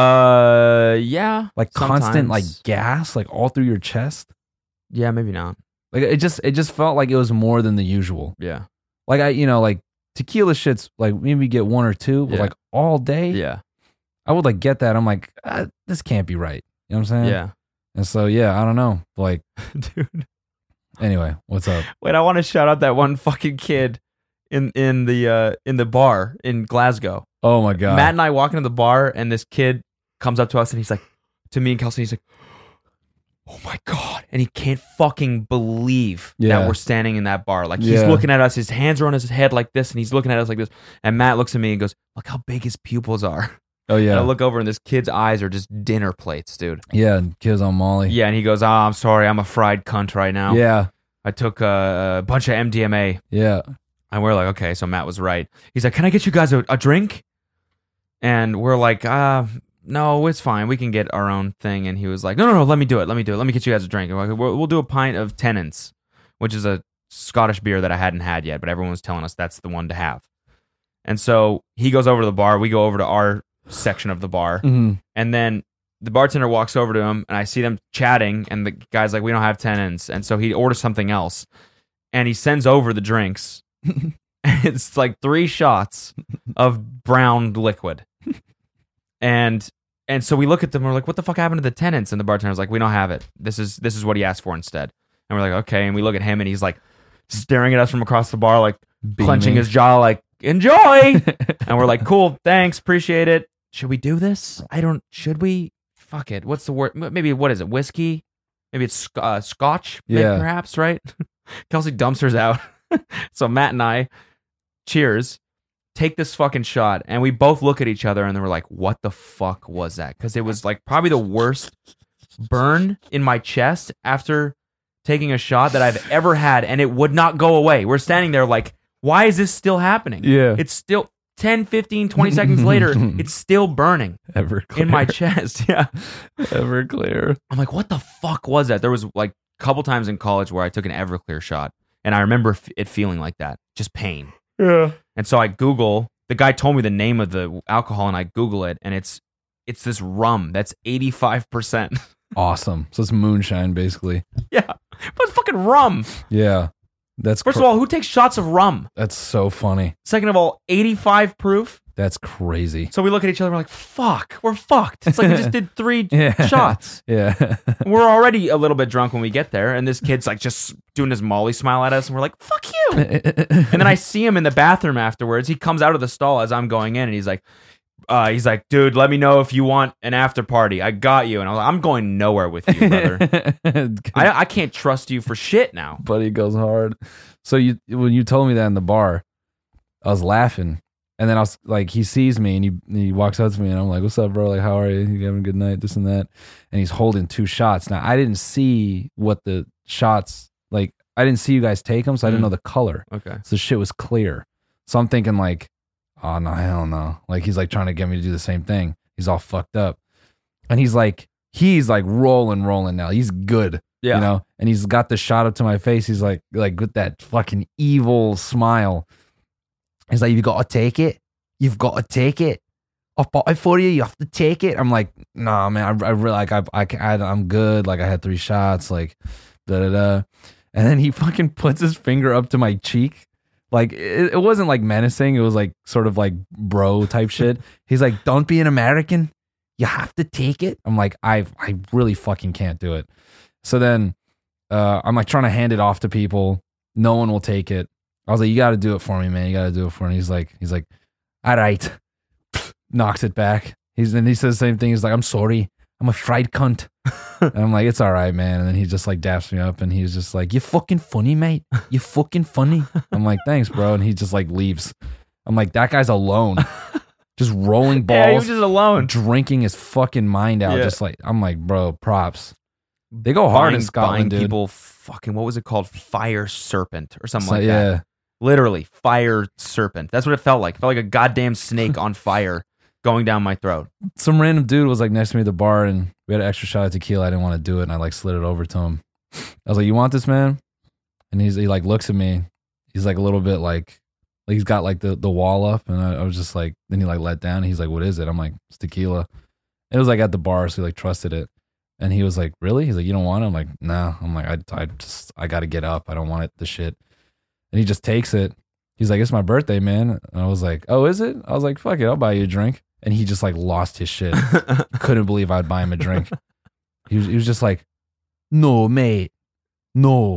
[SPEAKER 2] Uh, yeah.
[SPEAKER 1] Like constant like
[SPEAKER 2] Sometimes.
[SPEAKER 1] gas like all through your chest.
[SPEAKER 2] Yeah, maybe not.
[SPEAKER 1] Like it just it just felt like it was more than the usual.
[SPEAKER 2] Yeah.
[SPEAKER 1] Like I, you know, like tequila shits. Like maybe get one or two, but
[SPEAKER 2] Yeah.
[SPEAKER 1] like all day,
[SPEAKER 2] Yeah.
[SPEAKER 1] I would like get that. I'm like, ah, this can't be right. You know what I'm saying?
[SPEAKER 2] Yeah.
[SPEAKER 1] And so yeah, I don't know. Like
[SPEAKER 2] Dude.
[SPEAKER 1] anyway, what's up?
[SPEAKER 2] Wait, I want to shout out that one fucking kid in in the uh in the bar in Glasgow.
[SPEAKER 1] Oh my god,
[SPEAKER 2] Matt and I walk into the bar and this kid comes up to us and he's like to me and Kelsey he's like Oh my god. And he can't fucking believe
[SPEAKER 1] Yeah.
[SPEAKER 2] that we're standing in that bar. Like he's
[SPEAKER 1] Yeah.
[SPEAKER 2] looking at us, his hands are on his head like this and he's looking at us like this. And Matt looks at me and goes, "Look how big his pupils are."
[SPEAKER 1] Oh
[SPEAKER 2] And
[SPEAKER 1] yeah,
[SPEAKER 2] I look over and this kid's eyes are just dinner plates, dude.
[SPEAKER 1] yeah. and Kids on Molly.
[SPEAKER 2] Yeah, and he goes, "Ah, I'm sorry, I'm a fried cunt right now.
[SPEAKER 1] yeah,
[SPEAKER 2] I took a, a bunch of MDMA."
[SPEAKER 1] yeah.
[SPEAKER 2] And we're like, "Okay, so Matt was right." He's like, "Can I get you guys a, a drink?" And we're like, "Uh, no, it's fine. We can get our own thing." And he was like, "No, no, no. Let me do it. Let me do it. Let me get you guys a drink. And we're like, we'll, we'll do a pint of Tennant's, which is a Scottish beer that I hadn't had yet, but everyone was telling us that's the one to have." And so he goes over to the bar. We go over to our section of the bar.
[SPEAKER 1] hmm
[SPEAKER 2] And then the bartender walks over to him, and I see them chatting. And the guy's like, "We don't have tenants," and so he orders something else, and he sends over the drinks. And it's like three shots of brown liquid, and and so we look at them. And we're like, "What the fuck happened to the tenants?" And the bartender's like, "We don't have it. This is this is what he asked for instead." And we're like, "Okay." And we look at him, and he's like staring at us from across the bar, like clenching his jaw, like "Enjoy." and we're like, cool, thanks, appreciate it. Should we do this? I don't. Should we? Fuck it. What's the word? M- Maybe what is it? Whiskey? Maybe it's sc- uh, Scotch. maybe,
[SPEAKER 1] Yeah.
[SPEAKER 2] perhaps right. Kelsey dumpsters out. so Matt and I, cheers. Take this fucking shot, and we both look at each other, and then we're like, "What the fuck was that?" Because it was like probably the worst burn in my chest after taking a shot that I've ever had, and it would not go away. We're standing there like, "Why is this still happening?"
[SPEAKER 1] yeah,
[SPEAKER 2] it's still 10 15 20 seconds later it's still burning
[SPEAKER 1] ever clear.
[SPEAKER 2] in my chest yeah
[SPEAKER 1] ever clear.
[SPEAKER 2] i'm like what the fuck was that there was like a couple times in college where i took an everclear shot and i remember f- it feeling like that just pain
[SPEAKER 1] Yeah.
[SPEAKER 2] and so i google the guy told me the name of the alcohol and i google it and it's it's this rum that's 85%
[SPEAKER 1] Awesome. So it's moonshine basically.
[SPEAKER 2] yeah but it's fucking rum
[SPEAKER 1] Yeah. That's
[SPEAKER 2] first
[SPEAKER 1] cr-
[SPEAKER 2] of all who takes shots of rum
[SPEAKER 1] that's so funny.
[SPEAKER 2] second of all 85 proof
[SPEAKER 1] That's crazy.
[SPEAKER 2] so we look at each other we're like fuck we're fucked it's like we just did three
[SPEAKER 1] Yeah.
[SPEAKER 2] shots
[SPEAKER 1] Yeah.
[SPEAKER 2] we're already a little bit drunk when we get there, and this kid's like just doing his Molly smile at us, and we're like, "Fuck you!" And then I see him in the bathroom afterwards. He comes out of the stall as I'm going in, and he's like, uh, "He's like, dude, let me know if you want an after party. I got you." And I was like, "I'm going nowhere with you, brother.
[SPEAKER 1] I,
[SPEAKER 2] I, I can't trust you for shit now."
[SPEAKER 1] buddy goes hard. So you when you told me that in the bar, I was laughing. And then I was like, he sees me and he and he walks up to me and I'm like, "What's up, bro? Like, how are you? You having a good night? This and that." And he's holding two shots. Now I didn't see what the shots like. I didn't see you guys take them, so I didn't
[SPEAKER 2] Mm.
[SPEAKER 1] know the color.
[SPEAKER 2] Okay.
[SPEAKER 1] So shit was clear. So I'm thinking like, oh no, hell no. Like he's like trying to get me to do the same thing. He's all fucked up. And he's like, he's like rolling, rolling now. He's good.
[SPEAKER 2] Yeah.
[SPEAKER 1] You know? And he's got the shot up to my face. He's like, like with that fucking evil smile. He's like, You've got to take it. You've got to take it. off ball at 48, you have to take it. I'm like, nah, man, I, I really like I, I, ca- I I'm good. Like I had three shots, like da da da. And then he fucking puts his finger up to my cheek. Like it, it wasn't like menacing. It was like sort of like bro type shit. He's like, don't be an American. You have to take it. I'm like, I I really fucking can't do it. So then uh, I'm like trying to hand it off to people. No one will take it. I was like, you got to do it for me, man. You got to do it for me. He's like, he's like, all right. Knocks it back. He's and he says the same thing. He's like, I'm sorry. I'm a fried cunt. and I'm like, it's all right, man. And then he just like daps me up and he's just like, you fucking funny, mate. You fucking funny. I'm like, thanks, bro. And he just like leaves. I'm like, that guy's alone. Just rolling
[SPEAKER 2] Yeah, he was
[SPEAKER 1] balls,
[SPEAKER 2] just alone.
[SPEAKER 1] drinking his fucking mind out.
[SPEAKER 2] Yeah.
[SPEAKER 1] Just like, I'm like, bro, props. They go hard in
[SPEAKER 2] Buying- buying
[SPEAKER 1] Scotland, dude.
[SPEAKER 2] people fucking what was it called? Fire serpent or something
[SPEAKER 1] So,
[SPEAKER 2] like that.
[SPEAKER 1] yeah.
[SPEAKER 2] Literally, fire serpent. That's what it felt like. It felt like a goddamn snake on fire going down my throat.
[SPEAKER 1] some random dude was like next to me at the bar and we had an extra shot of tequila. I didn't want to do it and I like slid it over to him. I was like, You want this, man? And he's he like looks at me. He's like a little bit like like he's got like the, the wall up and I, I was just like then he like let down and he's like, What is it? I'm like, It's tequila. It was like at the bar, so he like trusted it. And he was like, Really? He's like, You don't want it? I'm like, No. I'm like, I I just I gotta get up. I don't want it the shit. And he just takes it. He's like, It's my birthday, man. And I was like, Oh, is it? I was like, Fuck it, I'll buy you a drink. And he just like lost his shit couldn't believe I'd buy him a drink. he was he was just like, "No, mate, no,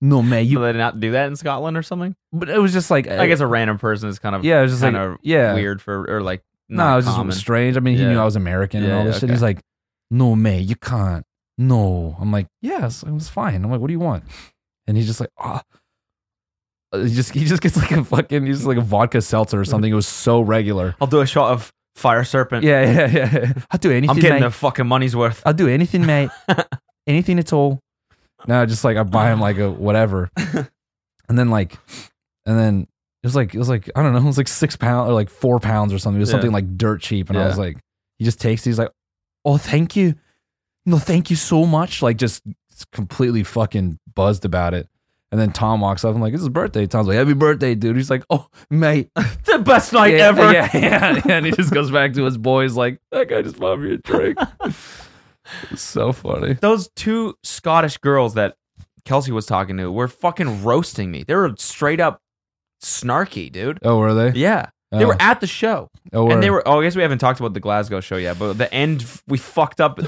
[SPEAKER 1] no, mate."
[SPEAKER 2] you
[SPEAKER 1] You,
[SPEAKER 2] let not do that in Scotland or something?
[SPEAKER 1] but it was just like, uh,
[SPEAKER 2] I guess a random person is kind of
[SPEAKER 1] yeah, it was just like,
[SPEAKER 2] kinda
[SPEAKER 1] yeah,
[SPEAKER 2] weird for or like
[SPEAKER 1] no,
[SPEAKER 2] not
[SPEAKER 1] it was just
[SPEAKER 2] common.
[SPEAKER 1] strange. I mean, he
[SPEAKER 2] Yeah.
[SPEAKER 1] knew I was American and
[SPEAKER 2] Yeah,
[SPEAKER 1] all this
[SPEAKER 2] yeah,
[SPEAKER 1] shit. He's like, "No, mate, you can't." No, I'm like, "Yes, it was fine." I'm like, "What do you want?" And he's just like, "Ah." Uh, He just he just gets like a fucking he's like a vodka seltzer or something. It was so regular.
[SPEAKER 2] I'll do a shot of fire serpent.
[SPEAKER 1] Yeah, yeah, yeah. I'll do anything.
[SPEAKER 2] I'm
[SPEAKER 1] mate.
[SPEAKER 2] getting the fucking money's worth.
[SPEAKER 1] I'll do anything, mate. anything at all. No, just like I buy him like a whatever, and then like, and then it was like it was like I don't know, it was like six pounds or like four pounds or something. It was
[SPEAKER 2] Yeah.
[SPEAKER 1] something like dirt cheap, and I
[SPEAKER 2] Yeah.
[SPEAKER 1] was like, he just takes. it. He's like, oh, thank you, no, thank you so much. Like just completely fucking buzzed about it. And then Tom walks up. I'm like, it's his birthday. Tom's like, happy birthday, dude. He's like, oh, mate,
[SPEAKER 2] the best night
[SPEAKER 1] yeah,
[SPEAKER 2] ever.
[SPEAKER 1] Yeah, yeah, yeah. And he just goes back to his boys, like, that guy just bought me a drink. It's so funny.
[SPEAKER 2] Those two Scottish girls that Kelsey was talking to were fucking roasting me. They were straight up snarky, dude.
[SPEAKER 1] Oh, were they?
[SPEAKER 2] Yeah. They
[SPEAKER 1] Oh.
[SPEAKER 2] were at the show.
[SPEAKER 1] Oh,
[SPEAKER 2] and they
[SPEAKER 1] word.
[SPEAKER 2] were oh, I guess we haven't talked about the Glasgow show yet, but the end we fucked up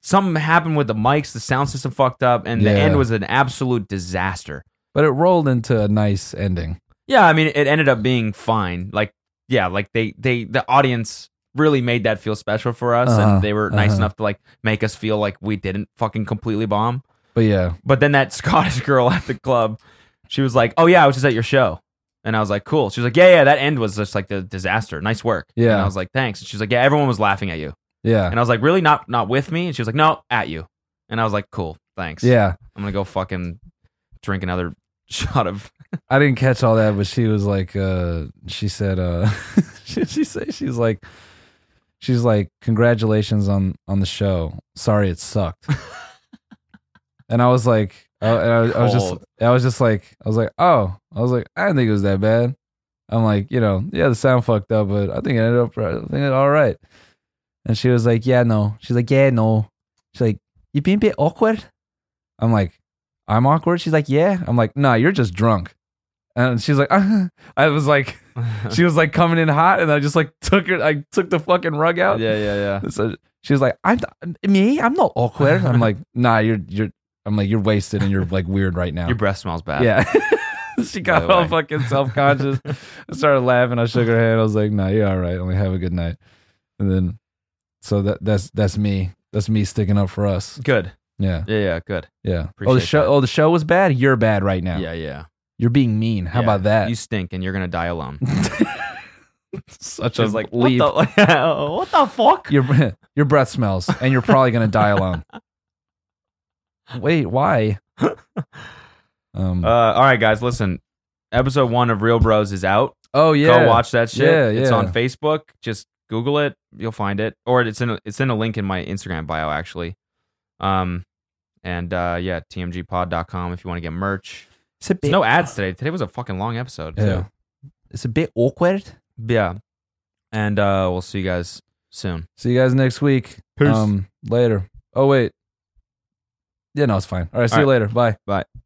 [SPEAKER 2] something happened with the mics, the sound system fucked up, and the
[SPEAKER 1] Yeah.
[SPEAKER 2] end was an absolute disaster.
[SPEAKER 1] but it rolled into a nice ending.
[SPEAKER 2] Yeah, I mean it ended up being fine. Like yeah, like they they the audience really made that feel special for us
[SPEAKER 1] Uh-huh,
[SPEAKER 2] and they were nice
[SPEAKER 1] uh-huh.
[SPEAKER 2] enough to like make us feel like we didn't fucking completely bomb.
[SPEAKER 1] But yeah,
[SPEAKER 2] But then that Scottish girl at the club, she was like, "Oh yeah, I was just at your show," and I was like, "Cool." She was like, "Yeah, yeah, that end was just like the disaster. Nice work."
[SPEAKER 1] Yeah.
[SPEAKER 2] and I was like, "Thanks." And she was like, "Yeah, everyone was laughing at you,"
[SPEAKER 1] yeah,
[SPEAKER 2] and I was like, "Really? Not not with me?" And she was like, "No, at you," and I was like, "Cool, thanks."
[SPEAKER 1] yeah.
[SPEAKER 2] I'm gonna go fucking drink another shot of.
[SPEAKER 1] I didn't catch all that, but she was like, uh, she said, uh, she, she said, she's like, she's like, congratulations on on the show. Sorry, it sucked. and I was like, oh, and I, was- I was just,
[SPEAKER 2] Cold.
[SPEAKER 1] I was just like, I was like, oh, I was like, I didn't think it was that bad. I'm like, you know, yeah, the sound fucked up, but I think it ended up, I think it all right. And she was like, yeah, no. She's like, yeah, no. She's like, you being a bit awkward. I'm like, I'm awkward. She's like, yeah. I'm like, nah, you're just drunk. And she's like, I was like, she was like coming in hot, and I just like took her, I took the fucking rug
[SPEAKER 2] yeah,
[SPEAKER 1] out.
[SPEAKER 2] yeah, yeah.
[SPEAKER 1] So she was like, I'm not- me. I'm not awkward. I'm like, nah, you're you're. I'm like, you're wasted and you're like weird right now.
[SPEAKER 2] Your breath smells bad.
[SPEAKER 1] yeah. she
[SPEAKER 2] By
[SPEAKER 1] got
[SPEAKER 2] the
[SPEAKER 1] all
[SPEAKER 2] way.
[SPEAKER 1] fucking self conscious. I started laughing. I shook her hand. I was like, nah, you're all right. I'm like, have a good night. And then, so that that's that's me. That's me sticking up for us.
[SPEAKER 2] Good.
[SPEAKER 1] Yeah.
[SPEAKER 2] Yeah, yeah. Good.
[SPEAKER 1] Yeah. oh, the
[SPEAKER 2] Appreciate
[SPEAKER 1] show.
[SPEAKER 2] that.
[SPEAKER 1] Oh, the show was bad. You're bad right now.
[SPEAKER 2] Yeah, yeah. yeah.
[SPEAKER 1] You're being mean. How about that?
[SPEAKER 2] You stink, and you're gonna die alone.
[SPEAKER 1] Such
[SPEAKER 2] She
[SPEAKER 1] a
[SPEAKER 2] was like,
[SPEAKER 1] leap.
[SPEAKER 2] What the, what the fuck?
[SPEAKER 1] your your breath smells, and you're probably gonna die alone. Wait, why? Um.
[SPEAKER 2] Uh, all right, guys, listen. Episode one of Real Bros is out.
[SPEAKER 1] oh yeah.
[SPEAKER 2] Go watch that shit.
[SPEAKER 1] Yeah,
[SPEAKER 2] It's
[SPEAKER 1] yeah.
[SPEAKER 2] on Facebook. Just Google it. You'll find it. Or it's in a, it's in a link in my Instagram bio actually. Um, and uh, yeah, tmgpod.com if you want to get merch.
[SPEAKER 1] It's a bit.
[SPEAKER 2] There's no ads today. Today was a fucking long episode.
[SPEAKER 1] yeah.
[SPEAKER 2] too.
[SPEAKER 1] It's a bit awkward.
[SPEAKER 2] Yeah. and uh, we'll see you guys soon.
[SPEAKER 1] See you guys next week.
[SPEAKER 2] Peace.
[SPEAKER 1] Um, later. Oh wait. Yeah, no, it's fine. All right. See
[SPEAKER 2] All
[SPEAKER 1] you later. Bye.
[SPEAKER 2] Bye.